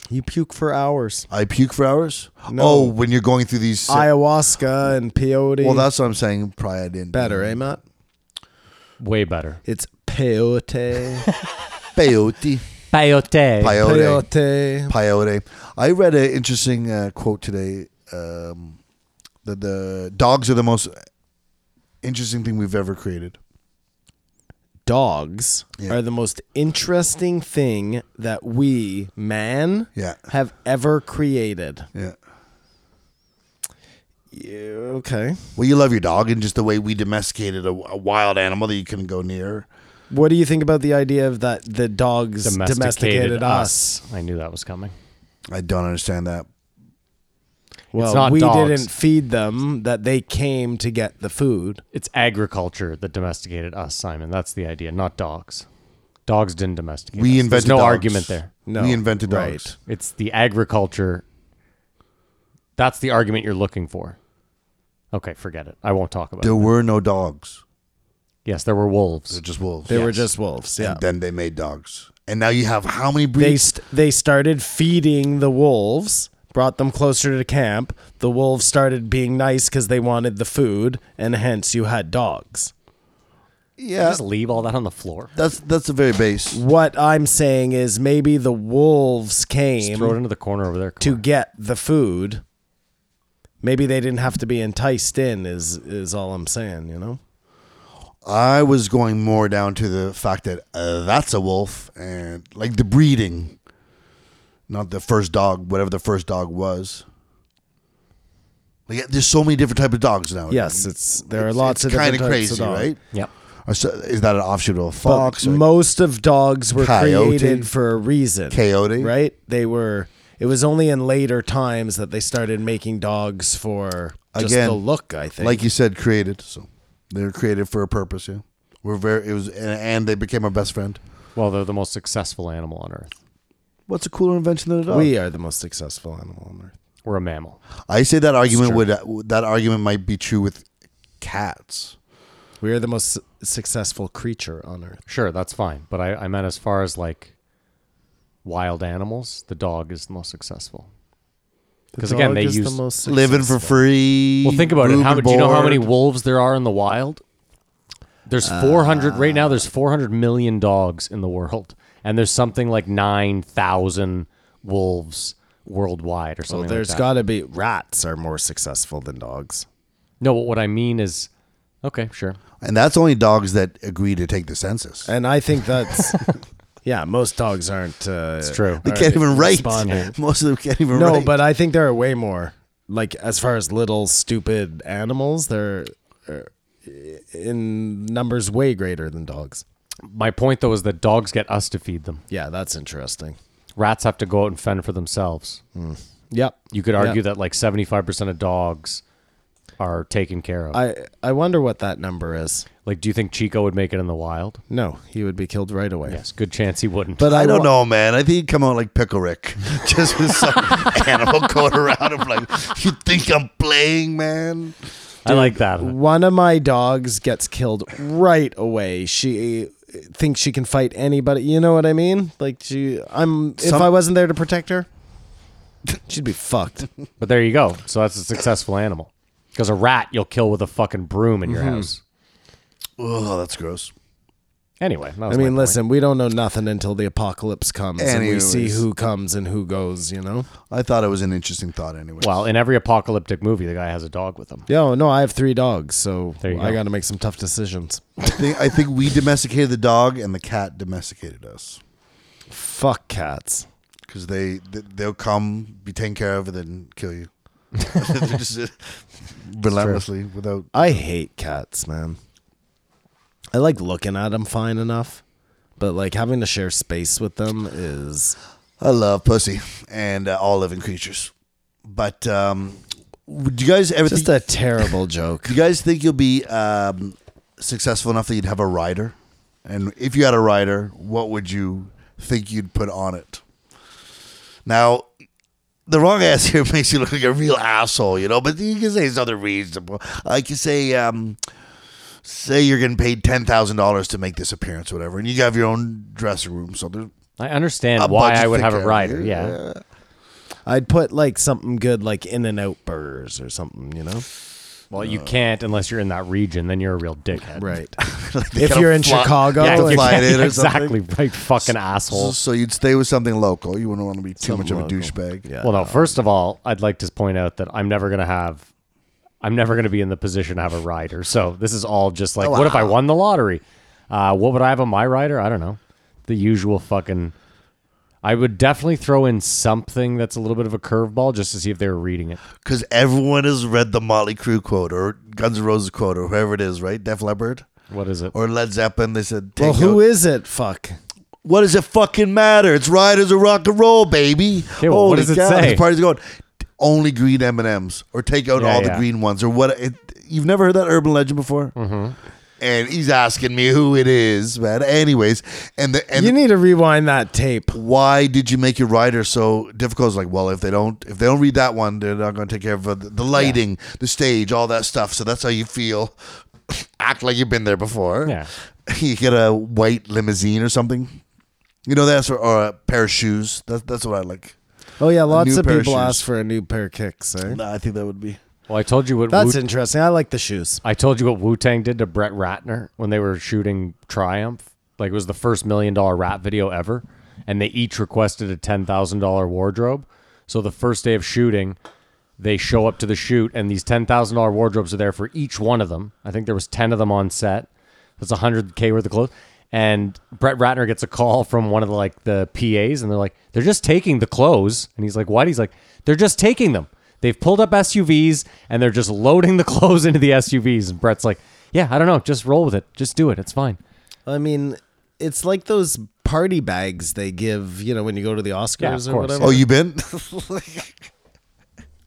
Speaker 3: You puke for hours.
Speaker 2: I puke for hours.
Speaker 3: No.
Speaker 2: Oh, when you're going through these.
Speaker 3: Ayahuasca and peyote.
Speaker 2: well, that's what I'm saying. Probably I didn't.
Speaker 3: better, eh, Matt?
Speaker 1: Way better.
Speaker 3: It's peyote.
Speaker 2: Peyote.
Speaker 1: Peyote.
Speaker 2: Peyote.
Speaker 3: peyote.
Speaker 2: Peyote. I read an interesting uh, quote today. Um, that the dogs are the most interesting thing we've ever created.
Speaker 3: dogs
Speaker 2: Yeah.
Speaker 3: are the most interesting thing that we man
Speaker 2: Yeah.
Speaker 3: have ever created.
Speaker 2: Yeah.
Speaker 3: Yeah, okay.
Speaker 2: Well, you love your dog, and just the way we domesticated a, a wild animal that you couldn't go near.
Speaker 3: What do you think about the idea of that the dogs domesticated,
Speaker 1: Domesticated,
Speaker 3: us?
Speaker 1: us. I knew that was coming.
Speaker 2: I don't understand that.
Speaker 3: Well,
Speaker 1: not
Speaker 3: we
Speaker 1: dogs.
Speaker 3: didn't feed them; that they came to get the food.
Speaker 1: It's agriculture that domesticated us, Simon. That's the idea, not dogs. Dogs didn't domesticate.
Speaker 2: We
Speaker 1: us.
Speaker 2: invented
Speaker 1: There's no
Speaker 2: dogs.
Speaker 1: argument there.
Speaker 3: No,
Speaker 2: we invented dogs.
Speaker 3: right.
Speaker 1: It's the agriculture. That's the argument you're looking for. Okay, forget it. I won't talk about
Speaker 2: There
Speaker 1: it.
Speaker 2: were no dogs.
Speaker 1: Yes, there were wolves.
Speaker 2: They're just wolves.
Speaker 3: They were just wolves. Yeah,
Speaker 2: And then they made dogs, and now you have how many
Speaker 3: they
Speaker 2: breeds?
Speaker 3: st- they started feeding the wolves, brought them closer to camp. The wolves started being nice because they wanted the food, and hence you had dogs.
Speaker 2: yeah,
Speaker 1: Just leave all that on the floor.
Speaker 2: that's that's the very base.
Speaker 3: What I'm saying is maybe the wolves
Speaker 1: Just throw it
Speaker 3: came
Speaker 1: into the corner over there. Come
Speaker 3: to
Speaker 1: on.
Speaker 3: get the food. Maybe they didn't have to be enticed in is is all I'm saying, you know?
Speaker 2: I was going more down to the fact that uh, that's a wolf, and like the breeding, not the first dog, whatever the first dog was. Like, there's so many different type of dogs now.
Speaker 3: Yes, it's there are
Speaker 2: It's-
Speaker 3: lots
Speaker 2: it's
Speaker 3: of different
Speaker 2: kinda
Speaker 3: types
Speaker 2: crazy,
Speaker 3: of dog.
Speaker 2: right?
Speaker 1: Yep.
Speaker 2: Or so- is that an offshoot of a
Speaker 3: But
Speaker 2: fox? or-
Speaker 3: most of dogs were
Speaker 2: Coyote.
Speaker 3: created for a reason.
Speaker 2: Coyote.
Speaker 3: Right? They were it was only in later times that they started making dogs for just
Speaker 2: Again,
Speaker 3: the look, I think.
Speaker 2: like you said, created. So they were created for a purpose. Yeah, we're very. It was, and, and they became our best friend.
Speaker 1: Well, they're the most successful animal on Earth.
Speaker 2: What's a cooler invention than a dog?
Speaker 3: we are the most successful animal on earth.
Speaker 1: We're a mammal.
Speaker 2: I say that argument would that argument might be true with cats.
Speaker 3: We are the most su- successful creature on earth.
Speaker 1: Sure, that's fine. But I, I meant as far as like wild animals, the dog is the most successful. Because again,
Speaker 3: Dog
Speaker 1: they
Speaker 3: is the
Speaker 1: use.
Speaker 3: most
Speaker 2: Living for
Speaker 3: successful.
Speaker 2: free.
Speaker 1: well, think about it.
Speaker 2: room
Speaker 1: How,
Speaker 2: and
Speaker 1: do you know how
Speaker 2: board.
Speaker 1: many wolves there are in the wild? There's
Speaker 3: Uh,
Speaker 1: 400 right now. There's 400 million dogs in the world, and there's something like 9,000 wolves worldwide, or
Speaker 3: Well,
Speaker 1: something.
Speaker 3: there's
Speaker 1: like that.
Speaker 3: got to be rats are more successful than dogs.
Speaker 1: no. But what I mean is, okay, sure.
Speaker 2: And that's only dogs that agree to take the census.
Speaker 3: And I think that's yeah, most dogs aren't uh It's
Speaker 1: true.
Speaker 2: They can't even write.
Speaker 3: responding.
Speaker 2: Most of them can't even
Speaker 3: No,
Speaker 2: write.
Speaker 3: but I think there are way more like as far as little stupid animals, they're are eh, in numbers way greater than dogs.
Speaker 1: My point though is that dogs get us to feed them.
Speaker 3: Yeah, that's interesting.
Speaker 1: Rats have to go out and fend for themselves.
Speaker 3: Yep.
Speaker 1: You could
Speaker 3: Mm-hmm. Yeah.
Speaker 1: argue that like 75% of dogs are taken care of.
Speaker 3: I I wonder what that number is.
Speaker 1: like, do you think Chico would make it in the wild?
Speaker 3: No, he would be killed right away.
Speaker 1: Yes, good chance he wouldn't.
Speaker 3: But
Speaker 2: I don't
Speaker 3: wa-
Speaker 2: know, man. I think he'd come out like Pickle Rick, just with some animal going around him. Like, you think I'm playing, man?
Speaker 1: I like that.
Speaker 3: One of my dogs gets killed right away. She eh, thinks she can fight anybody. You know what I mean? Like she, I'm. if
Speaker 2: Some-
Speaker 3: I wasn't there to protect her, she'd be fucked.
Speaker 1: But there you go. So that's a successful animal. Because a rat you'll kill with a fucking broom in your house.
Speaker 2: Oh, that's gross.
Speaker 1: Anyway, that was my
Speaker 3: I mean,
Speaker 1: point.
Speaker 3: listen, we don't know nothing until the apocalypse comes and we see
Speaker 2: Anyways.
Speaker 3: who comes and who goes. You know?
Speaker 2: I thought it was an interesting thought anyway.
Speaker 1: Well, in every apocalyptic movie, the guy has a dog with him.
Speaker 3: Yeah. oh, No, I have three dogs, so
Speaker 1: There you
Speaker 3: I
Speaker 1: go.
Speaker 3: got to make some tough decisions.
Speaker 2: I think, I think we domesticated the dog and the cat domesticated us
Speaker 3: Fuck cats.
Speaker 2: because they, they they'll come, be taken care of, and then kill you. They're just, uh, relentlessly without.
Speaker 3: I hate cats, man. I like looking at them fine enough, but like having to share space with them is
Speaker 2: I love pussy and uh, all living creatures, but um, do you guys ever
Speaker 3: just
Speaker 2: think,
Speaker 3: a terrible joke.
Speaker 2: do you guys think you'll be um, successful enough that you'd have a rider? And if you had a rider, what would you think you'd put on it? Now, the wrong answer makes you look like a real asshole, you know. But you can say it's other reasonable. Like you say, um, say you're getting paid ten thousand dollars to make this appearance, or whatever, and you have your own dressing room. So there,
Speaker 1: I understand
Speaker 2: A
Speaker 1: why
Speaker 2: budget
Speaker 1: I would have a
Speaker 2: thicker,
Speaker 1: rider.
Speaker 2: yeah.
Speaker 1: Yeah.
Speaker 3: I'd put like something good, like In and Out Burgers or something, you know?
Speaker 1: Well, you can't unless you're in that region. Then you're a real dickhead.
Speaker 3: Right.
Speaker 2: they
Speaker 3: if
Speaker 2: gotta
Speaker 3: you're in
Speaker 2: fly-
Speaker 3: Chicago,
Speaker 2: they
Speaker 1: Yeah,
Speaker 2: have to
Speaker 3: like-
Speaker 1: you
Speaker 2: fly it in
Speaker 1: can't-
Speaker 2: or
Speaker 1: exactly.
Speaker 2: something.
Speaker 1: Right. Fucking asshole.
Speaker 2: So you'd stay with something local. You wouldn't want to be too much of a
Speaker 3: local.
Speaker 2: douchebag.
Speaker 3: Yeah.
Speaker 1: Well, no. First of all, I'd like to point out that I'm never gonna have, I'm never gonna be in the position to have a rider. So this is all just like, what if I won the lottery? Uh, what would I have on my rider? I don't know. The usual fucking. I would definitely throw in something that's a little bit of a curveball just to see if they were reading it.
Speaker 2: Because everyone has read the Motley Crue quote or Guns N' Roses quote or whoever it is, right? Def Leppard
Speaker 1: What is it?
Speaker 2: or Led Zeppelin. They said,
Speaker 3: well,
Speaker 2: take
Speaker 3: who
Speaker 2: out-
Speaker 3: is it? Fuck.
Speaker 2: What does it fucking matter? It's riders of rock and roll, baby.
Speaker 1: Yeah, well, what does it say?
Speaker 2: This party's going. Only green M and M's, or take out
Speaker 1: Yeah,
Speaker 2: all the
Speaker 1: yeah.
Speaker 2: green ones, or what? It, you've never heard that urban legend before. Mm-hmm. And he's asking me who it is, man. Anyways, and the and
Speaker 3: you need to rewind that tape.
Speaker 2: why did you make your rider so difficult? It's like, well, if they don't, if they don't read that one, they're not going to take care of the, the lighting, the stage, all that stuff. So that's how you feel. Act like you've been there before.
Speaker 1: Yeah.
Speaker 2: you get a white limousine or something. You know that's or, or a pair of shoes. That's that's what I like.
Speaker 3: Oh, yeah. Lots
Speaker 2: new
Speaker 3: of
Speaker 2: pair of
Speaker 3: people
Speaker 2: shoes.
Speaker 3: ask for a new pair of kicks, eh?
Speaker 2: Nah, I think that would be.
Speaker 1: Well, I told you what.
Speaker 3: That's
Speaker 1: Wu-
Speaker 3: interesting. I like the shoes.
Speaker 1: I told you what Wu Tang did to Brett Ratner when they were shooting Triumph. Like it was the first million dollar rap video ever, and they each requested a ten thousand dollar wardrobe. So the first day of shooting, they show up to the shoot, and these ten thousand dollar wardrobes are there for each one of them. I think there was ten of them on set. That's hundred k worth of clothes. And Brett Ratner gets a call from one of the like the PAs, and they're like, "They're just taking the clothes." And he's like, "What?" He's like, "They're just taking them. They've pulled up SUVs and they're just loading the clothes into the SUVs." And Brett's like, "Yeah, I don't know. Just roll with it. Just do it. It's fine."
Speaker 3: I mean, it's like those party bags they give, you know, when you go to the Oscars
Speaker 1: of
Speaker 3: or
Speaker 1: course,
Speaker 3: whatever.
Speaker 2: Oh, you been?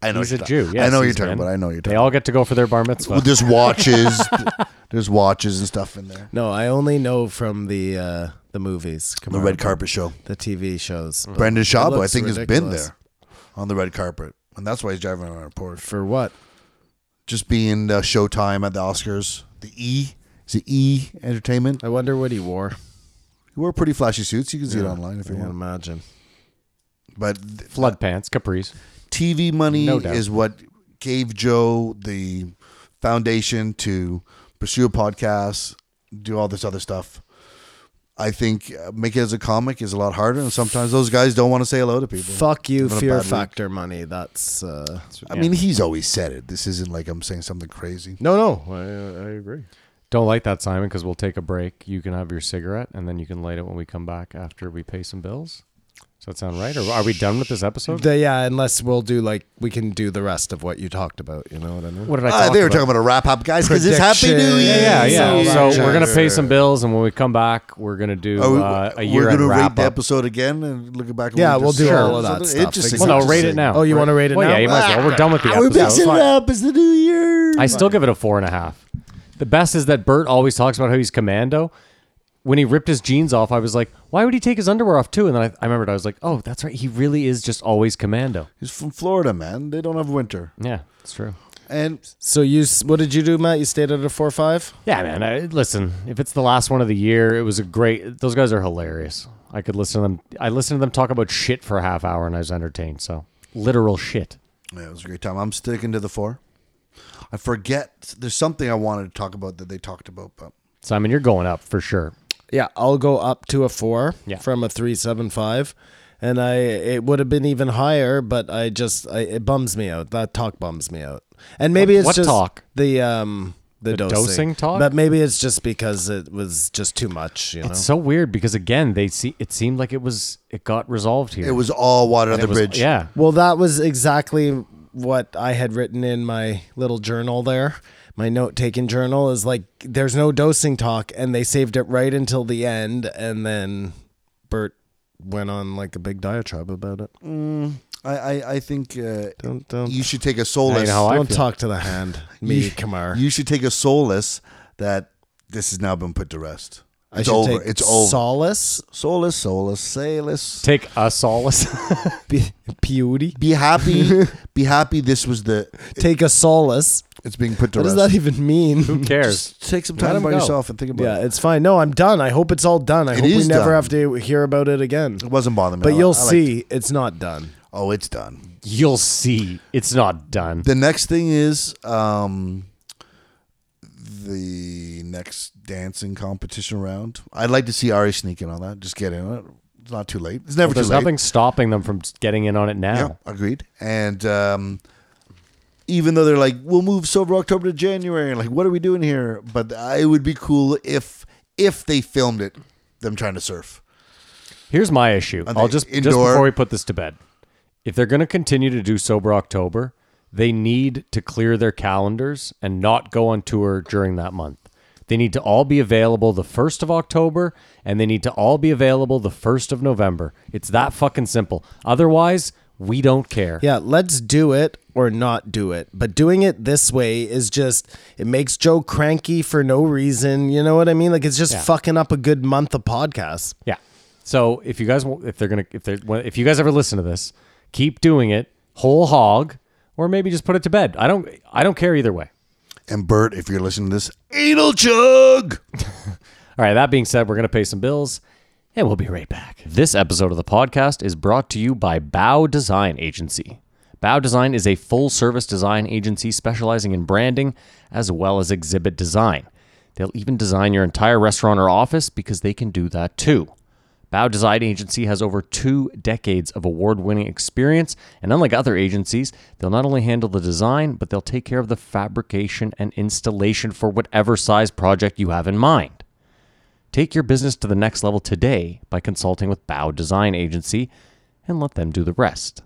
Speaker 2: I know
Speaker 1: He's a
Speaker 2: you're ta-
Speaker 1: Jew.
Speaker 2: I
Speaker 1: Yes,
Speaker 2: know
Speaker 1: he's
Speaker 2: you're talking
Speaker 1: been.
Speaker 2: about. I know you're
Speaker 1: They
Speaker 2: talking.
Speaker 1: all get to go for their bar mitzvah.
Speaker 2: Well, there's watches. there's watches and stuff in there.
Speaker 3: No, I only know from the uh, the movies, Come
Speaker 2: The
Speaker 3: on,
Speaker 2: red carpet Mm. show.
Speaker 3: the TV shows. but
Speaker 2: Brendan Schaub, I
Speaker 3: looks
Speaker 2: think, has been
Speaker 3: ridiculous.
Speaker 2: there on the red carpet, and that's why he's driving on our Porsche.
Speaker 3: For what?
Speaker 2: Just being uh, Showtime at the Oscars, the E is it E Entertainment.
Speaker 3: I wonder what he wore.
Speaker 2: You wear pretty flashy suits. You can see it online if
Speaker 3: I
Speaker 2: you
Speaker 3: can
Speaker 2: want.
Speaker 3: imagine.
Speaker 2: But th-
Speaker 1: flood pants, capris.
Speaker 2: TV money
Speaker 1: No doubt.
Speaker 2: is what gave Joe the foundation to pursue a podcast, do all this other stuff. I think uh, make it as a comic is a lot harder, and sometimes those guys don't want to say hello to people.
Speaker 3: Fuck you,
Speaker 2: Not a
Speaker 3: Fear
Speaker 2: bad week.
Speaker 3: Factor money. That's uh,
Speaker 2: I mean, he's always said it. This isn't like I'm saying something crazy.
Speaker 3: no, no. I, I agree.
Speaker 1: Don't like that, Simon, because we'll take a break. You can have your cigarette, and then you can light it when we come back after we pay some bills. Does that sound right? Or are we done with this episode?
Speaker 3: The- yeah, unless we'll do like we can do the rest of what you talked about. You know what I mean?
Speaker 1: what did I?
Speaker 2: Ah,
Speaker 1: talk
Speaker 2: they were
Speaker 1: about?
Speaker 2: talking about a wrap up, guys, because it's Happy New
Speaker 3: Predictions.
Speaker 2: Year.
Speaker 1: Yeah, Uh, yeah.
Speaker 3: Yeah,
Speaker 1: So
Speaker 3: yeah.
Speaker 1: we're gonna pay some bills, and when we come back, we're gonna do
Speaker 2: Are we-
Speaker 1: uh, a year
Speaker 2: Oh, we're
Speaker 1: end
Speaker 2: gonna rate
Speaker 1: wrap
Speaker 2: the
Speaker 1: up.
Speaker 2: episode again and look back. and
Speaker 3: Yeah,
Speaker 2: we
Speaker 3: we'll
Speaker 2: just-
Speaker 3: do all of that
Speaker 2: Something
Speaker 3: stuff.
Speaker 2: Interesting.
Speaker 1: Well, no, rate
Speaker 2: Interesting.
Speaker 1: it now.
Speaker 3: Oh, you wanna rate it
Speaker 1: well,
Speaker 3: now?
Speaker 1: Yeah, you might as well. We're done with the episode.
Speaker 2: up. It's the new year.
Speaker 1: I still give it a four and a half. The best is that Bert always talks about how he's commando. When he ripped his jeans off, I was like, "Why would he take his underwear off too?" And then I, I remembered, I was like, "Oh, that's right. He really is just always commando."
Speaker 2: He's from Florida, man. They don't have winter.
Speaker 1: Yeah, it's true.
Speaker 2: And
Speaker 3: So you, s- what did you do, Matt? You stayed at a four five.
Speaker 1: Yeah, man. I, listen, if it's the last one of the year, it was a great. Those guys are hilarious. I could listen to them. I listened to them talk about shit for a half hour, and I was entertained. So literal shit.
Speaker 2: yeah, it was a great time. I'm sticking to the four. I forget. There's something I wanted to talk about that they talked about, but
Speaker 1: Simon, you're going up for sure.
Speaker 3: Yeah, I'll go up to a four
Speaker 1: Yeah.
Speaker 3: from a three seven five, and I it would have been even higher, but I just I, it bums me out. That talk bums me out, and maybe
Speaker 1: What-
Speaker 3: it's
Speaker 1: what
Speaker 3: just
Speaker 1: talk?
Speaker 3: the um the,
Speaker 1: The
Speaker 3: dosing.
Speaker 1: dosing talk?
Speaker 3: but maybe it's just because it was just too much. You know,
Speaker 1: It's so weird because again, they see. It seemed like it was. It got resolved here.
Speaker 2: it was all water under
Speaker 1: It
Speaker 2: the
Speaker 1: was-
Speaker 2: bridge.
Speaker 1: Yeah.
Speaker 3: Well, that was exactly what I had written in my little journal there. My note taking journal is like, there's no dosing talk, and they saved it right until the end. And then Bert went on like a big diatribe about it.
Speaker 2: I, I, I think uh,
Speaker 3: Don't, don't,
Speaker 2: Mm. you should take a
Speaker 1: I
Speaker 2: solace.
Speaker 1: know how I
Speaker 3: don't
Speaker 1: feel.
Speaker 3: talk to the hand, me,
Speaker 2: You-
Speaker 3: Kamar.
Speaker 2: You should take a solace that this has now been put to rest.
Speaker 3: I
Speaker 2: It's
Speaker 3: should
Speaker 2: over.
Speaker 3: take
Speaker 2: It's over.
Speaker 3: Solace,
Speaker 2: solace, solace, solace.
Speaker 1: Take a solace.
Speaker 3: be- beauty.
Speaker 2: Be happy. be happy. This was the.
Speaker 3: Take a solace.
Speaker 2: It's being put to
Speaker 3: What does
Speaker 2: rest.
Speaker 3: that even mean?
Speaker 1: Who cares?
Speaker 2: Just take some
Speaker 1: Let
Speaker 2: time
Speaker 1: him
Speaker 2: by
Speaker 1: go.
Speaker 2: yourself and think about
Speaker 3: Yeah,
Speaker 2: it.
Speaker 3: it's fine. No, I'm done. I hope it's all done. I hope we
Speaker 2: is
Speaker 3: never
Speaker 2: done.
Speaker 3: have to hear about it again.
Speaker 2: It wasn't bothering me.
Speaker 3: But
Speaker 2: I-
Speaker 3: you'll
Speaker 2: I liked it.
Speaker 3: see, it's not done.
Speaker 2: Oh, it's done.
Speaker 1: You'll see. It's not done.
Speaker 2: The next thing is um, the next dancing competition round. I'd like to see Ari sneak in on that. Just get in on it. It's not too late. It's never
Speaker 1: There's
Speaker 2: too late.
Speaker 1: nothing stopping them from getting in on it
Speaker 2: Yeah,
Speaker 1: now.
Speaker 2: agreed. And um, even though they're like, we'll move sober October to January, like, what are we doing here? But I, it would be cool if if they filmed it, them trying to surf.
Speaker 1: Here's my issue.
Speaker 2: Are
Speaker 1: I'll
Speaker 2: they
Speaker 1: just just
Speaker 2: indoor?
Speaker 1: before we put this to bed. If they're going to continue to do sober October, they need to clear their calendars and not go on tour during that month. They need to all be available the 1st of October and they need to all be available the 1st of November. It's that fucking simple. Otherwise, we don't care.
Speaker 3: Yeah, let's do it or not do it. But doing it this way is just it makes Joe cranky for no reason. You know what I mean? Like it's just
Speaker 1: Yeah.
Speaker 3: fucking up a good month of podcasts.
Speaker 1: Yeah. So if you guys wa- if they're gonna if they are if you guys ever listen to this, keep doing it whole hog, or maybe just put it to bed. I don't I don't care either way.
Speaker 2: And Bert, if you're listening to this, anal chug.
Speaker 1: All right. That being said, we're gonna pay some bills, and we'll be right back. This episode of the podcast is brought to you by Bow Design Agency. Bow Design is a full service design agency specializing in branding as well as exhibit design. They'll even design your entire restaurant or office because they can do that too. Bow Design Agency has over two decades of award winning experience, and unlike other agencies, they'll not only handle the design, but they'll take care of the fabrication and installation for whatever size project you have in mind. Take your business to the next level today by consulting with Bow Design Agency and let them do the rest.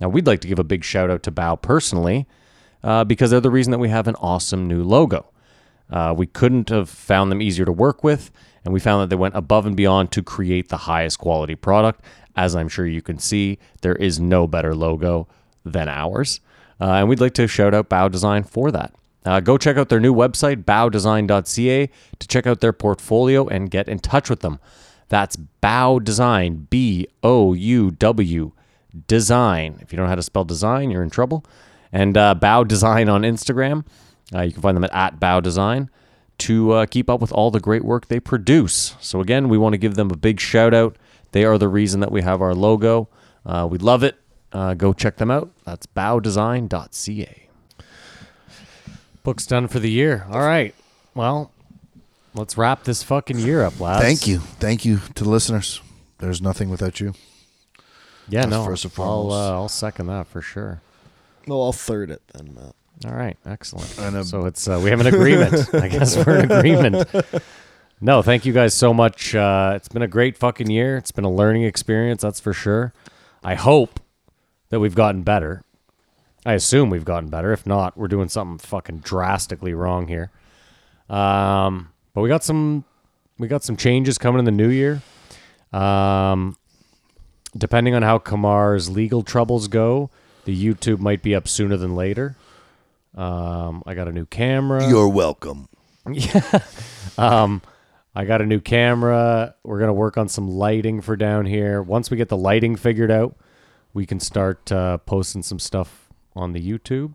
Speaker 1: Now, we'd like to give a big shout out to Bow personally uh, because they're the reason that we have an awesome new logo. Uh, we couldn't have found them easier to work with, and we found that they went above and beyond to create the highest quality product. As I'm sure you can see, there is no better logo than ours. Uh, and we'd like to shout out Bow Design for that. Uh, go check out their new website, bowdesign.ca, to check out their portfolio and get in touch with them. That's Bow Design, B O U W Design. If you don't know how to spell design, you're in trouble. And uh, Bow Design on Instagram. Uh, you can find them at, at Bow Design to uh, keep up with all the great work they produce. So, again, we want to give them a big shout out. They are the reason that we have our logo. Uh, we love it. Uh, go check them out. That's bowdesign.ca. Book's done for the year. All right. Well, let's wrap this fucking year up, lads.
Speaker 2: Thank you, thank you to the listeners. There's nothing without you.
Speaker 1: Yeah,
Speaker 2: That's
Speaker 1: no.
Speaker 2: first and
Speaker 1: I'll,
Speaker 2: foremost.
Speaker 1: uh, I'll second that for sure.
Speaker 3: Well, I'll third it then, Matt.
Speaker 1: All right, excellent.
Speaker 2: And a-
Speaker 1: so it's uh, we have an agreement. I guess we're in agreement. No, thank you guys so much. Uh, it's been a great fucking year. It's been a learning experience, that's for sure. I hope that we've gotten better. I assume we've gotten better. If not, we're doing something fucking drastically wrong here. Um, but we got some we got some changes coming in the new year. Um, depending on how Kamar's legal troubles go, the YouTube might be up sooner than later. Um, I got a new camera. Um,
Speaker 2: You're welcome.
Speaker 1: I got a new camera. We're gonna work on some lighting for down here. Once we get the lighting figured out, we can start uh, posting some stuff on the YouTube.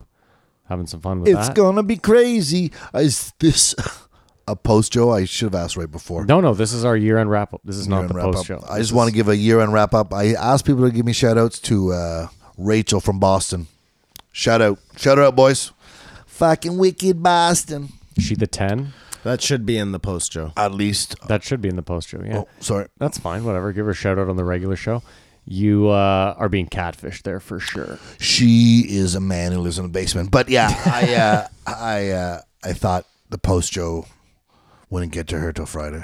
Speaker 1: having some fun with
Speaker 2: It's
Speaker 1: that.
Speaker 2: gonna be crazy. Is this a post Joe? I should have asked right before.
Speaker 1: no, no, this is our year-end wrap up. This is not
Speaker 2: Year-end
Speaker 1: the
Speaker 2: wrap
Speaker 1: post
Speaker 2: up.
Speaker 1: show.
Speaker 2: I just want to give a year end wrap up. I asked people to give me shout outs to uh, Rachel from Boston. Shout out. Shout her out, boys. Fucking wicked Boston.
Speaker 1: She the ten.
Speaker 3: That should be in the post, Joe.
Speaker 2: At least.
Speaker 1: That should be in the post show. Yeah.
Speaker 2: Oh, sorry.
Speaker 1: That's fine. Whatever. Give her a shout out on the regular show. You uh, are being catfished there for sure.
Speaker 2: She is a man who lives in a basement. But yeah, I uh, I uh, I thought the post Joe wouldn't get to her till Friday.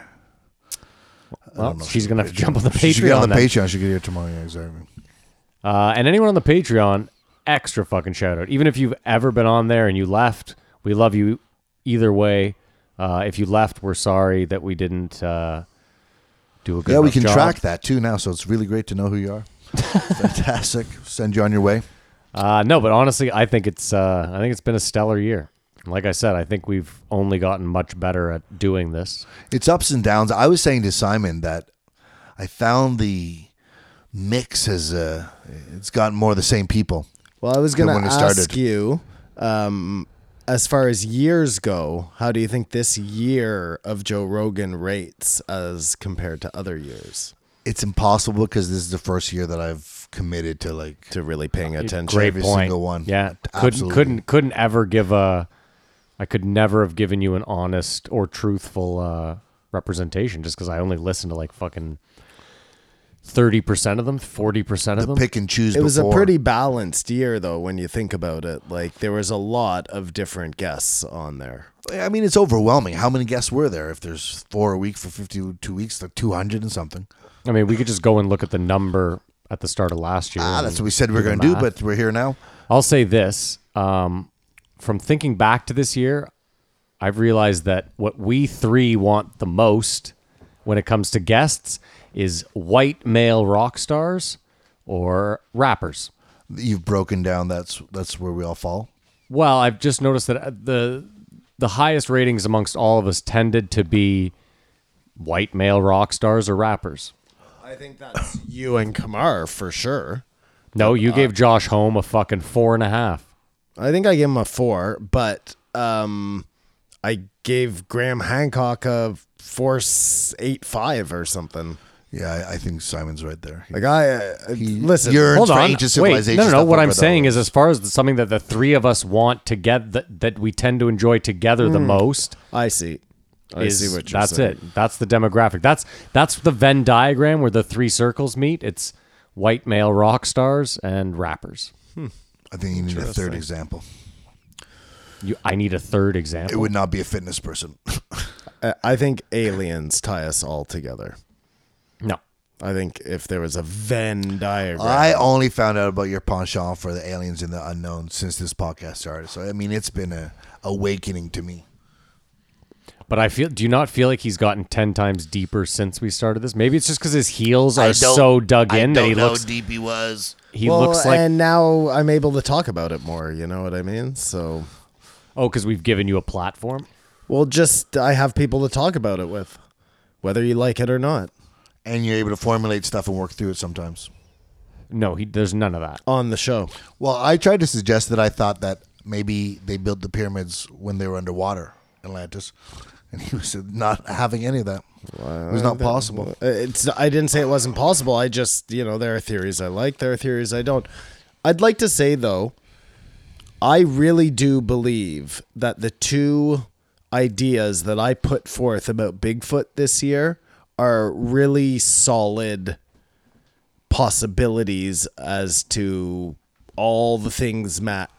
Speaker 1: Well, she's gonna have to jump on the
Speaker 2: She should get
Speaker 1: Patreon.
Speaker 2: on the
Speaker 1: then.
Speaker 2: Patreon. She could get here tomorrow. Yeah, exactly.
Speaker 1: Uh, and anyone on the Patreon, extra fucking shout out. Even if you've ever been on there and you left, we love you either way. Uh, if you left, we're sorry that we didn't uh, do a good.
Speaker 2: Yeah, we
Speaker 1: enough
Speaker 2: can
Speaker 1: job.
Speaker 2: track that too now, so it's really great to know who you are. Fantastic. Send you on your way.
Speaker 1: Uh, no, but honestly, I think it's uh, I think it's been a stellar year. Like I said, I think we've only gotten much better at doing this.
Speaker 2: It's ups and downs. I was saying to Simon that I found the mix has uh, it's gotten more of the same people.
Speaker 3: Well, I was
Speaker 2: Than
Speaker 3: gonna
Speaker 2: when it
Speaker 3: ask
Speaker 2: started.
Speaker 3: you, um, as far as years go, how do you think this year of Joe Rogan rates as compared to other years?
Speaker 2: It's impossible because this is the first year that I've committed to like
Speaker 3: To really paying attention.
Speaker 1: Great
Speaker 2: every
Speaker 1: point.
Speaker 2: single one.
Speaker 1: Yeah, couldn't
Speaker 2: Absolutely.
Speaker 1: couldn't couldn't ever give a. I could never have given you an honest or truthful uh, representation just because I only listened to like fucking thirty percent of them, forty percent of them.
Speaker 2: pick and choose.
Speaker 3: It was a
Speaker 2: before.
Speaker 3: pretty balanced year, though, when you think about it. Like there was a lot of different guests on there.
Speaker 2: I mean, it's overwhelming. How many guests were there? If there's four a week for fifty-two weeks, like two hundred and something.
Speaker 1: I mean, we could just go and look at the number at the start of last year.
Speaker 2: Ah,
Speaker 1: and
Speaker 2: that's what we said we were
Speaker 1: the
Speaker 2: going to do,
Speaker 1: math.
Speaker 2: but we're here now.
Speaker 1: I'll say this: um, from thinking back to this year, I've realized that what we three want the most when it comes to guests is white male rock stars or rappers.
Speaker 2: You've broken down. That's that's where we all fall.
Speaker 1: Well, I've just noticed that uh, the the highest ratings amongst all of us tended to be white male rock stars or rappers.
Speaker 3: I think that's you and Kamar for sure.
Speaker 1: No, you gave Josh Home a fucking four and a half.
Speaker 3: I think I gave him a four, but um, I gave Graham Hancock a four s- eight five or something.
Speaker 2: Yeah, I, I think Simon's right there.
Speaker 3: Like I uh, listen,
Speaker 2: yearns
Speaker 1: Hold
Speaker 2: for
Speaker 1: on.
Speaker 2: ancient
Speaker 1: Wait,
Speaker 2: civilization
Speaker 1: no, no, no.
Speaker 2: stuff
Speaker 1: What
Speaker 2: like
Speaker 1: I'm
Speaker 2: that.
Speaker 1: saying is, as far as the, something that the three of us want to get that, that we tend to enjoy together the most
Speaker 3: I see. Hmm. I
Speaker 1: is
Speaker 3: see what you're
Speaker 1: that's
Speaker 3: saying.
Speaker 1: it. That's the demographic. That's that's the Venn diagram where the three circles meet. It's white male rock stars and rappers.
Speaker 2: I think you need a third example.
Speaker 1: You, I need a third
Speaker 2: It
Speaker 1: example.
Speaker 2: would not be a fitness person.
Speaker 3: I Uh, I think aliens tie us all together.
Speaker 1: no,
Speaker 3: I think if there was a Venn diagram,
Speaker 2: I only found out about your penchant for the aliens and the unknown since this podcast started. So I mean, it's been a awakening to me.
Speaker 1: but I feel. Do you not feel like he's gotten ten times deeper since we started this? Maybe it's just because his heels are so dug in that he looks.
Speaker 2: deep he was.
Speaker 1: He
Speaker 3: well,
Speaker 1: looks like
Speaker 3: and now I'm able to talk about it more. You know what I mean? So,
Speaker 1: oh, because we've given you a platform.
Speaker 3: well, just I have people to talk about it with, whether you like it or not.
Speaker 2: And you're able to formulate stuff and work through it sometimes.
Speaker 1: No, he, there's none of that.
Speaker 3: On the show,
Speaker 2: Well, I tried to suggest that I thought that maybe they built the pyramids when they were underwater, Atlantis, and he was not having any of that. it was not possible.
Speaker 3: Uh, It's I didn't say it wasn't possible. I just you know there are theories I like, there are theories I don't. I'd like to say though, I really do believe that the two ideas that I put forth about Bigfoot this year are really solid possibilities as to all the things Matt,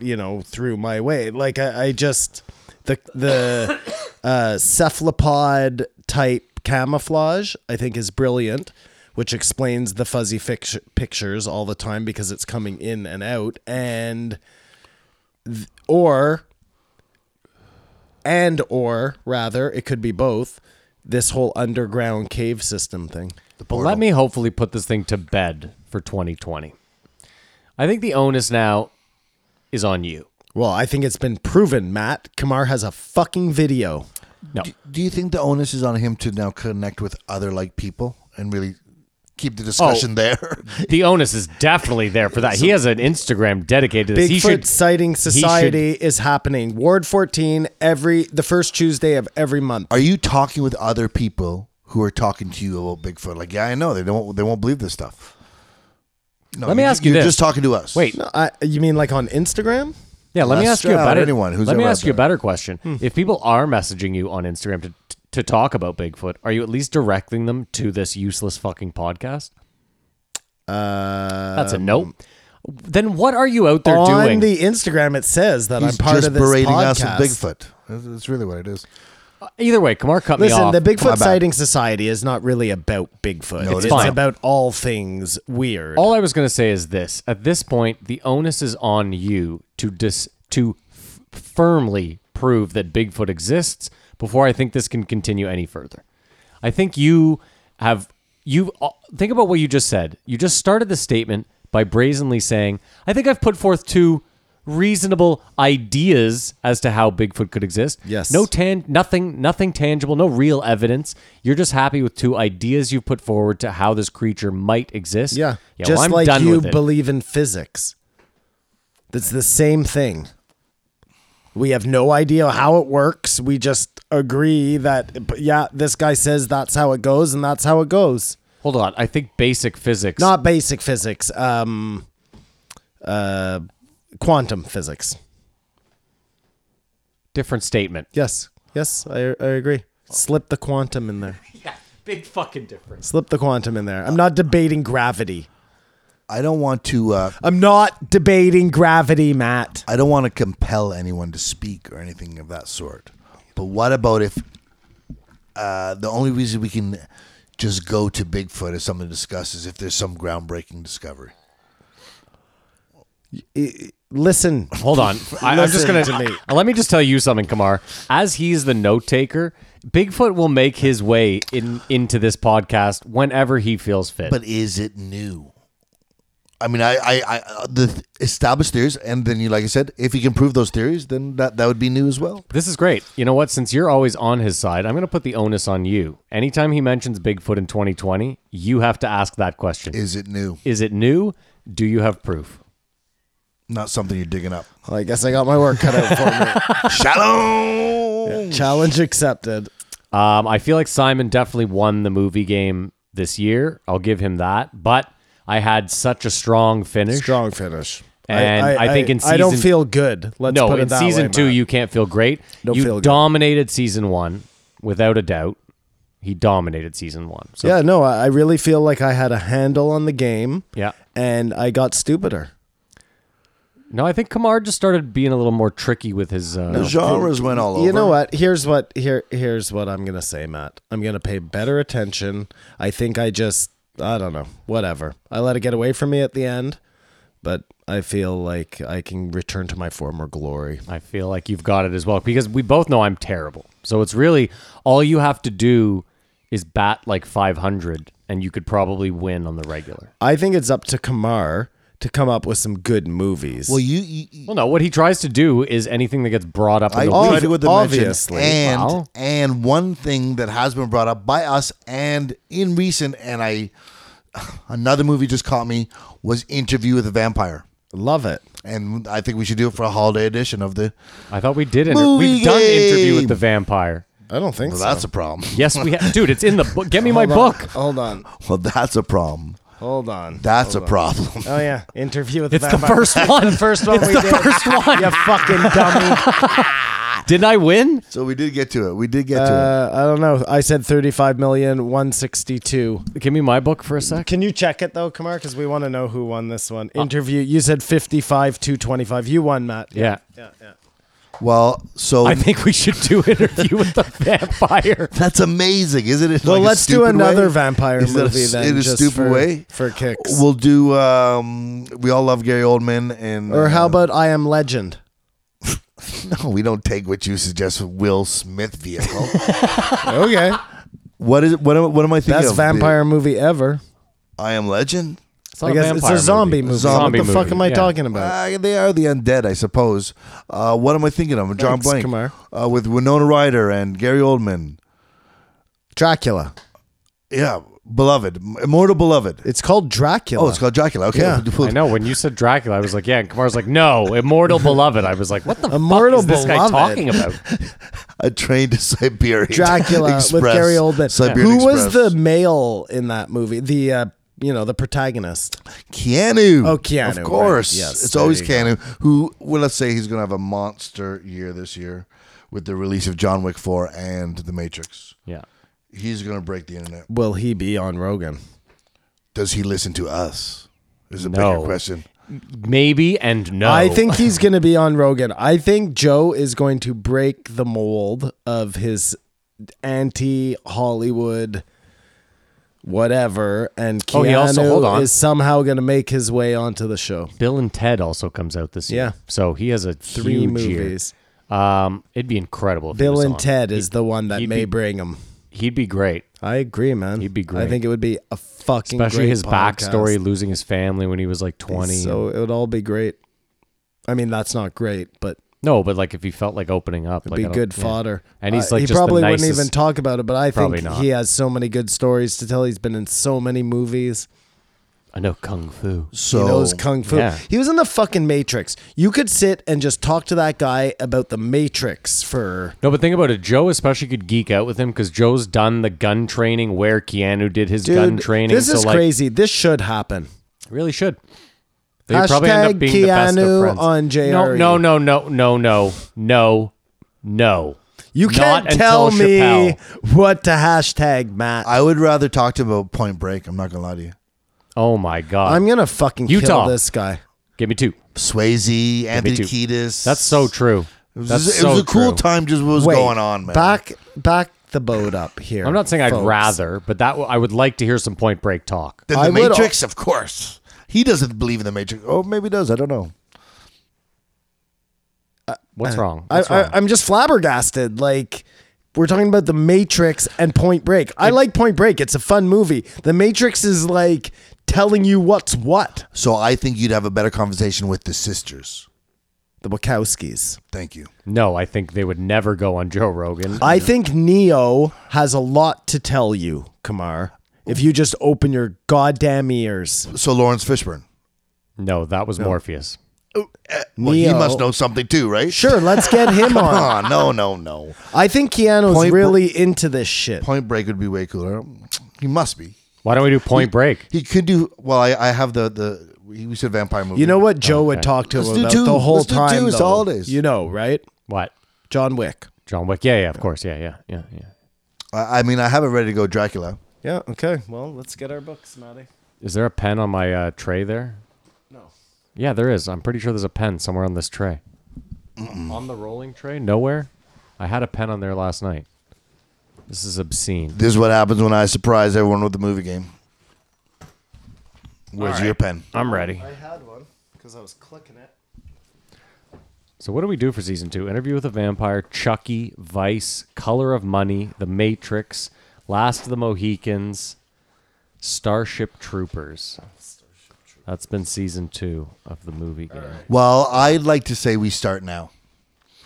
Speaker 3: you know, threw my way. Like I, I just the the uh, cephalopod type camouflage I think is brilliant, which explains the fuzzy fix- pictures all the time because it's coming in and out and th- or and or rather it could be both this whole underground cave system thing
Speaker 1: But let me hopefully put this thing to bed for 2020. I think the onus now is on you.
Speaker 3: Well, I think it's been proven, Matt. Kamar has a fucking video.
Speaker 1: No,
Speaker 2: Do you think the onus is on him to now connect with other like people and really keep the discussion there.
Speaker 1: The onus is definitely there for that. he has an Instagram dedicated to this. He
Speaker 3: Bigfoot
Speaker 1: should,
Speaker 3: sighting society is happening. Ward 14 every the first Tuesday of every month.
Speaker 2: Are you talking with other people who are talking to you about Bigfoot? Like, yeah, I know they don't. They won't believe this stuff. No,
Speaker 1: Let me ask you
Speaker 2: You're
Speaker 1: this.
Speaker 2: just talking to us.
Speaker 1: Wait.
Speaker 3: No, I, you mean like on Instagram?
Speaker 1: yeah, let me
Speaker 2: Lester
Speaker 1: ask you a
Speaker 2: out,
Speaker 1: better.
Speaker 2: anyone who's
Speaker 1: let me
Speaker 2: ever
Speaker 1: ask
Speaker 2: out
Speaker 1: you a
Speaker 2: there.
Speaker 1: better question.
Speaker 3: Hmm.
Speaker 1: If people are messaging you on Instagram to to talk about Bigfoot, are you at least directing them to this useless fucking podcast?
Speaker 3: Uh,
Speaker 1: That's a nope. Then what are you out there
Speaker 3: on
Speaker 1: doing?
Speaker 3: the Instagram it says that
Speaker 2: he's
Speaker 3: I'm part
Speaker 2: just
Speaker 3: of this
Speaker 2: berating
Speaker 3: podcast.
Speaker 2: us with Bigfoot. That's, that's really what it is.
Speaker 1: Either way, Kamar cut me
Speaker 3: Listen,
Speaker 1: off.
Speaker 3: the
Speaker 2: My
Speaker 3: Bigfoot
Speaker 2: bad.
Speaker 3: sighting society is not really about Bigfoot.
Speaker 2: No, it
Speaker 3: it's
Speaker 2: is not.
Speaker 3: about all things weird.
Speaker 1: All I was going to say is this: at this point, the onus is on you to dis to f- firmly prove that Bigfoot exists before I think this can continue any further. I think you have you think about what you just said. You just started the statement by brazenly saying, "I think I've put forth two reasonable ideas as to how Bigfoot could exist."
Speaker 3: Yes.
Speaker 1: No tan- nothing nothing tangible no real evidence you're just happy with two ideas you've put forward to how this creature might exist
Speaker 3: yeah,
Speaker 1: yeah
Speaker 3: just
Speaker 1: well, i'm
Speaker 3: like
Speaker 1: done
Speaker 3: you
Speaker 1: with it
Speaker 3: believe in physics. That's the same thing. We have no idea how it works. We just agree that but yeah, this guy says that's how it goes, and that's how it goes.
Speaker 1: hold on i think basic physics
Speaker 3: Not basic physics. Um, uh, quantum physics.
Speaker 1: different statement
Speaker 3: Yes, yes, I, I agree. Slip the quantum in there.
Speaker 1: yeah big fucking difference
Speaker 3: Slip the quantum in there. I'm not debating gravity.
Speaker 2: I don't want to. Uh,
Speaker 3: I'm not debating gravity, Matt.
Speaker 2: I don't want to compel anyone to speak or anything of that sort. But what about if uh, the only reason we can just go to Bigfoot as something to discuss is if there's some groundbreaking discovery?
Speaker 3: Listen,
Speaker 1: hold on I, i'm just
Speaker 3: Listen
Speaker 1: gonna
Speaker 3: to me.
Speaker 1: let me just tell you something kamar as he's the note taker bigfoot will make his way in into this podcast whenever he feels fit
Speaker 2: But is it new? I mean, I, I, I uh, the th- established theories, and then you, like I said, if you can prove those theories, then that that would be new as well.
Speaker 1: This is great. You know what? Since you're always on his side, I'm going to put the onus on you. Anytime he mentions Bigfoot in 2020, you have to ask that question. Is,
Speaker 2: Is it new?
Speaker 1: it new? Do you have proof?
Speaker 2: Not something you're digging up.
Speaker 3: Well, I guess I got my work cut out for
Speaker 2: Shalom.
Speaker 3: me. Challenge accepted.
Speaker 1: Um, I feel like Simon definitely won the movie game this year. I'll give him that. But I had such a strong finish.
Speaker 3: Strong finish.
Speaker 1: And I think in
Speaker 3: I don't
Speaker 1: season-
Speaker 3: feel good. Let's
Speaker 1: no,
Speaker 3: put it
Speaker 1: in
Speaker 3: that
Speaker 1: season
Speaker 3: way,
Speaker 1: two,
Speaker 3: Matt.
Speaker 1: you can't feel great.
Speaker 3: Don't
Speaker 1: you
Speaker 3: feel good.
Speaker 1: dominated season one without a doubt. He dominated season one. So,
Speaker 3: Yeah, no, I I really feel like I had a handle on the game.
Speaker 1: Yeah.
Speaker 3: and I got stupider.
Speaker 1: No, I think Kamar just started being a little more tricky with his. Uh,
Speaker 2: The genres went all over.
Speaker 3: You know what? Here's what here here's what I'm gonna say, Matt. I'm gonna pay better attention. I think I just I don't know, whatever. I let it get away from me at the end, but I feel like I can return to my former glory.
Speaker 1: I feel like you've got it as well because we both know I'm terrible. So it's really all you have to do is bat like 500 and you could probably win on the regular.
Speaker 3: I think it's up to Kamar to come up with some good movies.
Speaker 2: Well, you, you, you
Speaker 1: Well, no, what he tries to do is anything that gets brought up in
Speaker 2: I
Speaker 1: the
Speaker 3: Oh,
Speaker 1: week.
Speaker 2: tried to go with the
Speaker 3: obviously.
Speaker 2: mention, and
Speaker 1: Wow.
Speaker 2: and one thing that has been brought up by us and in recent, and I another movie just caught me was Interview with a Vampire,
Speaker 3: love it.
Speaker 2: and I think we should do it for a holiday edition of the.
Speaker 1: I thought we did inter-
Speaker 2: Movie
Speaker 1: we've done interview with
Speaker 2: game.
Speaker 1: the vampire.
Speaker 3: I don't think
Speaker 2: Well,
Speaker 3: so.
Speaker 2: that's a problem.
Speaker 1: Yes, we have. Dude, it's in the book. Get me my
Speaker 3: Hold on,
Speaker 1: book.
Speaker 3: Hold on.
Speaker 2: Well, that's a problem.
Speaker 3: Hold on.
Speaker 2: That's a problem.
Speaker 3: Oh yeah, interview with
Speaker 1: It's
Speaker 3: the
Speaker 1: the
Speaker 3: vampire.
Speaker 1: first one.
Speaker 3: The first one we did. First one. You fucking dummy.
Speaker 1: Didn't I win?
Speaker 2: So we did get to it. We did get to it.
Speaker 3: Uh, I don't know. I said 35 million 162.
Speaker 1: Give me my book for a sec.
Speaker 3: Can you check it though, Kamar? Because we want to know who won this one.
Speaker 1: Uh,
Speaker 3: Interview. You said 55 225. You won, Matt.
Speaker 1: Yeah.
Speaker 3: Yeah. yeah.
Speaker 2: Well, so
Speaker 1: I think we should do interview with the vampire.
Speaker 2: that's amazing, isn't it?
Speaker 3: Well,
Speaker 2: Like a
Speaker 3: let's do
Speaker 2: stupid
Speaker 3: another
Speaker 2: way?
Speaker 3: vampire
Speaker 2: Is that a
Speaker 3: movie
Speaker 2: s-
Speaker 3: then.
Speaker 2: In a
Speaker 3: just
Speaker 2: stupid
Speaker 3: for,
Speaker 2: way.
Speaker 3: for kicks.
Speaker 2: We'll do. Um, we all love Gary Oldman, and
Speaker 3: or how
Speaker 2: uh,
Speaker 3: about I Am Legend?
Speaker 2: No, we don't take what you suggest. Will Smith vehicle.
Speaker 3: okay,
Speaker 2: what is? What am? What am I thinking?
Speaker 3: best
Speaker 2: of?
Speaker 3: vampire movie ever.
Speaker 2: The I Am Legend.
Speaker 1: It's not
Speaker 3: I guess it's
Speaker 1: vampire
Speaker 3: a zombie movie.
Speaker 1: Zombie
Speaker 3: what the fuck
Speaker 1: movie,
Speaker 3: am I
Speaker 1: yeah.
Speaker 3: talking about?
Speaker 2: Uh, they are the undead, I suppose. Uh, what am I thinking of? John
Speaker 3: Thanks,
Speaker 2: Blank
Speaker 3: Kumar.
Speaker 2: Uh, with Winona Ryder and Gary Oldman.
Speaker 3: Dracula.
Speaker 2: Yeah, Beloved, Immortal Beloved.
Speaker 3: It's called Dracula.
Speaker 2: Oh, it's called Dracula. Okay.
Speaker 3: Yeah.
Speaker 1: I know when you said Dracula, I was like, yeah. And Kamar's like, no, immortal beloved. I was like, what the
Speaker 3: Immortal
Speaker 1: fuck is this
Speaker 3: Beloved.
Speaker 1: guy talking about?
Speaker 2: A train to Siberia.
Speaker 3: Dracula with
Speaker 2: Express.
Speaker 3: Gary Oldman.
Speaker 2: Siberian
Speaker 3: Who was
Speaker 2: Express.
Speaker 3: the male in that movie? The uh, you know the protagonist.
Speaker 2: Keanu?
Speaker 3: Oh, Keanu,
Speaker 2: Of
Speaker 3: right.
Speaker 2: course.
Speaker 3: Yes,
Speaker 2: It's
Speaker 3: there
Speaker 2: always
Speaker 3: you
Speaker 2: Keanu. Who? Well, let's say he's going to have a monster year this year with the release of John Wick Four and The Matrix.
Speaker 1: Yeah.
Speaker 2: He's going to break the internet.
Speaker 3: Will he be on Rogan?
Speaker 2: Does he listen to us? Is a
Speaker 1: No.
Speaker 2: bigger question.
Speaker 1: Maybe and no.
Speaker 3: I think he's going to be on Rogan. I think Joe is going to break the mold of his anti Hollywood whatever, and Keanu
Speaker 1: Oh, he also- hold on.
Speaker 3: is somehow going to make his way onto the show.
Speaker 1: Bill and Ted also comes out this year.
Speaker 3: Yeah.
Speaker 1: So he has a
Speaker 3: Three
Speaker 1: huge
Speaker 3: movies.
Speaker 1: year. Um, it'd be incredible. If he
Speaker 3: Bill
Speaker 1: was
Speaker 3: and
Speaker 1: on.
Speaker 3: Ted is the one that
Speaker 1: he'd
Speaker 3: may
Speaker 1: be-
Speaker 3: bring him.
Speaker 1: He'd be great,
Speaker 3: I agree, man.
Speaker 1: He'd be
Speaker 3: I
Speaker 1: great.
Speaker 3: think it would be a fucking
Speaker 1: especially
Speaker 3: great
Speaker 1: his
Speaker 3: podcast.
Speaker 1: backstory, losing his family when he was like twenty.
Speaker 3: So it would all be great. I mean, that's not great, but
Speaker 1: no, but like if he felt like opening up,
Speaker 3: It'd
Speaker 1: like, I
Speaker 3: be
Speaker 1: don't-
Speaker 3: good
Speaker 1: yeah.
Speaker 3: fodder.
Speaker 1: And he's, like,
Speaker 3: he
Speaker 1: just the
Speaker 3: probably wouldn't
Speaker 1: nicest-
Speaker 3: even talk about it, but I
Speaker 1: Probably
Speaker 3: think
Speaker 1: not.
Speaker 3: he has so many good stories to tell. He's been in so many movies.
Speaker 1: I know kung fu.
Speaker 2: So
Speaker 3: he knows kung fu.
Speaker 1: Yeah.
Speaker 3: He was in the fucking Matrix. You could sit and just talk to that guy about the Matrix for
Speaker 1: No, but think about it. Joe especially could geek out with him because Joe's done the gun training where Keanu did his
Speaker 3: dude.
Speaker 1: gun training.
Speaker 3: This
Speaker 1: so
Speaker 3: is
Speaker 1: like,
Speaker 3: crazy. This should happen.
Speaker 1: Really should. They
Speaker 3: Hashtag
Speaker 1: probably end up being the best of
Speaker 3: Keanu
Speaker 1: friends.
Speaker 3: on
Speaker 1: No,
Speaker 3: JRE.
Speaker 1: no, no, no, no, no, no, no.
Speaker 3: You
Speaker 1: Not
Speaker 3: can't
Speaker 1: until
Speaker 3: tell me
Speaker 1: Chappelle.
Speaker 3: what to hashtag, Matt. I,
Speaker 2: I would rather talk to him about Point Break. I'm not going to lie to you.
Speaker 1: Oh my god!
Speaker 3: am gonna fucking
Speaker 1: Utah.
Speaker 3: kill this guy.
Speaker 1: Give me two.
Speaker 2: Swayze, Anthony
Speaker 1: two.
Speaker 2: Kiedis.
Speaker 1: That's so true.
Speaker 2: It was,
Speaker 1: That's
Speaker 2: it
Speaker 1: so
Speaker 2: was a cool
Speaker 1: true.
Speaker 2: time. Just what was
Speaker 3: Wait,
Speaker 2: going on, man.
Speaker 3: Back, back the boat up here.
Speaker 1: I'm not saying I'd
Speaker 3: folks.
Speaker 1: rather, but that w- I would like to hear some Point Break talk.
Speaker 2: Then
Speaker 3: I
Speaker 2: the
Speaker 3: would al-
Speaker 2: Matrix, of course. He doesn't believe in the Matrix. Oh, maybe he does. I don't know.
Speaker 1: What's
Speaker 2: uh,
Speaker 1: wrong?
Speaker 3: I,
Speaker 1: What's wrong?
Speaker 3: I, I'm just flabbergasted. Like we're talking about the Matrix and Point Break. I like Point Break. It's a fun movie. The Matrix is like telling you what's what.
Speaker 2: So I think you'd have a better conversation with the sisters.
Speaker 3: The Wachowskis.
Speaker 2: Thank you.
Speaker 1: no, I think they would never go on Joe Rogan.
Speaker 3: I think Neo has a lot to tell you, Kamar. If you just open your goddamn ears,
Speaker 2: So Lawrence Fishburne.
Speaker 1: no, that was Morpheus.
Speaker 2: Well, he
Speaker 3: Neo.
Speaker 2: must know something too, right?
Speaker 3: sure, let's get him on.
Speaker 2: Ah, no, no, no.
Speaker 3: I think Keanu's
Speaker 2: Point Bre-
Speaker 3: really into this shit.
Speaker 2: Point Break would be way cooler. He must be.
Speaker 1: Why don't we do Point Break?
Speaker 2: He could do. Well, I, I have the the. We said vampire movie.
Speaker 3: You know what Joe would talk to
Speaker 2: Let's
Speaker 3: him
Speaker 2: do
Speaker 3: about
Speaker 2: two.
Speaker 3: the whole
Speaker 2: Let's do
Speaker 3: time?
Speaker 2: two. It's the
Speaker 3: though.
Speaker 2: holidays.
Speaker 3: You know, right?
Speaker 1: What?
Speaker 3: John Wick.
Speaker 1: John Wick? Yeah, yeah, of course. Yeah, yeah, yeah, yeah.
Speaker 2: I, I mean, I have it ready to go. Dracula.
Speaker 3: Yeah. Okay. Well, let's get our books, Matty.
Speaker 1: Is there a pen on my uh, tray there?
Speaker 3: No.
Speaker 1: Yeah, there is. I'm pretty sure there's a pen somewhere on this tray. On the rolling tray? Nowhere? I had a pen on there last night. This is obscene.
Speaker 2: This is what happens when I surprise everyone with the movie game. Where's your pen?
Speaker 1: I'm ready.
Speaker 3: had one because I was clicking it.
Speaker 1: So, what do we do for season two? Interview with a Vampire, Chucky, Vice, Color of Money, The Matrix, Last of the Mohicans, Starship Troopers. That's been season two of the movie game.
Speaker 2: Well, I'd like to say we start now.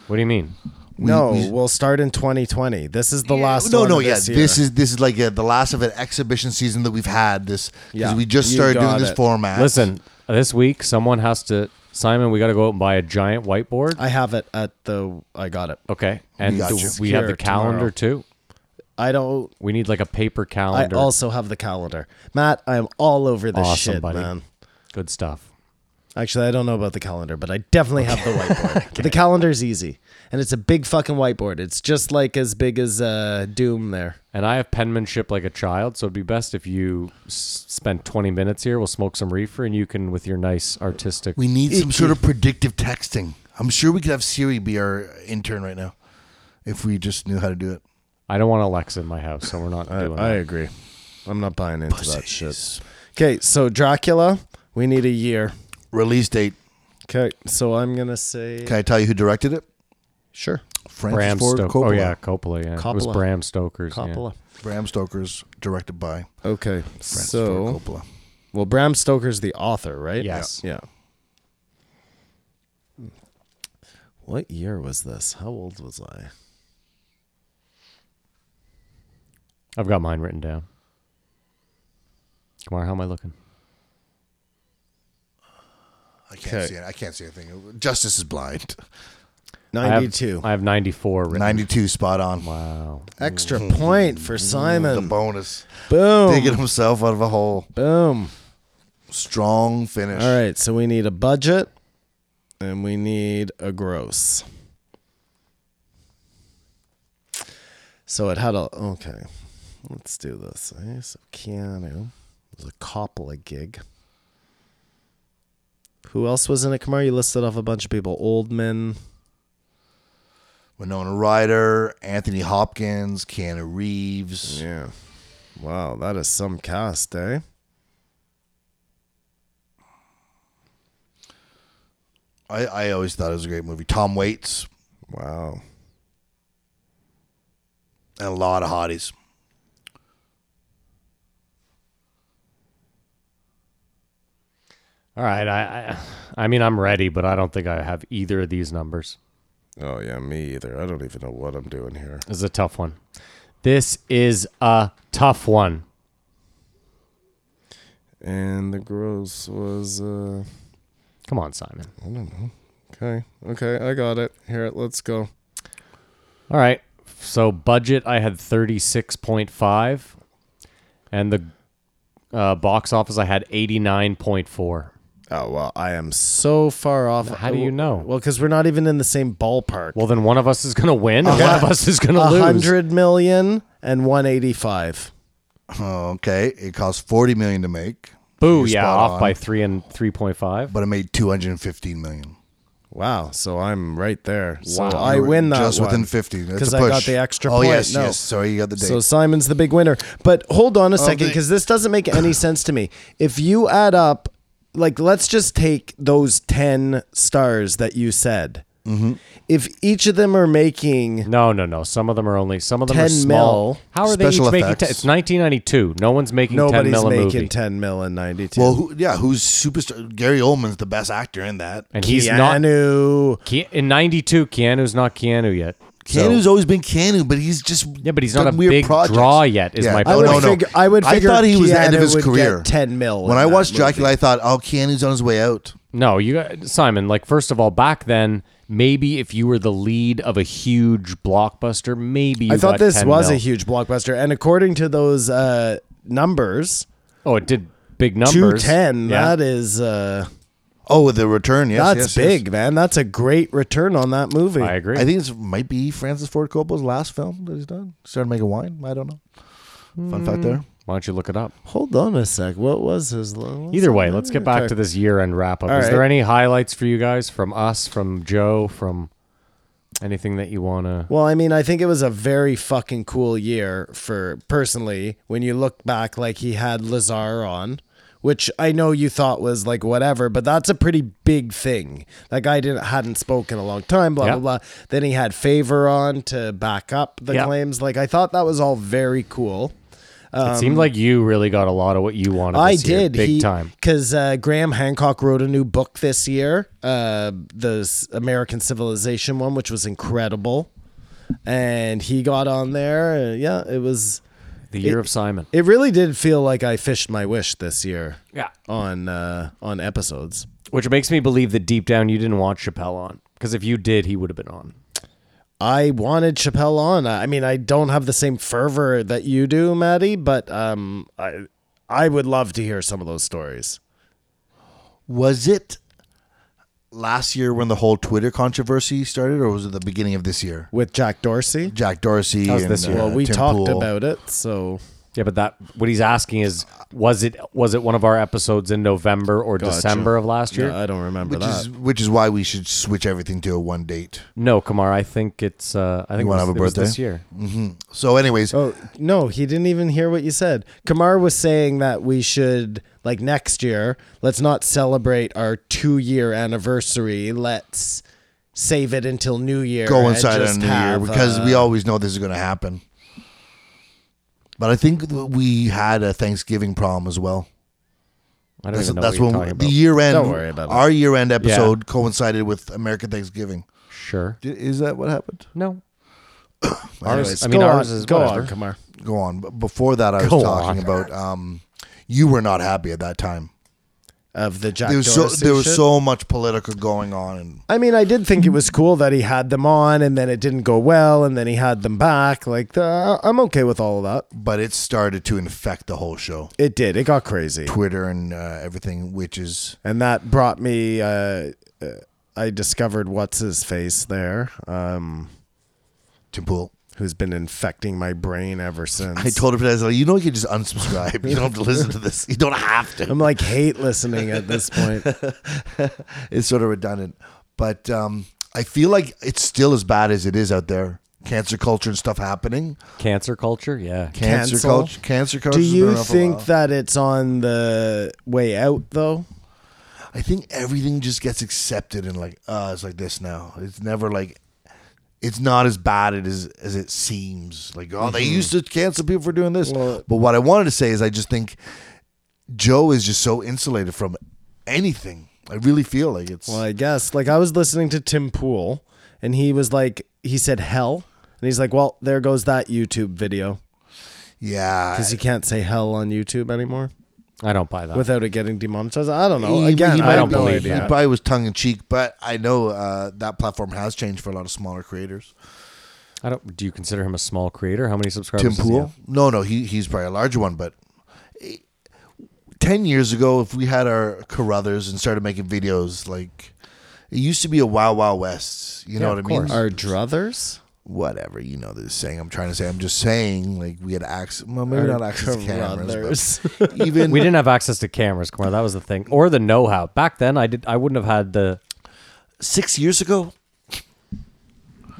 Speaker 1: What do you mean?
Speaker 3: no, we, will start in 2020. This is the last.
Speaker 2: no,
Speaker 3: one
Speaker 2: no,
Speaker 3: of
Speaker 2: yeah.
Speaker 3: this
Speaker 2: This,
Speaker 3: year.
Speaker 2: is this is like uh the last of an exhibition season that we've had. This because
Speaker 3: Yeah,
Speaker 2: we just
Speaker 3: you
Speaker 2: started doing
Speaker 3: got
Speaker 2: this
Speaker 3: it.
Speaker 2: format.
Speaker 1: Listen, this week someone has to. Simon, we got to go out and buy a giant whiteboard.
Speaker 3: I have it at the. I got it.
Speaker 1: Okay, and
Speaker 2: got
Speaker 1: th-
Speaker 2: you.
Speaker 1: we have
Speaker 3: Here
Speaker 1: the calendar too.
Speaker 3: I don't.
Speaker 1: We need like a paper
Speaker 3: I
Speaker 1: calendar.
Speaker 3: also have the calendar, Matt. I am all over this
Speaker 1: Awesome,
Speaker 3: shit,
Speaker 1: buddy.
Speaker 3: man.
Speaker 1: Good stuff.
Speaker 3: Actually, I don't know about the calendar, but I definitely have the whiteboard. The calendar's easy, and it's a big fucking whiteboard. It's just like as big as uh, Doom. There,
Speaker 1: And I have penmanship like a child, so it'd be best if you s- spend 20 minutes here. We'll smoke some reefer, and you can, with your nice artistic.
Speaker 2: we need some sort of predictive texting. I'm sure we could have Siri be our intern right now if we just knew how to do it.
Speaker 1: I don't want Alexa in my house, so we're not doing that.
Speaker 3: agree. I'm not buying into that shit. Okay, so Dracula, we need a year.
Speaker 2: Release date.
Speaker 3: Okay, so I'm gonna say
Speaker 2: Can I tell you who directed it?
Speaker 3: sure.
Speaker 2: Francis
Speaker 1: Bram
Speaker 2: Ford
Speaker 1: Stoker.
Speaker 2: Coppola.
Speaker 1: Oh yeah, Coppola. Yeah, it was
Speaker 3: Coppola.
Speaker 1: Bram Stoker's. yeah.
Speaker 3: Coppola.
Speaker 2: Bram Stoker's directed by
Speaker 3: Okay,
Speaker 2: Francis
Speaker 3: so
Speaker 2: Ford Coppola.
Speaker 3: well, Bram Stoker's the author, right?
Speaker 1: Yes.
Speaker 3: Yeah. What year was this? How old was I?
Speaker 1: I've got mine written down. Kamar, how am I looking?
Speaker 2: I can't see it. I can't see anything. Justice is blind.
Speaker 3: 92.
Speaker 1: I have, I have 94 written.
Speaker 2: Ninety-two, spot on.
Speaker 1: Wow.
Speaker 3: Extra point for
Speaker 2: The
Speaker 3: Simon.
Speaker 2: bonus.
Speaker 3: Boom.
Speaker 2: Digging himself out of a hole.
Speaker 3: Boom.
Speaker 2: Strong finish.
Speaker 3: All right, so we need a budget and we need a gross. So it had a okay. Let's do this. eh? So Keanu was a Coppola gig. Who else was in it? Kamar, you listed off a bunch of people. Oldman.
Speaker 2: Winona Ryder, Anthony Hopkins, Keanu Reeves.
Speaker 3: Yeah. Wow, that is some cast, eh?
Speaker 2: I, I always thought it was a great movie. Tom Waits
Speaker 3: Wow.
Speaker 2: and a lot of hotties.
Speaker 1: All right. I, I I mean, I'm ready, but I don't think I have either of these numbers.
Speaker 3: Oh yeah, me either. I don't even know what I'm doing here.
Speaker 1: This is a tough one. This is a tough one.
Speaker 3: And the gross was uh
Speaker 1: Come on, Simon.
Speaker 3: I don't know. Okay. Okay. I got it. Here, let's go.
Speaker 1: All right. So budget, I had 36.5, and the uh, box office, I had 89.4.
Speaker 3: Oh, well, I am so far off.
Speaker 1: How do you know?
Speaker 3: Well, because we're not even in the same ballpark.
Speaker 1: Well, then one of us is going to win, and one of us is going to lose.
Speaker 3: 100 million and 185.
Speaker 2: Oh, okay. It cost forty million to make.
Speaker 1: Boo!
Speaker 2: You're
Speaker 1: Yeah,
Speaker 2: spot
Speaker 1: off
Speaker 2: on.
Speaker 1: by three and 3.5.
Speaker 2: But it made two hundred and fifteen million.
Speaker 3: Wow. So I'm right there. So
Speaker 1: Wow.
Speaker 3: I win that
Speaker 2: Just
Speaker 3: one.
Speaker 2: within fifty. That's
Speaker 3: Because
Speaker 2: a
Speaker 3: I got
Speaker 2: push.
Speaker 3: the extra
Speaker 2: Oh
Speaker 3: point.
Speaker 2: yes,
Speaker 3: No.
Speaker 2: yes. Sorry, you got the date.
Speaker 3: So Simon's the big winner. But hold on a second,
Speaker 2: the-
Speaker 3: because this doesn't make any sense to me. If you add up, like, let's just take those 10 stars that you said.
Speaker 2: Mm-hmm.
Speaker 3: If each of them are making
Speaker 1: No, no, no. Some of them are only some of them are
Speaker 3: 10
Speaker 1: small.
Speaker 3: mil.
Speaker 1: How are
Speaker 2: Special
Speaker 1: they each making?
Speaker 2: effects.
Speaker 1: Ten, it's 1992. No one's making 10
Speaker 3: Nobody's
Speaker 1: mil a
Speaker 3: making
Speaker 1: movie,
Speaker 3: 10 mil in 92.
Speaker 2: well, who, yeah, who's superstar? Gary Oldman's the best actor in that.
Speaker 1: and he's not.
Speaker 3: Keanu.
Speaker 1: Ke- in 92, Keanu's not Keanu yet. So-
Speaker 2: Keanu's always been Keanu, but he's just
Speaker 1: Yeah, but he's not
Speaker 2: done
Speaker 1: a
Speaker 2: weird
Speaker 1: big
Speaker 2: projects.
Speaker 1: draw yet, is my
Speaker 3: I would
Speaker 1: No, no.
Speaker 3: figure. I would
Speaker 2: I
Speaker 3: figure.
Speaker 2: thought he was the
Speaker 3: Keanu
Speaker 2: end of his
Speaker 3: would get
Speaker 2: career.
Speaker 3: Ten mil.
Speaker 2: When
Speaker 3: in
Speaker 2: I
Speaker 3: that
Speaker 2: watched
Speaker 3: movie.
Speaker 2: Dracula, I thought, "Oh, Keanu's on his way out."
Speaker 1: No, you got Simon, like first of all, back then, maybe if you were the lead of a huge blockbuster, maybe you
Speaker 3: I thought
Speaker 1: got
Speaker 3: this
Speaker 1: 10
Speaker 3: was
Speaker 1: mil.
Speaker 3: a huge blockbuster, and according to those uh, numbers,
Speaker 1: Oh, it did big
Speaker 3: two
Speaker 1: numbers.
Speaker 3: ten.
Speaker 1: Yeah.
Speaker 3: That is. Uh,
Speaker 2: Oh, the return. Yes,
Speaker 3: that's
Speaker 2: yes, yes.
Speaker 3: big, man. That's a great return on that movie.
Speaker 1: I agree.
Speaker 2: I think this might be Francis Ford Coppola's last film that he's done. Started making wine. I don't know. Fun fact
Speaker 3: Hmm.
Speaker 2: there.
Speaker 1: Why don't you look it up?
Speaker 3: Hold on a sec. What was his? what was
Speaker 1: Either
Speaker 3: it?
Speaker 1: way, let's get back
Speaker 3: Okay.
Speaker 1: to this year end wrap up.
Speaker 3: All
Speaker 1: Is
Speaker 3: right.
Speaker 1: there any highlights for you guys from us, from Joe, from anything that you want to?
Speaker 3: Well, I mean, I think it was a very fucking cool year for personally when you look back like he had Lazar on, which I know you thought was like whatever, but that's a pretty big thing. That guy didn't hadn't spoken a long time, blah
Speaker 1: Yeah.
Speaker 3: blah blah. Then he had Favor on to back up the
Speaker 1: Yeah.
Speaker 3: claims. Like I thought that was all very cool.
Speaker 1: it seemed like you really got a lot of what you wanted.
Speaker 3: Um, I
Speaker 1: this year,
Speaker 3: did
Speaker 1: big time.
Speaker 3: because uh, Graham Hancock wrote a new book this year, uh, the S- American Civilization one, which was incredible, and he got on there. Uh, yeah, it was.
Speaker 1: The year of Simon.
Speaker 3: It really did feel like I fished my wish this year
Speaker 1: yeah,
Speaker 3: on uh, on episodes.
Speaker 1: which makes me believe that deep down you didn't want Chappelle on, because if you did, he would have been on.
Speaker 3: I wanted Chappelle on. I I mean, I don't have the same fervor that you do, Maddie, but um, I I would love to hear some of those stories.
Speaker 2: Was it last year when the whole Twitter controversy started, or was it the beginning of this year?
Speaker 3: With Jack Dorsey,
Speaker 2: Jack Dorsey.
Speaker 1: was
Speaker 2: and,
Speaker 1: this year.
Speaker 2: uh,
Speaker 3: well, we
Speaker 2: Tim
Speaker 3: talked
Speaker 2: Pool.
Speaker 3: about it, so
Speaker 1: Yeah, but that what he's asking is was it was it one of our episodes in November or December of last year?
Speaker 3: Yeah, I don't remember
Speaker 2: which
Speaker 3: that.
Speaker 2: is which is why we should switch everything to a one date.
Speaker 1: no, Kamar, I think it's uh I think it
Speaker 2: wanna
Speaker 1: was,
Speaker 2: have a
Speaker 1: it was
Speaker 2: birthday?
Speaker 1: this year.
Speaker 2: So, anyways,
Speaker 3: Oh no, he didn't even hear what you said. Kamar was saying that we should like next year. Let's not celebrate our two-year anniversary. Let's save it until New Year.
Speaker 2: go
Speaker 3: and
Speaker 2: inside
Speaker 3: just
Speaker 2: on New Year
Speaker 3: have,
Speaker 2: because
Speaker 3: uh,
Speaker 2: we always know this is going to happen. But I think th- we had a Thanksgiving problem as well.
Speaker 1: I don't
Speaker 2: That's,
Speaker 1: even know
Speaker 2: that's
Speaker 1: what
Speaker 2: when
Speaker 1: you're
Speaker 2: we-
Speaker 1: talking
Speaker 2: the
Speaker 1: about.
Speaker 2: year end,
Speaker 3: Don't worry about it.
Speaker 2: our year end episode coincided with American Thanksgiving.
Speaker 1: sure.
Speaker 2: D- Is that what happened?
Speaker 1: No.
Speaker 3: Anyways,
Speaker 1: I mean,
Speaker 3: go
Speaker 1: ours
Speaker 3: on,
Speaker 1: is
Speaker 3: go
Speaker 1: whatever.
Speaker 3: on, Kamar.
Speaker 2: Go on. But before that, I was
Speaker 1: Go on.
Speaker 2: talking about um, you were not happy at that time.
Speaker 3: of the Jack
Speaker 2: There was so
Speaker 3: Dorsey
Speaker 2: there was
Speaker 3: shit.
Speaker 2: so much political going on, and
Speaker 3: I mean, I did think it was cool that he had them on, and then it didn't go well, and then he had them back. Like, uh, I'm okay with all of that.
Speaker 2: but it started to infect the whole show,
Speaker 3: It did. It got crazy,
Speaker 2: Twitter and uh, everything, which is
Speaker 3: and that brought me. Uh, uh, I discovered what's his face there, um,
Speaker 2: Tim Pool.
Speaker 3: who's been infecting my brain ever since.
Speaker 2: I told him, I was like, you know, you can just unsubscribe. You don't have to listen to this. You don't have to.
Speaker 3: I'm like hate listening at this point.
Speaker 2: It's sort of redundant, but um, I feel like it's still as bad as it is out there. Cancer culture and stuff happening.
Speaker 1: Cancer culture, yeah.
Speaker 2: Cancer
Speaker 3: Cancel.
Speaker 2: culture. Cancer culture.
Speaker 3: Do you think that it's on the way out though?
Speaker 2: I think everything just gets accepted and like, uh, it's like this now. It's never like, it's not as bad it is as it seems. Like, oh, they used to cancel people for doing this.
Speaker 3: Mm-hmm. Well-
Speaker 2: but what I wanted to say is, I just think Joe is just so insulated from anything. I really feel like it's.
Speaker 3: Well, I guess. Like I was listening to Tim Pool and he was like he said hell and he's like, "Well, there goes that YouTube video
Speaker 2: Yeah.
Speaker 3: cuz you can't say hell on YouTube anymore
Speaker 1: I don't buy that.
Speaker 3: without it getting demonetized." I don't
Speaker 1: Oh,
Speaker 3: know.
Speaker 2: He-
Speaker 3: Again,
Speaker 2: he
Speaker 3: I
Speaker 2: might
Speaker 3: don't
Speaker 2: be-
Speaker 3: believe
Speaker 2: He
Speaker 3: that.
Speaker 2: probably was tongue in cheek, but I know uh, that platform has changed for a lot of smaller creators.
Speaker 1: I don't. Do you consider him a small creator? How many
Speaker 2: Tim
Speaker 1: subscribers? does he
Speaker 2: Pool?
Speaker 1: have?
Speaker 2: No, no, he he's probably a larger one, but. eh, Ten years ago, if we had our Carruthers and started making videos, like it used to be a Wow Wow West, you know
Speaker 1: Yeah,
Speaker 2: what I
Speaker 1: of
Speaker 2: mean?
Speaker 1: course.
Speaker 3: Are druthers?
Speaker 2: Whatever, you know this saying. I'm trying to say. I'm just saying, like we had access. Well, maybe
Speaker 3: Our
Speaker 2: not access to cameras,
Speaker 3: Carruthers.
Speaker 2: but even
Speaker 1: We didn't have access to cameras, Kumar. That was the thing, or the know-how. Back then, I did. I wouldn't have had the.
Speaker 2: six years ago,
Speaker 1: It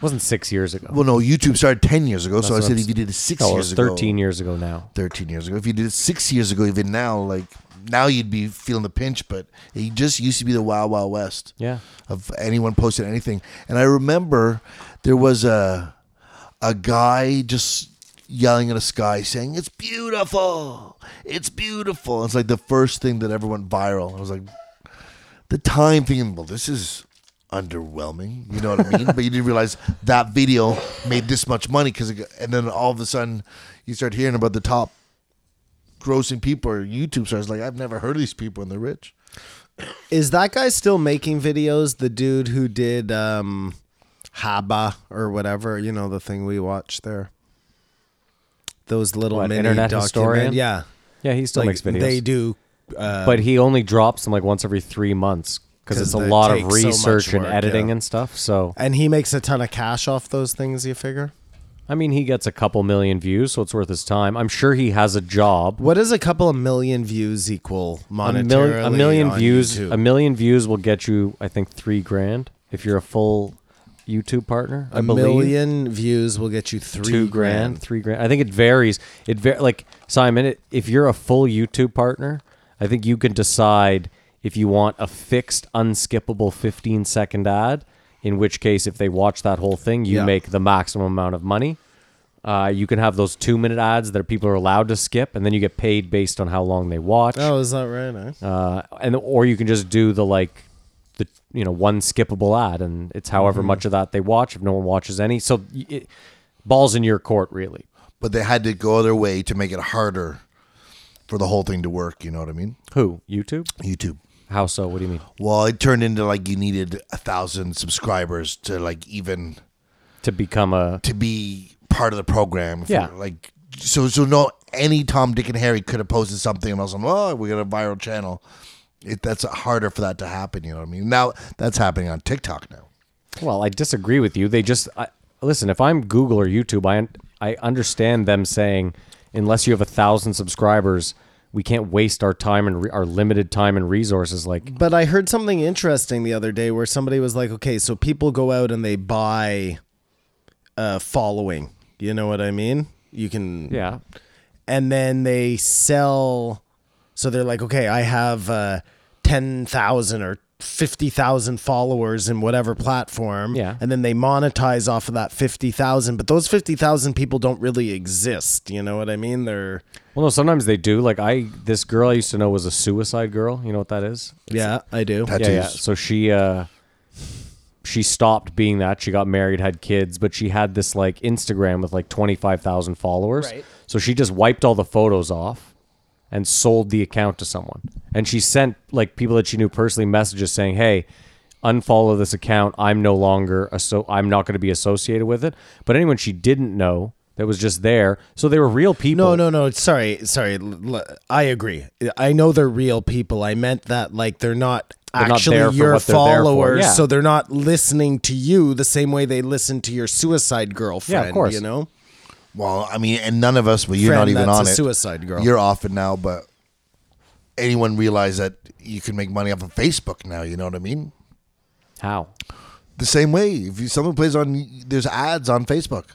Speaker 1: wasn't six years ago.
Speaker 2: Well, no, YouTube started 10 years ago. so I
Speaker 1: what
Speaker 2: said
Speaker 1: I'm
Speaker 2: if you did it six
Speaker 1: no, it
Speaker 2: years
Speaker 1: was
Speaker 2: ago.
Speaker 1: thirteen years ago now.
Speaker 2: 13 years ago. If you did it six years ago, even now, like now you'd be feeling the pinch, but it just used to be the Wild Wild West
Speaker 1: Yeah.
Speaker 2: of anyone posting anything. And I remember there was a, a guy just yelling at a sky saying, It's beautiful. It's beautiful. It's like the first thing that ever went viral. I was like, the time thinking, well, this is underwhelming. You know what I mean? but you didn't realize that video made this much money because, and then all of a sudden, you start hearing about the top grossing people or YouTube stars. Like I've never heard of these people, and they're rich.
Speaker 3: Is that guy still making videos? The dude who did um, Haba or whatever, you know, the thing we watched there. Those little
Speaker 1: What,
Speaker 3: mini
Speaker 1: internet
Speaker 3: document-
Speaker 1: historian?
Speaker 3: Yeah.
Speaker 1: Yeah, he still
Speaker 3: like,
Speaker 1: makes videos,
Speaker 3: They do. Uh,
Speaker 1: but he only drops them like once every three months because
Speaker 3: 'Cause
Speaker 1: it's a
Speaker 3: they
Speaker 1: lot
Speaker 3: take
Speaker 1: of
Speaker 3: so much
Speaker 1: research and
Speaker 3: work,
Speaker 1: editing
Speaker 3: yeah.
Speaker 1: and stuff. So,
Speaker 3: and he makes a ton of cash off those things, you figure?
Speaker 1: I mean, he gets a couple million views, so it's worth his time. I'm sure he has a job.
Speaker 3: What does a couple of million views equal
Speaker 1: a,
Speaker 3: monetarily?
Speaker 1: mil- a million
Speaker 3: on
Speaker 1: views
Speaker 3: YouTube?
Speaker 1: a million views will get you i think three grand if you're a full youtube partner I
Speaker 3: A
Speaker 1: believe
Speaker 3: million views will get you three
Speaker 1: two grand, three grand i think it varies it var- like simon it, if you're a full youtube partner i think you can decide if you want a fixed unskippable 15 second ad in which case if they watch that whole thing you
Speaker 3: Yeah.
Speaker 1: make the maximum amount of money uh, you can have those two minute ads that people are allowed to skip and then you get paid based on how long they watch
Speaker 3: Oh, is that right? Eh?
Speaker 1: uh, and or you can just do the like the you know one skippable ad and it's however
Speaker 3: Mm-hmm.
Speaker 1: much of that they watch if no one watches any so y- it, balls in your court really
Speaker 2: But they had to go their way to make it harder for the whole thing to work. You know what I mean?
Speaker 1: who youtube
Speaker 2: YouTube.
Speaker 1: how so what do you mean
Speaker 2: Well, it turned into like you needed a thousand subscribers to like even
Speaker 1: to become a
Speaker 2: to be part of the program. for-
Speaker 1: Yeah.
Speaker 2: Like so so no any Tom, Dick and Harry could have posted something and I was like, Oh, we got a viral channel. It that's harder for that to happen, you know what I mean? Now that's happening on TikTok now.
Speaker 1: Well, I disagree with you. They just I, listen. If I'm Google or YouTube, I I understand them saying unless you have a thousand subscribers, we can't waste our time and re- our limited time and resources. Like
Speaker 3: But I heard something interesting the other day where somebody was like, okay, so people go out and they buy uh, following. You know what I mean? You can.
Speaker 1: yeah,
Speaker 3: And then they sell. So they're like, okay, I have uh, 10,000 or 50,000 followers in whatever platform.
Speaker 1: Yeah.
Speaker 3: And then they monetize off of that 50,000. But those 50,000 people don't really exist. You know what I mean? They're.
Speaker 1: well, no. Sometimes they do. Like I, this girl I used to know was a suicide girl. You know what that is?
Speaker 3: Yeah, I do.
Speaker 2: That
Speaker 1: yeah, yeah.
Speaker 2: is-
Speaker 1: So she uh she stopped being that. She got married, had kids, but she had this like Instagram with like 25,000 followers.
Speaker 3: Right.
Speaker 1: So she just wiped all the photos off and sold the account to someone. And she sent like people that she knew personally messages saying, "Hey, unfollow this account. I'm no longer so I'm not going to be associated with it." But anyone she didn't know that was just there, so they were real people.
Speaker 3: No, no, no. Sorry, sorry. L- l- I agree. I know they're real people. I meant that like they're not
Speaker 1: not
Speaker 3: actually
Speaker 1: there for
Speaker 3: your
Speaker 1: what they're there for.
Speaker 3: followers,
Speaker 1: Yeah.
Speaker 3: so they're not listening to you the same way they listen to your suicide girlfriend.
Speaker 1: course.
Speaker 3: You know,
Speaker 2: Well, I mean, and none of us, but you're
Speaker 3: Friend
Speaker 2: not even
Speaker 3: that's
Speaker 2: on
Speaker 3: a
Speaker 2: it.
Speaker 3: suicide girl.
Speaker 2: You're off it now, but anyone realize that you can make money off of Facebook now? You know what I mean?
Speaker 1: How?
Speaker 2: The same way, if you, someone plays on, there's ads on Facebook.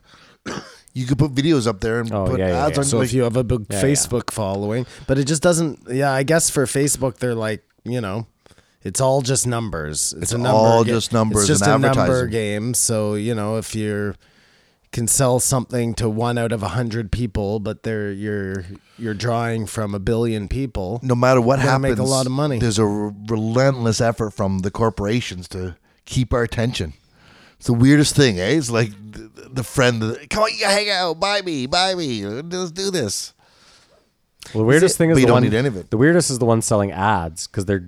Speaker 2: you could put videos up there and
Speaker 1: Oh,
Speaker 2: put
Speaker 1: yeah, yeah,
Speaker 2: ads
Speaker 1: yeah.
Speaker 2: on.
Speaker 1: It's
Speaker 3: so
Speaker 2: like,
Speaker 3: if you have a big
Speaker 1: Yeah, yeah.
Speaker 3: Facebook following, but it just doesn't. Yeah, I guess for Facebook, they're like you know. It's all just numbers. It's, a number
Speaker 2: all
Speaker 3: ga-
Speaker 2: just numbers
Speaker 3: It's just
Speaker 2: and
Speaker 3: a number
Speaker 2: advertising.
Speaker 3: game. So you know, if you're can sell something to one out of a hundred people, but they're you're you're drawing from a billion people.
Speaker 2: no matter what
Speaker 3: Gonna make
Speaker 2: happens,
Speaker 3: a lot of money.
Speaker 2: There's a re- relentless effort from the corporations to keep our attention. It's the weirdest thing, eh? It's like the, the friend. that, Come on, you gotta hang out. Buy me, buy me. Let's do this.
Speaker 1: Well, the weirdest thing is
Speaker 2: But you
Speaker 1: the
Speaker 2: don't
Speaker 1: one,
Speaker 2: need any of it.
Speaker 1: The weirdest is the one selling ads because they're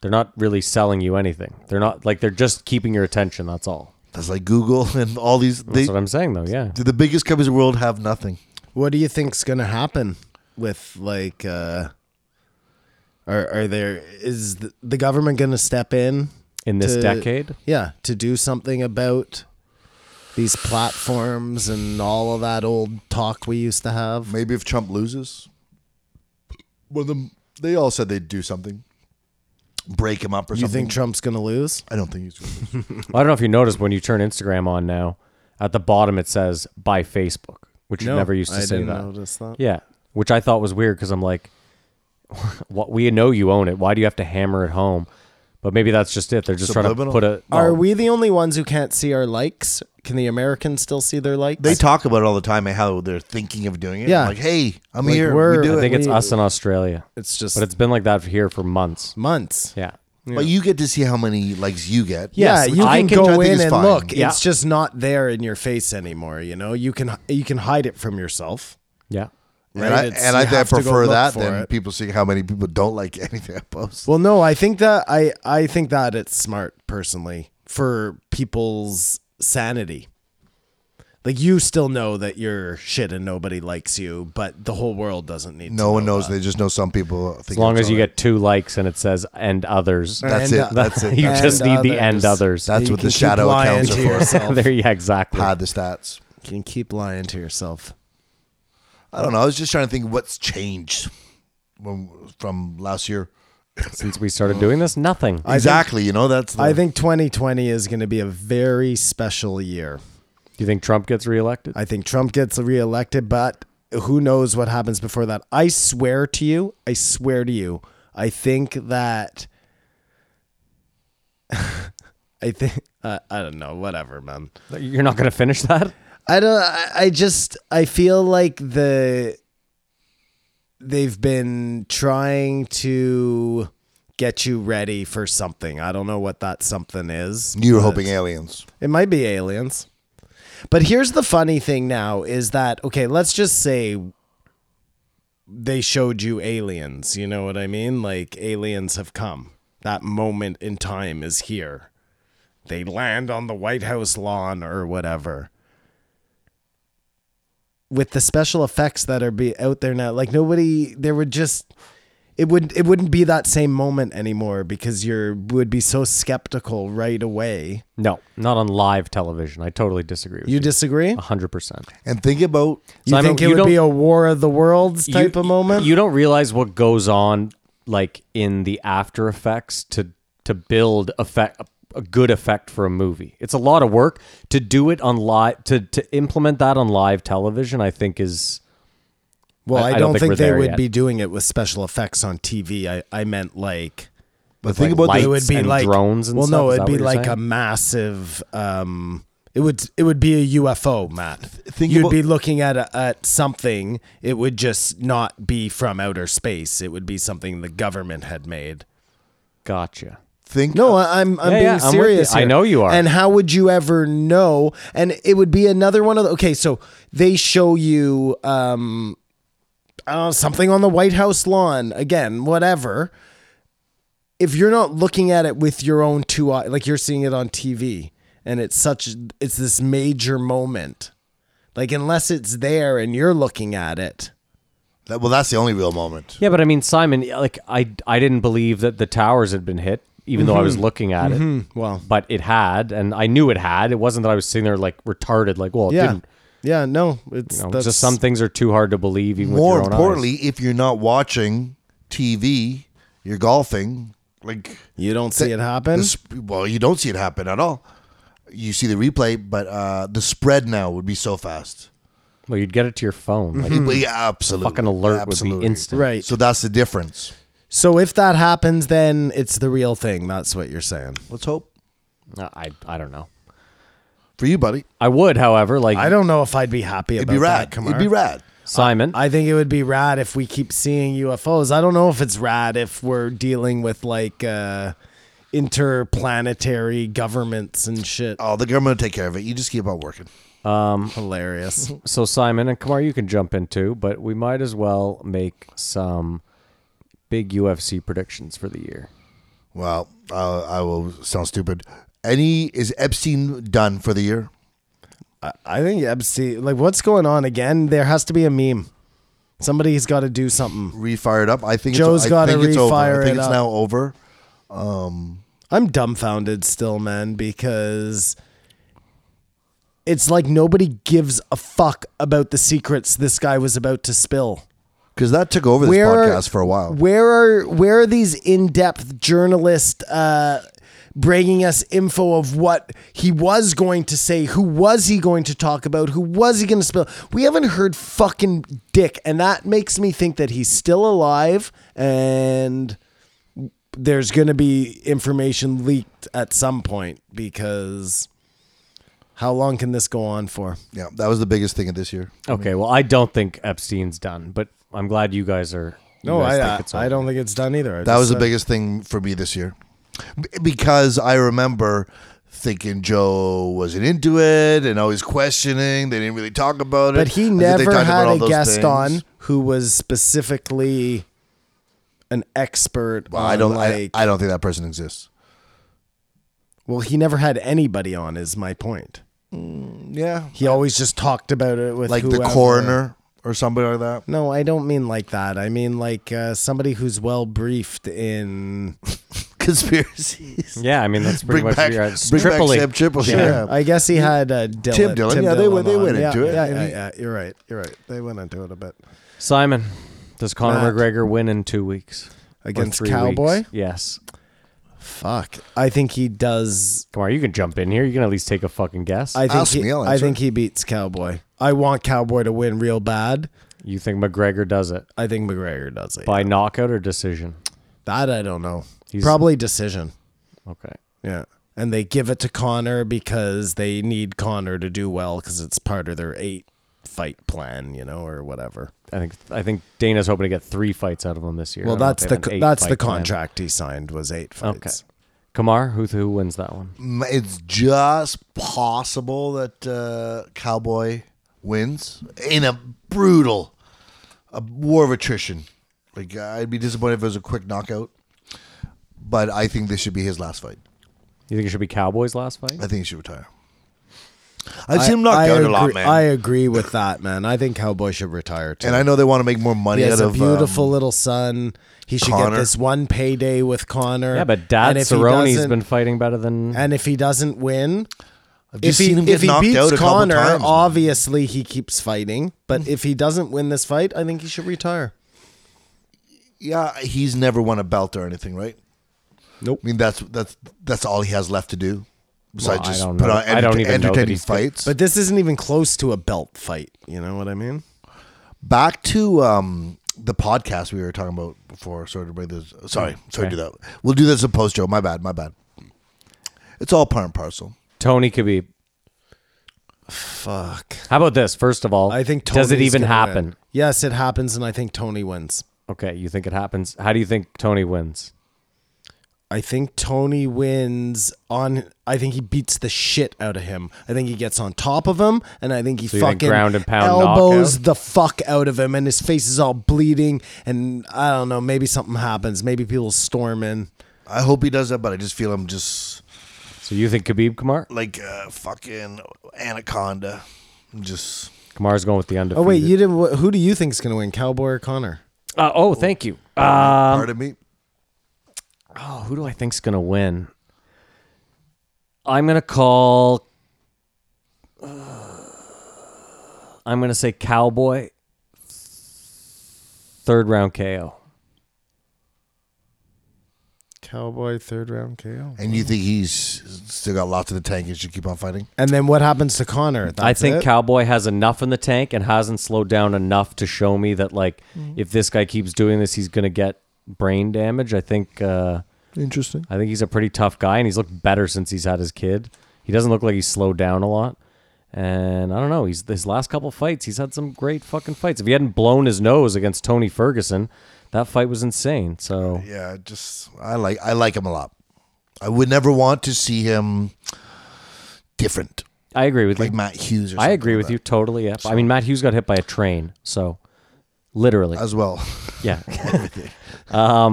Speaker 1: they're not really selling you anything. They're not like they're just keeping your attention. That's all.
Speaker 2: That's like Google and all these. They,
Speaker 1: That's what I'm saying though. Yeah.
Speaker 2: the biggest companies in the world have nothing.
Speaker 3: What do you think's gonna happen with like? uh Are are there is the, the government gonna step in
Speaker 1: In this
Speaker 3: to-
Speaker 1: decade?
Speaker 3: Yeah, to do something about these platforms and all of that old talk we used to have.
Speaker 2: Maybe if Trump loses, one of them. They all said they'd do something, break him up or
Speaker 3: You
Speaker 2: something.
Speaker 3: think Trump's gonna lose?
Speaker 2: I don't think he's. Gonna lose.
Speaker 1: Well, I don't know if you noticed when you turn Instagram on now, at the bottom it says by Facebook, which it never used to
Speaker 3: I
Speaker 1: say
Speaker 3: didn't
Speaker 1: that.
Speaker 3: notice that.
Speaker 1: Yeah, which I thought was weird because I'm like, what? We know you own it. Why do you have to hammer it home? But maybe that's just it. They're just trying to
Speaker 2: Subliminal.
Speaker 1: put a.
Speaker 3: Are
Speaker 1: well,
Speaker 3: we the only ones who can't see our likes? Can the Americans still see their likes?
Speaker 2: they talk about it all the time and how they're thinking of doing it.
Speaker 3: Yeah.
Speaker 2: like hey, I'm
Speaker 3: Like,
Speaker 2: here.
Speaker 3: we're-
Speaker 2: We do
Speaker 1: I
Speaker 2: it.
Speaker 1: think it's
Speaker 3: we-
Speaker 1: us in Australia,
Speaker 3: it's just
Speaker 1: but it's been like that here for months.
Speaker 3: months.
Speaker 1: Yeah.
Speaker 2: But you get to see how many likes you get.
Speaker 3: Yeah,
Speaker 1: Yes,
Speaker 3: you
Speaker 1: which I
Speaker 3: can,
Speaker 1: can-
Speaker 2: I
Speaker 3: go
Speaker 2: think
Speaker 3: in
Speaker 2: is
Speaker 3: and
Speaker 2: fine.
Speaker 3: look.
Speaker 1: Yeah.
Speaker 3: It's just not there in your face anymore. You know, you can you can hide it from yourself.
Speaker 1: Yeah.
Speaker 2: and
Speaker 3: right?
Speaker 2: I,
Speaker 3: It's-
Speaker 2: and I,
Speaker 3: you
Speaker 2: think I
Speaker 3: have to go
Speaker 2: prefer
Speaker 3: look
Speaker 2: that
Speaker 3: for
Speaker 2: than
Speaker 3: it.
Speaker 2: people seeing how many people don't like anything I post.
Speaker 3: Well, no, I think that I I think that it's smart personally for people's sanity. Like you still know that you're shit and nobody likes you, but the whole world doesn't need.
Speaker 2: no
Speaker 3: to
Speaker 2: one
Speaker 3: know
Speaker 2: knows.
Speaker 3: That.
Speaker 2: They just know some people. Think
Speaker 1: As long
Speaker 2: it's
Speaker 1: as you
Speaker 2: all right.
Speaker 1: get two likes and it says and others,
Speaker 2: That's
Speaker 3: And,
Speaker 2: it.
Speaker 3: uh,
Speaker 2: That's it.
Speaker 1: you
Speaker 2: That's
Speaker 1: just
Speaker 2: it.
Speaker 1: need the and others.
Speaker 2: That's
Speaker 3: You
Speaker 2: what
Speaker 3: can
Speaker 2: the
Speaker 3: keep
Speaker 2: shadow
Speaker 3: lying
Speaker 2: accounts
Speaker 3: to
Speaker 2: are for.
Speaker 3: yourself.
Speaker 1: there, yeah, exactly.
Speaker 2: Hide the stats.
Speaker 3: You can keep lying to yourself.
Speaker 2: I don't know. I was just trying to think what's changed when, from last year.
Speaker 1: Since we started doing this, nothing.
Speaker 2: exactly. you know, that's. The,
Speaker 3: I think 2020 is going to be a very special year.
Speaker 1: Do you think Trump gets reelected?
Speaker 3: I think Trump gets reelected, but who knows what happens before that? I swear to you, I swear to you, I think that. I think uh, I don't know. Whatever, man.
Speaker 1: You're not going to finish that.
Speaker 3: I don't. I, I just. I feel like the. They've been trying to get you ready for something. I don't know what that something is.
Speaker 2: you were
Speaker 3: but-
Speaker 2: hoping aliens.
Speaker 3: it might be aliens. But here's the funny thing now is that okay, let's just say they showed you aliens, you know what I mean? Like aliens have come. That moment in time is here. They land on the White House lawn or whatever. With the special effects that are be out there now, like nobody there would just it would it wouldn't be that same moment anymore because you're would be so skeptical right away.
Speaker 1: No, not on live television. I totally disagree with you.
Speaker 3: You disagree?
Speaker 1: hundred percent.
Speaker 2: And think about.
Speaker 3: You
Speaker 1: Uh, Simon,
Speaker 3: think it
Speaker 1: you
Speaker 3: would be
Speaker 1: don't-
Speaker 3: a War of the Worlds type of moment?
Speaker 1: You don't realize what goes on, like in the after effects to to build effect a good effect for a movie. It's a lot of work to do it on live to to implement that on live television. I think is
Speaker 3: well, I,
Speaker 1: I- I
Speaker 3: don't, think,
Speaker 1: we're
Speaker 3: they
Speaker 1: there
Speaker 3: would
Speaker 1: yet.
Speaker 3: be doing it with special effects on TV. I, I meant like
Speaker 2: But
Speaker 1: like
Speaker 2: think about
Speaker 1: light-
Speaker 3: it
Speaker 2: the,
Speaker 3: would be
Speaker 1: and
Speaker 3: like
Speaker 1: drones and
Speaker 3: well,
Speaker 1: stuff?
Speaker 3: no,
Speaker 1: Is
Speaker 3: it'd
Speaker 1: that
Speaker 3: be
Speaker 1: what you're
Speaker 3: like a
Speaker 1: saying?
Speaker 3: massive. Um, it would it would be a UFO, Matt.
Speaker 2: think
Speaker 3: You'd
Speaker 2: about-
Speaker 3: be looking at a, at something. It would just not be from outer space. It would be something the government had made.
Speaker 1: gotcha.
Speaker 2: think.
Speaker 3: No, I- I'm I'm
Speaker 1: Yeah,
Speaker 3: being
Speaker 1: yeah, I'm with
Speaker 3: serious.
Speaker 1: you. I
Speaker 3: here.
Speaker 1: know you are.
Speaker 3: And how would you ever know? And it would be another one of the, okay. So they show you. um I don't know, something on the White House lawn, again, whatever. If you're not looking at it with your own two eyes, like you're seeing it on TV, and it's such, it's this major moment. Like, unless it's there and you're looking at it,
Speaker 2: That, well, that's the only real moment.
Speaker 1: Yeah, but I mean, Simon, like I, I didn't believe that the towers had been hit, even though I
Speaker 3: Mm-hmm.
Speaker 1: was looking at it.
Speaker 3: well,
Speaker 1: But it had, and I knew it had. It wasn't that I was sitting there like retarded, like, well, it
Speaker 3: yeah.
Speaker 1: didn't.
Speaker 3: Yeah, no, it's
Speaker 1: You know,
Speaker 3: that's,
Speaker 1: just some things are too hard to believe, even
Speaker 2: More
Speaker 1: with your own
Speaker 2: importantly, if you're not watching TV, you're golfing. Like
Speaker 3: you don't see it happen.
Speaker 2: the sp- well, you don't see it happen at all. You see the replay, but uh, the spread now would be so fast.
Speaker 1: Eyes. Well, you'd get it to your phone. Like,
Speaker 2: Well, yeah, absolutely.
Speaker 1: fucking alert would be
Speaker 2: Absolutely.
Speaker 1: instant.
Speaker 3: Right.
Speaker 2: So that's the difference.
Speaker 3: So if that happens, then it's the real thing. That's what you're saying.
Speaker 2: Let's hope
Speaker 3: Mm-hmm.
Speaker 1: Uh, I, I don't know.
Speaker 2: for you, buddy.
Speaker 1: I would, however, like
Speaker 3: I don't know if I'd be happy
Speaker 2: It'd
Speaker 3: about
Speaker 2: be
Speaker 3: that.
Speaker 2: rad.
Speaker 3: Kamar.
Speaker 2: It'd be rad.
Speaker 1: Simon.
Speaker 3: I think it would be rad if we keep seeing UFOs. I don't know if it's rad if we're dealing with like uh, interplanetary governments and shit.
Speaker 2: Oh, the government will take care of it. You just keep on working.
Speaker 3: Hilarious.
Speaker 1: so Simon and Kamar, you can jump in too, but we might as well make some big UFC predictions for the year.
Speaker 2: Well, uh, I will sound stupid. Any is Epstein done for the year?
Speaker 3: I think Epstein. Like, what's going on again? There has to be a meme. Somebody's got to do something.
Speaker 2: Refired up. I think
Speaker 3: Joe's
Speaker 2: it's, I
Speaker 3: gotta
Speaker 2: think it's over.
Speaker 3: refire
Speaker 2: I think
Speaker 3: it
Speaker 2: it's
Speaker 3: up.
Speaker 2: now over.
Speaker 3: I'm dumbfounded still, man, because it's like nobody gives a fuck about the secrets this guy was about to spill.
Speaker 2: Because that took over this
Speaker 3: are-
Speaker 2: podcast for a while.
Speaker 3: Where are where are these in-depth journalists uh, bringing us info of what he was going to say? Who was he going to talk about? Who was he going to spill? We haven't heard fucking dick, and that makes me think that he's still alive and. There's going to be information leaked at some point because how long can this go on for?
Speaker 2: yeah, that was the biggest thing of this year.
Speaker 3: Mm-hmm.
Speaker 1: Okay, well, I don't think Epstein's done, but I'm glad you guys are. you
Speaker 3: No,
Speaker 1: guys
Speaker 3: I,
Speaker 1: think it's
Speaker 3: I, I
Speaker 1: over.
Speaker 3: don't think it's done either. I
Speaker 2: That
Speaker 3: just
Speaker 2: was the
Speaker 3: said-
Speaker 2: biggest thing for me this year. B- Because I remember thinking Joe wasn't into it and always questioning. They didn't really talk about it.
Speaker 3: But
Speaker 2: I
Speaker 3: he
Speaker 2: think they
Speaker 3: never
Speaker 2: talked about all
Speaker 3: had a
Speaker 2: those
Speaker 3: guest
Speaker 2: things.
Speaker 3: on who was specifically an expert.
Speaker 2: Well,
Speaker 3: on
Speaker 2: I don't.
Speaker 3: Like,
Speaker 2: I, I don't think that person exists.
Speaker 3: well, he never had anybody on. Is my point.
Speaker 2: Yeah,
Speaker 3: He always just talked about it with
Speaker 2: like the
Speaker 3: whoever.
Speaker 2: coroner or somebody like that.
Speaker 3: No, I don't mean like that. I mean like uh, somebody who's well briefed in.
Speaker 2: Conspiracies.
Speaker 1: Yeah, I mean that's pretty
Speaker 2: Bring
Speaker 1: much E.
Speaker 2: back,
Speaker 1: your
Speaker 2: bring
Speaker 1: Tripoli.
Speaker 2: back Sam Tripoli.
Speaker 3: Sure. I guess he had uh, Dylan,
Speaker 2: Tim Dillon, yeah, they went- they
Speaker 3: on.
Speaker 2: went into
Speaker 3: Yeah,
Speaker 2: it.
Speaker 3: Yeah,
Speaker 2: And
Speaker 3: yeah,
Speaker 2: he-
Speaker 3: yeah, You're right. You're right. They went into it a bit
Speaker 1: Simon, does Conor
Speaker 3: Matt.
Speaker 1: McGregor win in two weeks Or
Speaker 3: against
Speaker 1: three
Speaker 3: Cowboy.
Speaker 1: Weeks? Yes,
Speaker 3: Fuck. I think he does
Speaker 1: come on, you can jump in here. You can at least take a fucking guess.
Speaker 3: I think
Speaker 2: Ask
Speaker 3: he,
Speaker 2: me, I'll
Speaker 3: I
Speaker 2: answer.
Speaker 3: think he beats Cowboy. I want Cowboy to win real bad.
Speaker 1: you think McGregor does it
Speaker 3: I think McGregor does it.
Speaker 1: by knockout or decision?
Speaker 3: that I don't know.
Speaker 1: He's-
Speaker 3: Probably decision.
Speaker 1: Okay.
Speaker 3: Yeah. And they give it to Connor because they need Connor to do well because it's part of their eight fight plan, you know, or whatever.
Speaker 1: I think I think Dana's hoping to get three fights out of him this year.
Speaker 3: well,
Speaker 1: I don't know
Speaker 3: that's
Speaker 1: if
Speaker 3: the
Speaker 1: they have an
Speaker 3: that's the
Speaker 1: eight-fight plan.
Speaker 3: contract he signed was eight
Speaker 1: Okay.
Speaker 3: fights.
Speaker 1: Kamar, who who wins that one?
Speaker 2: M- It's just possible that uh, Cowboy wins in a brutal, a war of attrition. Like I'd be disappointed if it was a quick knockout, but I think this should be his last fight.
Speaker 1: You think it should be Cowboy's last fight?
Speaker 2: I think he should retire. I've seen him knock down
Speaker 3: agree,
Speaker 2: a lot, man.
Speaker 3: I agree with that, man. I think Cowboy should retire too.
Speaker 2: and I know they want to make more money
Speaker 3: He has
Speaker 2: out
Speaker 3: a
Speaker 2: of
Speaker 3: beautiful
Speaker 2: um,
Speaker 3: little son. He should
Speaker 2: Connor.
Speaker 3: get this one payday with Connor.
Speaker 1: Yeah, but Dad
Speaker 3: And if he
Speaker 1: Cerrone's
Speaker 3: doesn't-
Speaker 1: been fighting better than.
Speaker 3: And if he doesn't win,
Speaker 2: I've
Speaker 3: if
Speaker 2: just
Speaker 3: he,
Speaker 2: seen him get
Speaker 3: if he
Speaker 2: knocked out
Speaker 3: beats
Speaker 2: a couple
Speaker 3: Connor,
Speaker 2: times, Mm. man.
Speaker 3: obviously he keeps fighting. But if he doesn't win this fight, I think he should retire.
Speaker 2: yeah, he's never won a belt or anything, right?
Speaker 3: Nope.
Speaker 2: I mean, that's that's that's all he has left to do.
Speaker 1: Well,
Speaker 2: Besides
Speaker 1: I
Speaker 2: just
Speaker 1: don't
Speaker 2: put
Speaker 1: know.
Speaker 2: on
Speaker 1: I don't
Speaker 2: enter-
Speaker 1: even know that
Speaker 2: entertaining
Speaker 1: he's good.
Speaker 2: fights.
Speaker 3: But this isn't even close to a belt fight. You know what I mean?
Speaker 2: back to um, the podcast we were talking about before. Sorry to bring this. Sorry,
Speaker 1: Mm,
Speaker 2: sorry to do that. We'll do this in post, Joe. My bad. My bad. It's all part and parcel.
Speaker 1: Tony Khabib.
Speaker 3: Fuck.
Speaker 1: How about this? First of all,
Speaker 3: I think Tony's
Speaker 1: does it even
Speaker 3: gonna
Speaker 1: happen?
Speaker 3: win. Yes, it happens, and I think Tony wins.
Speaker 1: Okay, you think it happens? How do you think Tony wins?
Speaker 3: I think Tony wins on. I think he beats the shit out of him. I think he gets on top of him, and I think he
Speaker 1: you think
Speaker 3: fucking
Speaker 1: ground and pound
Speaker 3: elbows
Speaker 1: knockout?
Speaker 3: the fuck out of him, and his face is all bleeding. And I don't know. Maybe something happens. Maybe people storm in.
Speaker 2: I hope he does that, but I just feel I'm just
Speaker 1: So you think Khabib Kamar?
Speaker 2: like uh, fucking anaconda. I'm just
Speaker 1: Kamar's going with the undefeated.
Speaker 3: Oh wait, you didn't. wh- Who do you think's gonna win, Cowboy or Connor?
Speaker 1: Uh, oh, thank you. Uh,
Speaker 2: part of me.
Speaker 1: oh, who do I think's gonna win? I'm gonna call. uh, I'm gonna say Cowboy. Third round KO.
Speaker 3: Cowboy third round KO.
Speaker 2: And you think he's still got lots of the tank and should keep on fighting?
Speaker 3: And then what happens to Connor? That's
Speaker 1: I think
Speaker 3: it?
Speaker 1: Cowboy has enough in the tank and hasn't slowed down enough to show me that like
Speaker 3: Mm-hmm.
Speaker 1: if this guy keeps doing this, he's gonna get brain damage. I think uh,
Speaker 3: Interesting.
Speaker 1: I think he's a pretty tough guy and he's looked better since he's had his kid. He doesn't look like he's slowed down a lot. And I don't know, he's his last couple fights, he's had some great fucking fights. If he hadn't blown his nose against Tony Ferguson, that fight was insane. So
Speaker 2: Yeah, just I like I like him a lot. I would never want to see him different,
Speaker 1: I agree with
Speaker 2: like
Speaker 1: you.
Speaker 2: Matt Hughes.
Speaker 1: I
Speaker 2: or something
Speaker 1: agree
Speaker 2: like
Speaker 1: with
Speaker 2: that.
Speaker 1: you totally. Yeah. I mean Matt Hughes got hit by a train, so literally.
Speaker 2: as well.
Speaker 1: Yeah. um,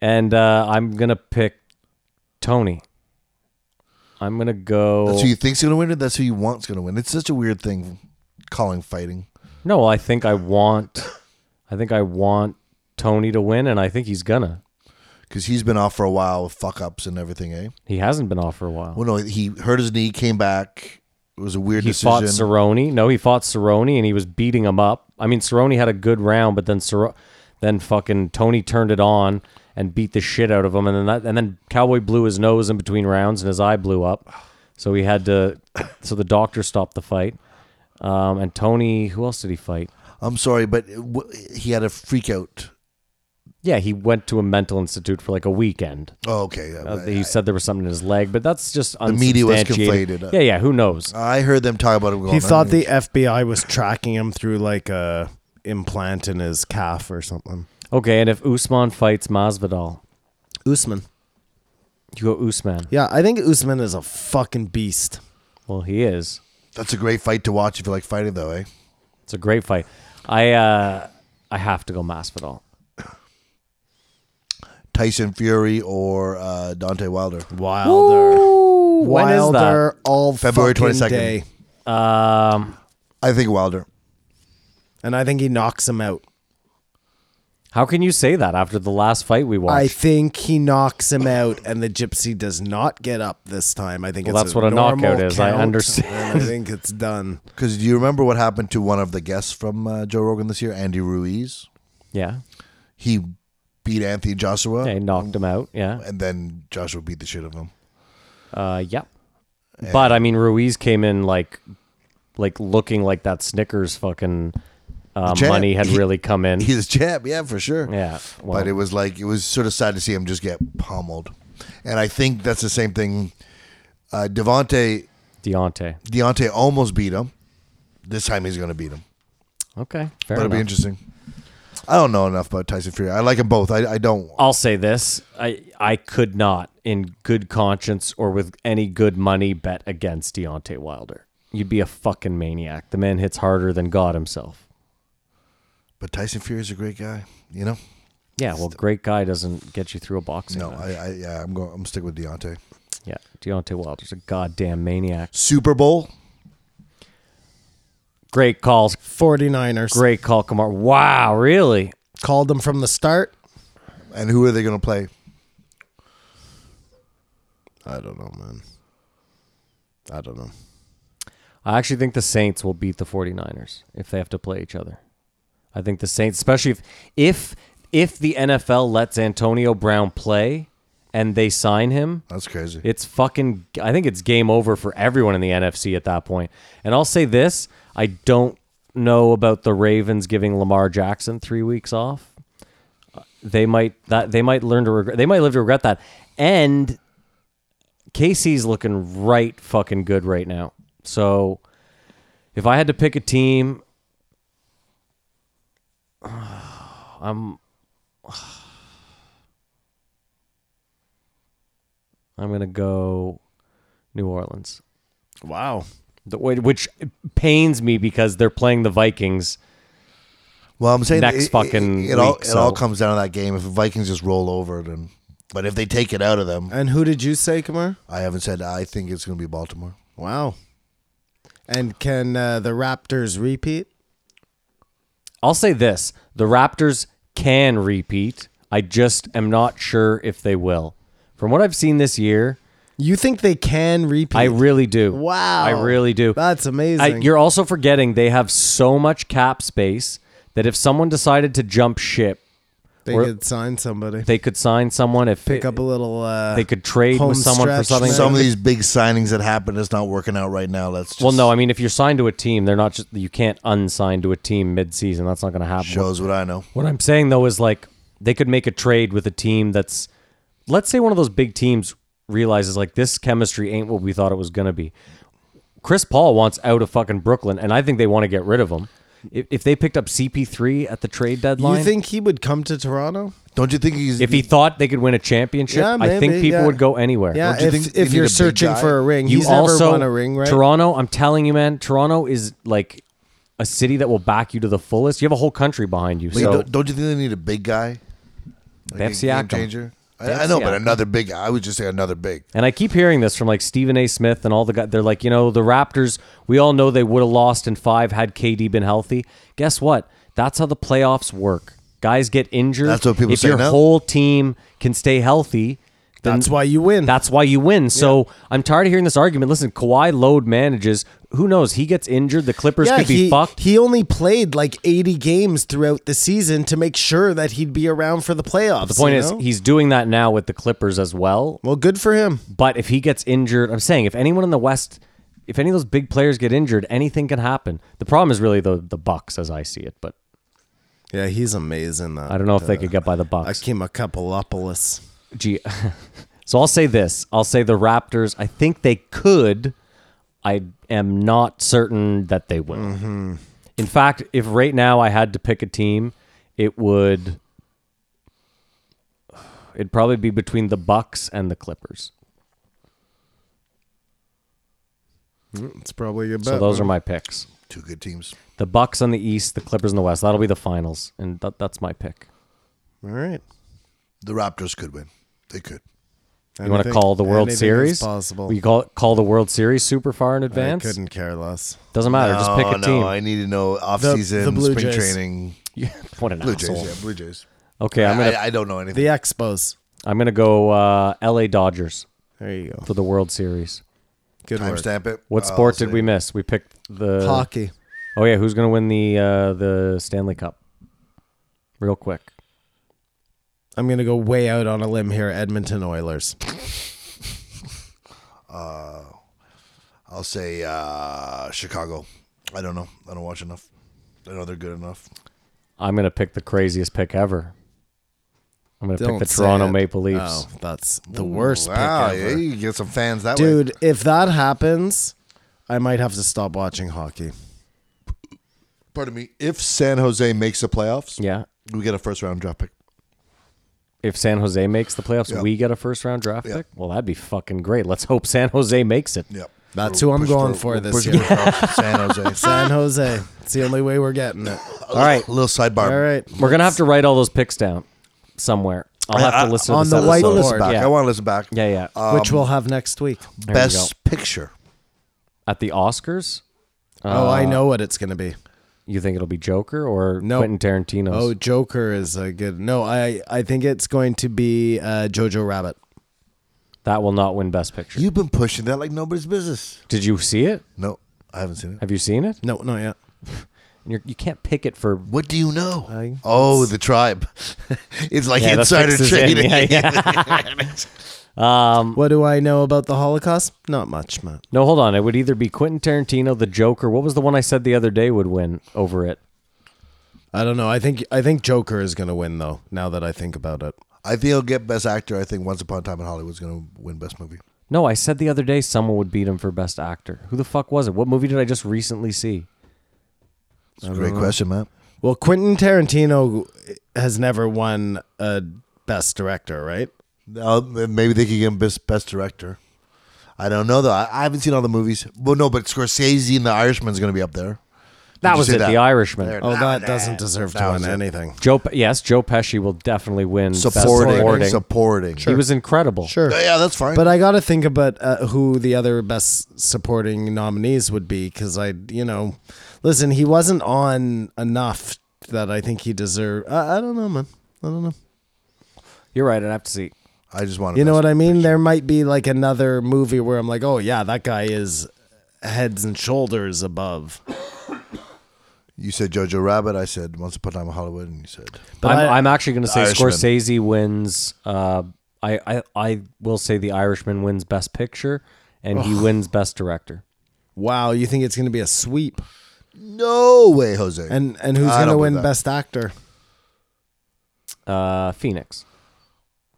Speaker 1: and uh, I'm gonna pick Tony. I'm gonna go.
Speaker 2: That's who you think's gonna win it. That's who you want's gonna win. It's such a weird thing, calling fighting.
Speaker 1: no, I think I want. I think I want Tony to win, and I think he's gonna.
Speaker 2: because he's been off for a while with fuck ups and everything, eh?
Speaker 1: He hasn't been off for a while.
Speaker 2: Well, no, he hurt his knee, came back. It was a weird
Speaker 1: he fought
Speaker 2: decision.
Speaker 1: Cerrone. No, he fought Cerrone, and he was beating him up. I mean, Cerrone had a good round, but then Cerro- then fucking Tony turned it on and beat the shit out of him, and then that, and then Cowboy blew his nose in between rounds, and his eye blew up, so he had to. So the doctor stopped the fight. Um, and Tony, who else did he fight?
Speaker 2: I'm sorry, but it w- he had a freak out.
Speaker 1: Yeah, he went to a mental institute for like a weekend.
Speaker 2: Oh, okay.
Speaker 1: Uh, he said there was something in his leg, but that's just
Speaker 2: The media was
Speaker 1: unsubstantiated.
Speaker 2: conflated. uh,
Speaker 1: Yeah, yeah, who knows?
Speaker 2: I heard them talk about him going.
Speaker 3: He thought
Speaker 2: "I
Speaker 3: the FBI was tracking him through like a implant in his calf or something.
Speaker 1: Okay, and if Usman fights Masvidal,
Speaker 3: Usman.
Speaker 1: you go Usman.
Speaker 3: Yeah, I think Usman is a fucking beast.
Speaker 1: Well, he is.
Speaker 2: That's a great fight to watch if you like fighting, though, eh?
Speaker 1: It's a great fight. I uh, I have to go Masvidal.
Speaker 2: Tyson Fury or uh, Dante Wilder.
Speaker 3: Wilder.
Speaker 1: when is that?
Speaker 3: Wilder all
Speaker 2: February
Speaker 3: fucking
Speaker 2: 22nd.
Speaker 3: day.
Speaker 1: Um,
Speaker 2: I think Wilder.
Speaker 3: And I think he knocks him out.
Speaker 1: how can you say that after the last fight we watched?
Speaker 3: I think he knocks him out, and the gypsy does not get up this time. I think
Speaker 1: Well,
Speaker 3: it's
Speaker 1: that's what a
Speaker 3: normal
Speaker 1: knockout is. I
Speaker 3: count,
Speaker 1: understand.
Speaker 3: and I think it's done.
Speaker 2: Because do you remember what happened to one of the guests from uh, Joe Rogan this year, Andy Ruiz?
Speaker 1: yeah,
Speaker 2: He beat Anthony Joshua,
Speaker 1: yeah, he knocked him out. Yeah,
Speaker 2: and then Joshua beat the shit out of him. Um,
Speaker 1: uh, yep. But I mean, Ruiz came in like, like looking like that Snickers fucking uh,
Speaker 2: Champ.
Speaker 1: money had really come in.
Speaker 2: He's a champ, yeah, for sure.
Speaker 1: yeah, well,
Speaker 2: but it was like it was sort of sad to see him just get pummeled, and I think that's the same thing. Uh, Devonte
Speaker 1: Deontay.
Speaker 2: Deontay almost beat him. This time he's going to beat him,
Speaker 1: Okay,
Speaker 2: but
Speaker 1: fair
Speaker 2: it'll
Speaker 1: enough.
Speaker 2: be interesting. I don't know enough about Tyson Fury. I like them both. I, I don't.
Speaker 1: I'll say this: I I could not, in good conscience or with any good money, bet against Deontay Wilder. You'd be a fucking maniac. The man hits harder than God himself.
Speaker 2: But Tyson Fury is a great guy. You know.
Speaker 1: Yeah, well, great guy doesn't get you through a boxing.
Speaker 2: No,
Speaker 1: match.
Speaker 2: I, I yeah, I'm going. I'm sticking with Deontay.
Speaker 1: yeah, Deontay Wilder's a goddamn maniac.
Speaker 2: Super Bowl.
Speaker 1: Great calls,
Speaker 3: 49ers
Speaker 1: great call, Kamar. Wow, really?
Speaker 3: called him from the start.
Speaker 2: And who are they going to play?
Speaker 3: I don't know, man. I don't know.
Speaker 1: I actually think the Saints will beat the 49ers if they have to play each other. I think the Saints, especially if if if the NFL lets Antonio Brown play and they sign him,
Speaker 2: That's crazy.
Speaker 1: it's fucking I think it's game over for everyone in the NFC at that point. And I'll say this, I don't know about the Ravens giving Lamar Jackson 3 weeks off. They might that they might learn to regret they might live to regret that. And KC's looking right fucking good right now. So if I had to pick a team I'm I'm gonna go New Orleans.
Speaker 3: Wow.
Speaker 1: The- wh- Which pains me because they're playing the Vikings.
Speaker 2: Well, I'm saying
Speaker 1: Next
Speaker 2: it- it-
Speaker 1: fucking
Speaker 2: It, all
Speaker 1: week,
Speaker 2: it all
Speaker 1: so-
Speaker 2: comes down to that game. If the Vikings just roll over, then. But if they take it out of them,
Speaker 3: And who did you say, Kamar?
Speaker 2: I haven't said I think it's going to be Baltimore.
Speaker 3: Wow. And can uh, the Raptors repeat?
Speaker 1: I'll say this: the Raptors can repeat. I just am not sure if they will. From what I've seen this year,
Speaker 3: You think they can repeat?
Speaker 1: I really do.
Speaker 3: wow.
Speaker 1: I really do.
Speaker 3: That's amazing.
Speaker 1: I, you're also forgetting they have so much cap space that if someone decided to jump ship,
Speaker 3: they
Speaker 1: we're-
Speaker 3: could sign somebody.
Speaker 1: they could sign someone. If
Speaker 3: Pick up a little. Uh,
Speaker 1: they could trade
Speaker 3: home
Speaker 1: with someone for
Speaker 3: stretch
Speaker 1: something.
Speaker 3: man.
Speaker 2: Some of these big signings that happened, it's not working out right now. Let's just
Speaker 1: well, no, I mean if you're signed to a team, they're not. Just, you can't unsign to a team mid-season. That's not going to happen.
Speaker 2: shows what I know.
Speaker 1: What I'm saying though is like they could make a trade with a team that's let's say one of those big teams realizes like this chemistry ain't what we thought it was gonna be. Chris Paul wants out of fucking Brooklyn, and I think they want to get rid of him. If, if they picked up CP3 at the trade deadline,
Speaker 3: you think he would come to Toronto?
Speaker 2: Don't you think he's?
Speaker 1: if he thought they could win a championship,
Speaker 3: Yeah,
Speaker 1: I think
Speaker 3: maybe,
Speaker 1: people
Speaker 3: yeah.
Speaker 1: would go anywhere.
Speaker 3: Yeah,
Speaker 2: Don't you
Speaker 3: if,
Speaker 2: think you
Speaker 3: if
Speaker 2: need
Speaker 3: you're
Speaker 2: a big
Speaker 3: searching
Speaker 2: guy?
Speaker 3: for a ring,
Speaker 1: You
Speaker 3: he's
Speaker 1: also
Speaker 3: never won a ring, right?
Speaker 1: Toronto. I'm telling you, man, Toronto is like a city that will back you to the fullest. You have a whole country behind you.
Speaker 2: Wait,
Speaker 1: so
Speaker 2: don't, don't you think they need a big guy? Like
Speaker 1: They have
Speaker 2: a
Speaker 1: Siakam.
Speaker 2: game changer.
Speaker 1: They have
Speaker 2: I, I know, but
Speaker 1: Siakam.
Speaker 2: another big. I would just say another big.
Speaker 1: And I keep hearing this from like Stephen A. Smith and all the guys. They're like, you know, the Raptors, we all know they would have lost in five had KD been healthy. Guess what? That's how the playoffs work. Guys get injured.
Speaker 2: That's what people
Speaker 1: if
Speaker 2: say
Speaker 1: your
Speaker 2: now?
Speaker 1: whole team can stay healthy, then
Speaker 3: That's why you win.
Speaker 1: that's why you win. So I'm tired of hearing this argument. Listen, Kawhi load manages. Who knows? He gets injured. The Clippers could be
Speaker 3: he,
Speaker 1: fucked.
Speaker 3: He only played like 80 games throughout the season to make sure that he'd be around for the playoffs.
Speaker 1: the point
Speaker 3: you
Speaker 1: is,
Speaker 3: know?
Speaker 1: he's doing that now with the Clippers as well.
Speaker 3: well, good for him.
Speaker 1: But if he gets injured, I'm saying if anyone in the West, if any of those big players get injured, anything can happen. The problem is really the the Bucks as I see it, but
Speaker 3: Yeah, he's amazing. Though.
Speaker 1: I don't know if they could get by the Bucks.
Speaker 3: Akeem Akapulopolis.
Speaker 1: Gee. so I'll say this: I'll say the Raptors. I think they could. I am not certain that they will. In fact, if right now I had to pick a team, it would. It'd probably be between the Bucks and the Clippers.
Speaker 3: It's probably a good
Speaker 1: So
Speaker 3: bet,
Speaker 1: those are
Speaker 3: man.
Speaker 1: my picks.
Speaker 2: Two good teams.
Speaker 1: The Bucks on the East, the Clippers in the West. That'll be the finals, and that, that's my pick.
Speaker 3: all right.
Speaker 2: The Raptors could win. They could.
Speaker 1: You want to
Speaker 3: Anything-
Speaker 1: call the World
Speaker 3: anything is
Speaker 1: Series?
Speaker 3: possible?
Speaker 1: We call call the World Series super far in
Speaker 3: I
Speaker 1: advance.
Speaker 3: couldn't care less.
Speaker 1: Doesn't matter. Just pick
Speaker 2: Oh,
Speaker 1: a
Speaker 2: no,
Speaker 1: team.
Speaker 2: I need to know off
Speaker 3: the
Speaker 2: season,
Speaker 3: Blue
Speaker 2: spring
Speaker 3: Jays.
Speaker 2: training.
Speaker 1: what an
Speaker 2: Blue
Speaker 1: asshole.
Speaker 2: Jays, yeah, Blue Jays.
Speaker 1: Okay, I'm
Speaker 2: I,
Speaker 1: gonna
Speaker 2: I don't know anything.
Speaker 3: The Expos.
Speaker 1: I'm gonna go uh, L.A. Dodgers
Speaker 3: There you go.
Speaker 1: for the World Series.
Speaker 3: Good work.
Speaker 2: Timestamp it.
Speaker 1: What
Speaker 2: Uh,
Speaker 1: sport
Speaker 2: I'll
Speaker 1: did
Speaker 2: say-
Speaker 1: we miss? We picked the
Speaker 3: Oh, Hockey.
Speaker 1: Oh yeah, who's gonna win the uh, the Stanley Cup? Real quick.
Speaker 3: I'm gonna go way out on a limb here. Edmonton Oilers.
Speaker 2: I'll say uh, Chicago. I don't know. I don't watch enough. I know they're good enough.
Speaker 1: I'm gonna pick the craziest pick ever. I'm gonna
Speaker 3: Don't
Speaker 1: pick the
Speaker 3: say
Speaker 1: Toronto
Speaker 3: it.
Speaker 1: Maple Leafs.
Speaker 3: Oh, that's the worst
Speaker 2: Wow,
Speaker 3: pick
Speaker 2: yeah,
Speaker 3: ever.
Speaker 2: you can get some fans that way.
Speaker 3: Dude, if that happens, I might have to stop watching hockey.
Speaker 2: Pardon me. If San Jose makes the playoffs,
Speaker 1: Yeah.
Speaker 2: we get a first round draft pick.
Speaker 1: if San Jose makes the playoffs,
Speaker 2: Yeah.
Speaker 1: we get a first round draft
Speaker 2: Yeah.
Speaker 1: pick. Well, that'd be fucking great. Let's hope San Jose makes it.
Speaker 2: Yep.
Speaker 3: That's who I'm going for this year.
Speaker 2: San Jose.
Speaker 3: San Jose. It's the only way we're getting it.
Speaker 1: All right,
Speaker 2: little sidebar.
Speaker 3: All right.
Speaker 1: we're gonna have to write all those picks down somewhere. I'll have to listen
Speaker 3: I-
Speaker 1: to
Speaker 3: on
Speaker 1: this
Speaker 3: the
Speaker 1: episode.
Speaker 2: I'll listen
Speaker 3: whiteboard.
Speaker 2: back.
Speaker 1: Yeah.
Speaker 2: I want Uh, to listen back.
Speaker 1: yeah, yeah.
Speaker 3: Which we'll have next week.
Speaker 1: we
Speaker 2: Best picture.
Speaker 1: At the Oscars,
Speaker 3: oh,
Speaker 1: Uh,
Speaker 3: I know what it's going to be.
Speaker 1: you think it'll be Joker or
Speaker 3: No.
Speaker 1: Quentin Tarantino's?
Speaker 3: Oh, Joker is a good. No, I I think it's going to be uh, Jojo Rabbit.
Speaker 1: that will not win Best Picture.
Speaker 2: You've been pushing that like nobody's business.
Speaker 1: Did you see it?
Speaker 2: No, I haven't seen it.
Speaker 1: Have you seen it?
Speaker 3: No, not yet.
Speaker 1: You're, you can't pick it for.
Speaker 2: What do you know?
Speaker 3: I-
Speaker 2: oh, the tribe. it's like
Speaker 1: Yeah, that
Speaker 2: insider
Speaker 1: fixes it.
Speaker 2: trading.
Speaker 1: Yeah, yeah.
Speaker 3: What do I know about the Holocaust? Not much, Matt.
Speaker 1: No, hold on. It would either be Quentin Tarantino, The Joker. What was the one I said the other day would win over it?
Speaker 3: I don't know. I think I think Joker is going to win though. Now that I think about it,
Speaker 2: I think he'll get best actor. I think Once Upon a Time in Hollywood's going to win best movie.
Speaker 1: No, I said the other day someone would beat him for best actor. Who the fuck was it? What movie did I just recently see?
Speaker 2: It's a great question, man.
Speaker 3: well, Quentin Tarantino has never won a Best Director, right?
Speaker 2: Uh, maybe they could give him best, best director. I don't know though. I, I haven't seen all the movies. Well, no, but Scorsese and The Irishman is going to be up there. Did
Speaker 1: That
Speaker 2: you
Speaker 1: was
Speaker 2: say
Speaker 1: it. The Irishman.
Speaker 2: There it
Speaker 3: Oh,
Speaker 2: is.
Speaker 3: that doesn't deserve to
Speaker 2: That
Speaker 3: win
Speaker 2: was it.
Speaker 3: anything.
Speaker 1: Joe, Pe- yes, Joe Pesci will definitely win Best
Speaker 2: supporting, supporting,
Speaker 1: supporting.
Speaker 2: supporting.
Speaker 1: He was incredible.
Speaker 3: Sure.
Speaker 2: Yeah, that's fine.
Speaker 3: But I got to think about uh, who the other best supporting nominees would be because I, you know, listen, he wasn't on enough that I think he deserved. I, I don't know, man. I don't know.
Speaker 1: You're right. I'd have to see.
Speaker 2: I just want.
Speaker 3: You know what I mean? There might be like another movie where I'm like, oh, yeah, that guy is heads and shoulders above.
Speaker 2: You said Jojo Rabbit. I said Once Upon a Time in Hollywood, and you said
Speaker 3: But
Speaker 1: I'm,
Speaker 3: I-
Speaker 1: I, am actually going to say
Speaker 2: Irishman.
Speaker 1: Scorsese wins. Uh, I, I I will say The Irishman wins Best Picture, and he wins Best Director.
Speaker 3: Wow, you think it's going to be a sweep?
Speaker 2: no way, Jose.
Speaker 3: And and who's
Speaker 2: I
Speaker 3: going to
Speaker 2: don't believe
Speaker 3: win
Speaker 2: that.
Speaker 3: Best Actor?
Speaker 1: Uh, Phoenix.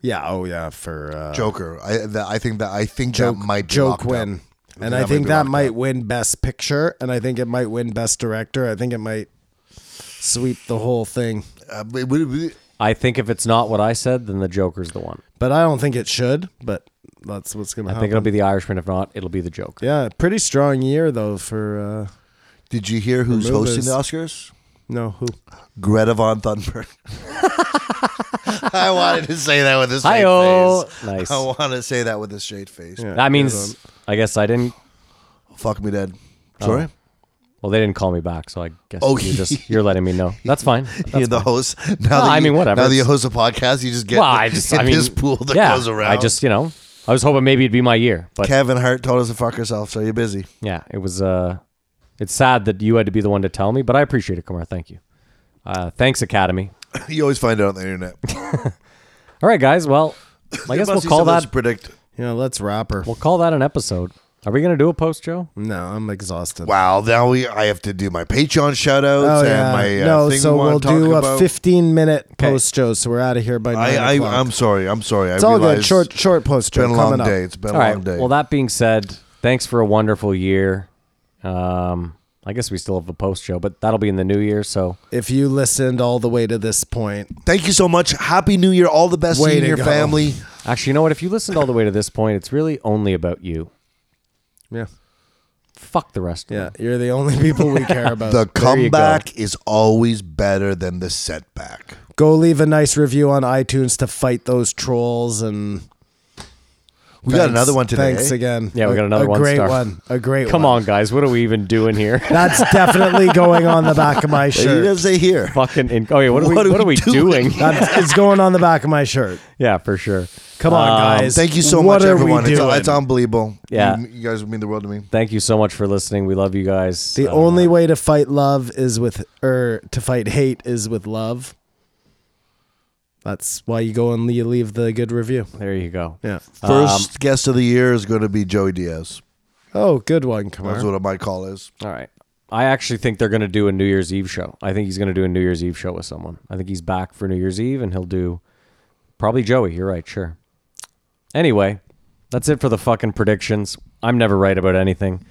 Speaker 3: Yeah, oh, yeah, for uh,
Speaker 2: Joker. I that, I think that I think
Speaker 3: Joe,
Speaker 2: that might be
Speaker 3: Joe
Speaker 2: locked up.
Speaker 3: Quinn.
Speaker 2: think
Speaker 3: And I
Speaker 2: that might
Speaker 3: think
Speaker 2: be
Speaker 3: that
Speaker 2: locked
Speaker 3: might win Best Picture, and I think it might win Best Director. I think it might sweep the whole thing.
Speaker 2: Uh, but would it be-
Speaker 1: I think if it's not what I said, then The Joker's the one.
Speaker 3: But I don't think it should. But that's what's going to
Speaker 1: I
Speaker 3: happen.
Speaker 1: think it'll be The Irishman. If not, it'll be The Joker.
Speaker 3: yeah, pretty strong year though for uh,
Speaker 2: did you hear who's
Speaker 3: Remove
Speaker 2: hosting
Speaker 3: his-
Speaker 2: the Oscars?
Speaker 3: no who.
Speaker 2: Greta von Thunberg. I wanted to say that with a straight
Speaker 1: Hi-oh.
Speaker 2: face.
Speaker 1: Nice.
Speaker 2: I want to say that with a straight face.
Speaker 3: Yeah.
Speaker 1: That means I guess I didn't.
Speaker 2: Fuck me dead. Sorry.
Speaker 1: Well, they didn't call me back, so I guess
Speaker 2: Oh,
Speaker 1: you just you're letting me know. That's fine. Oh, That's
Speaker 2: You're the
Speaker 1: fine.
Speaker 2: host. Now
Speaker 1: No,
Speaker 2: that
Speaker 1: I mean,
Speaker 2: you-
Speaker 1: whatever.
Speaker 2: Now that you host a podcast, you just get
Speaker 1: Well, I just
Speaker 2: in
Speaker 1: I mean,
Speaker 2: this pool that
Speaker 1: yeah,
Speaker 2: goes around.
Speaker 1: I just you know I was hoping maybe it'd be my year, but
Speaker 2: Kevin Hart told us to fuck herself, so you're busy.
Speaker 1: yeah, it was. uh It's sad that you had to be the one to tell me, but I appreciate it, Kumar. Thank you. Uh, thanks, Academy.
Speaker 2: You always find out on the internet.
Speaker 1: All right, guys. Well, I guess we'll call that
Speaker 2: predict.
Speaker 3: You know, let's wrap her.
Speaker 1: we'll call that an episode. Are we gonna do a post, Joe?
Speaker 3: No, I'm exhausted.
Speaker 2: Wow, now we I have to do my Patreon shout outs
Speaker 3: Oh
Speaker 2: and
Speaker 3: yeah,
Speaker 2: my uh,
Speaker 3: no.
Speaker 2: thing
Speaker 3: So
Speaker 2: we wanna
Speaker 3: we'll
Speaker 2: talk
Speaker 3: do a
Speaker 2: about.
Speaker 3: 15 minute post, Joe. So we're out of here by nine
Speaker 2: I,
Speaker 3: o'clock.
Speaker 2: I I'm sorry. I'm sorry.
Speaker 3: it's
Speaker 2: I
Speaker 3: all good.
Speaker 2: realize
Speaker 3: Short short post,
Speaker 2: It's
Speaker 3: Joe.
Speaker 2: been a long
Speaker 3: coming up.
Speaker 2: day. It's been
Speaker 1: All
Speaker 2: a
Speaker 1: right.
Speaker 2: long day.
Speaker 1: Well, that being said, thanks for a wonderful year. Um, I guess we still have a post show, but that'll be in the new year. So
Speaker 3: If you listened all the way to this point,
Speaker 2: Thank you so much. Happy New Year. All the best
Speaker 3: Way
Speaker 2: to you and
Speaker 3: to
Speaker 2: your
Speaker 3: go. Uh,
Speaker 2: family.
Speaker 1: actually, you know what? If you listened all the way to this point, it's really only about you.
Speaker 3: yeah,
Speaker 1: Fuck the rest. Of
Speaker 3: yeah,
Speaker 1: them.
Speaker 3: you're the only people we care about.
Speaker 2: The
Speaker 1: you go.
Speaker 2: comeback is always better than the setback.
Speaker 3: Go leave a nice review on iTunes to fight those trolls and.
Speaker 2: We got another one today.
Speaker 3: Thanks
Speaker 2: eh?
Speaker 3: again.
Speaker 1: Yeah, we
Speaker 3: A-
Speaker 1: got another
Speaker 3: a
Speaker 1: one
Speaker 3: Great
Speaker 1: star.
Speaker 3: one. A great
Speaker 1: Come
Speaker 3: one.
Speaker 1: on, guys. What are we even doing here?
Speaker 3: That's definitely going on the back of my
Speaker 2: He
Speaker 3: shirt.
Speaker 2: doesn't say here.
Speaker 1: Fucking. In- oh yeah. What are we? What are we, doing?
Speaker 3: That's, it's going on the back of my shirt.
Speaker 1: yeah, for sure.
Speaker 3: Come on,
Speaker 1: Um,
Speaker 3: guys.
Speaker 2: Thank you so
Speaker 3: What
Speaker 2: much,
Speaker 3: are
Speaker 2: everyone.
Speaker 3: We
Speaker 2: It's,
Speaker 3: doing?
Speaker 2: it's unbelievable.
Speaker 1: Yeah.
Speaker 2: You, you guys mean the world to me.
Speaker 1: Thank you so much for listening. We love you guys.
Speaker 3: the
Speaker 1: Uh,
Speaker 3: only way to fight love is with, or to fight hate is with love. That's why you go and you leave the good review.
Speaker 1: Uh, there you go.
Speaker 3: Yeah.
Speaker 2: First guest of the year is going to be Joey Diaz.
Speaker 3: Oh, good one, Kamar.
Speaker 2: That's what my call is.
Speaker 1: All right. I actually think they're going to do a New Year's Eve show. I think he's going to do a New Year's Eve show with someone. I think he's back for New Year's Eve and he'll do probably Joey. You're right. Sure. Anyway, that's it for the fucking predictions. I'm never right about anything.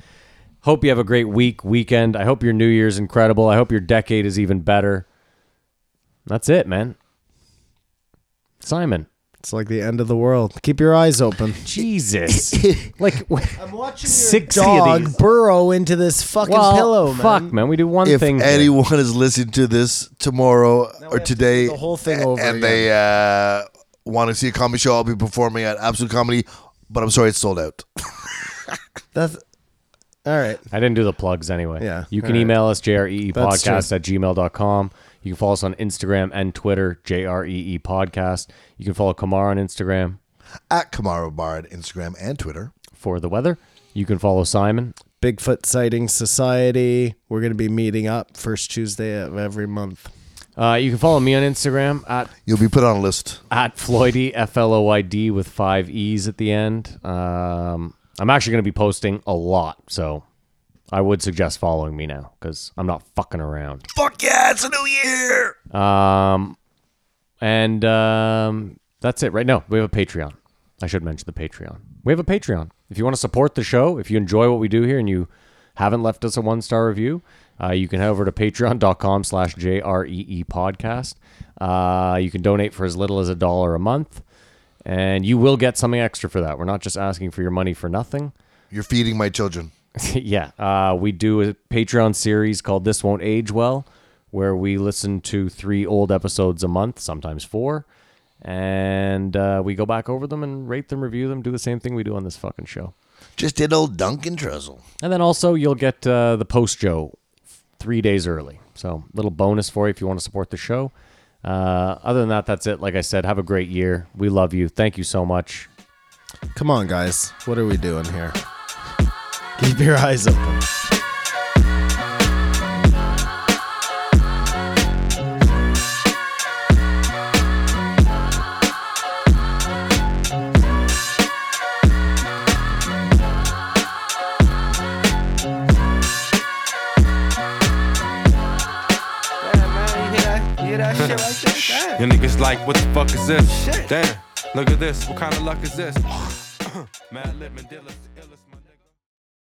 Speaker 1: Hope you have a great week, weekend. I hope your New Year's incredible. I hope your decade is even better. That's it, man. Simon.
Speaker 3: It's like the end of the world. Keep your eyes open.
Speaker 1: Jesus. like,
Speaker 3: I'm watching
Speaker 1: your 60 of dog these.
Speaker 3: burrow into this fucking
Speaker 1: well, fuck, man. We do one
Speaker 2: If
Speaker 1: thing. here.
Speaker 2: anyone is listening to this tomorrow or today,
Speaker 3: the whole thing over
Speaker 2: and they uh, want to see a comedy show, I'll be performing at Absolute Comedy. But I'm sorry, it's sold out.
Speaker 3: That's all right.
Speaker 1: I didn't do the plugs anyway.
Speaker 3: Yeah,
Speaker 1: You can
Speaker 3: all right.
Speaker 1: email us,
Speaker 3: That's
Speaker 1: jreepodcast E at gmail.com. You can follow us on Instagram and Twitter, jree E podcast. You can follow Kamar on Instagram
Speaker 2: at Kamara Bard, Instagram and Twitter.
Speaker 1: for the weather. You can follow Simon.
Speaker 3: Bigfoot Sighting Society. We're going to be meeting up first Tuesday of every month.
Speaker 1: Uh, you can follow me on Instagram at,
Speaker 2: You'll be put on a list.
Speaker 1: at Floydy, F L O I D, with five E's at the end. Um, I'm actually going to be posting a lot, so I would suggest following me now because I'm not fucking around.
Speaker 2: Fuck yeah, it's a new year.
Speaker 1: Um, and um, that's it right now. We have a Patreon. I should mention the Patreon. We have a Patreon. If you want to support the show, if you enjoy what we do here and you haven't left us a one star review, uh, you can head over to patreon.com slash E JREE podcast. Uh, you can donate for as little as a dollar a month. and you will get something extra for that. We're not just asking for your money for nothing.
Speaker 2: You're feeding my children.
Speaker 1: yeah, uh, we do a Patreon series called "This Won't Age Well," where we listen to three old episodes a month, sometimes four, and uh, we go back over them and rate them, review them, do the same thing we do on this fucking show.
Speaker 2: Just did old Duncan Trussell.
Speaker 1: And then also you'll get uh, the post show three days early. So little bonus for you if you want to support the show. Uh, other than that, that's it. Like I said, have a great year. We love you. Thank you so much.
Speaker 3: Come on, guys. What are we doing here? Keep your eyes open.
Speaker 5: Your niggas like, what the fuck is this? Damn, look at this. What kind of luck is this? Mad Lip Mandela's the illest.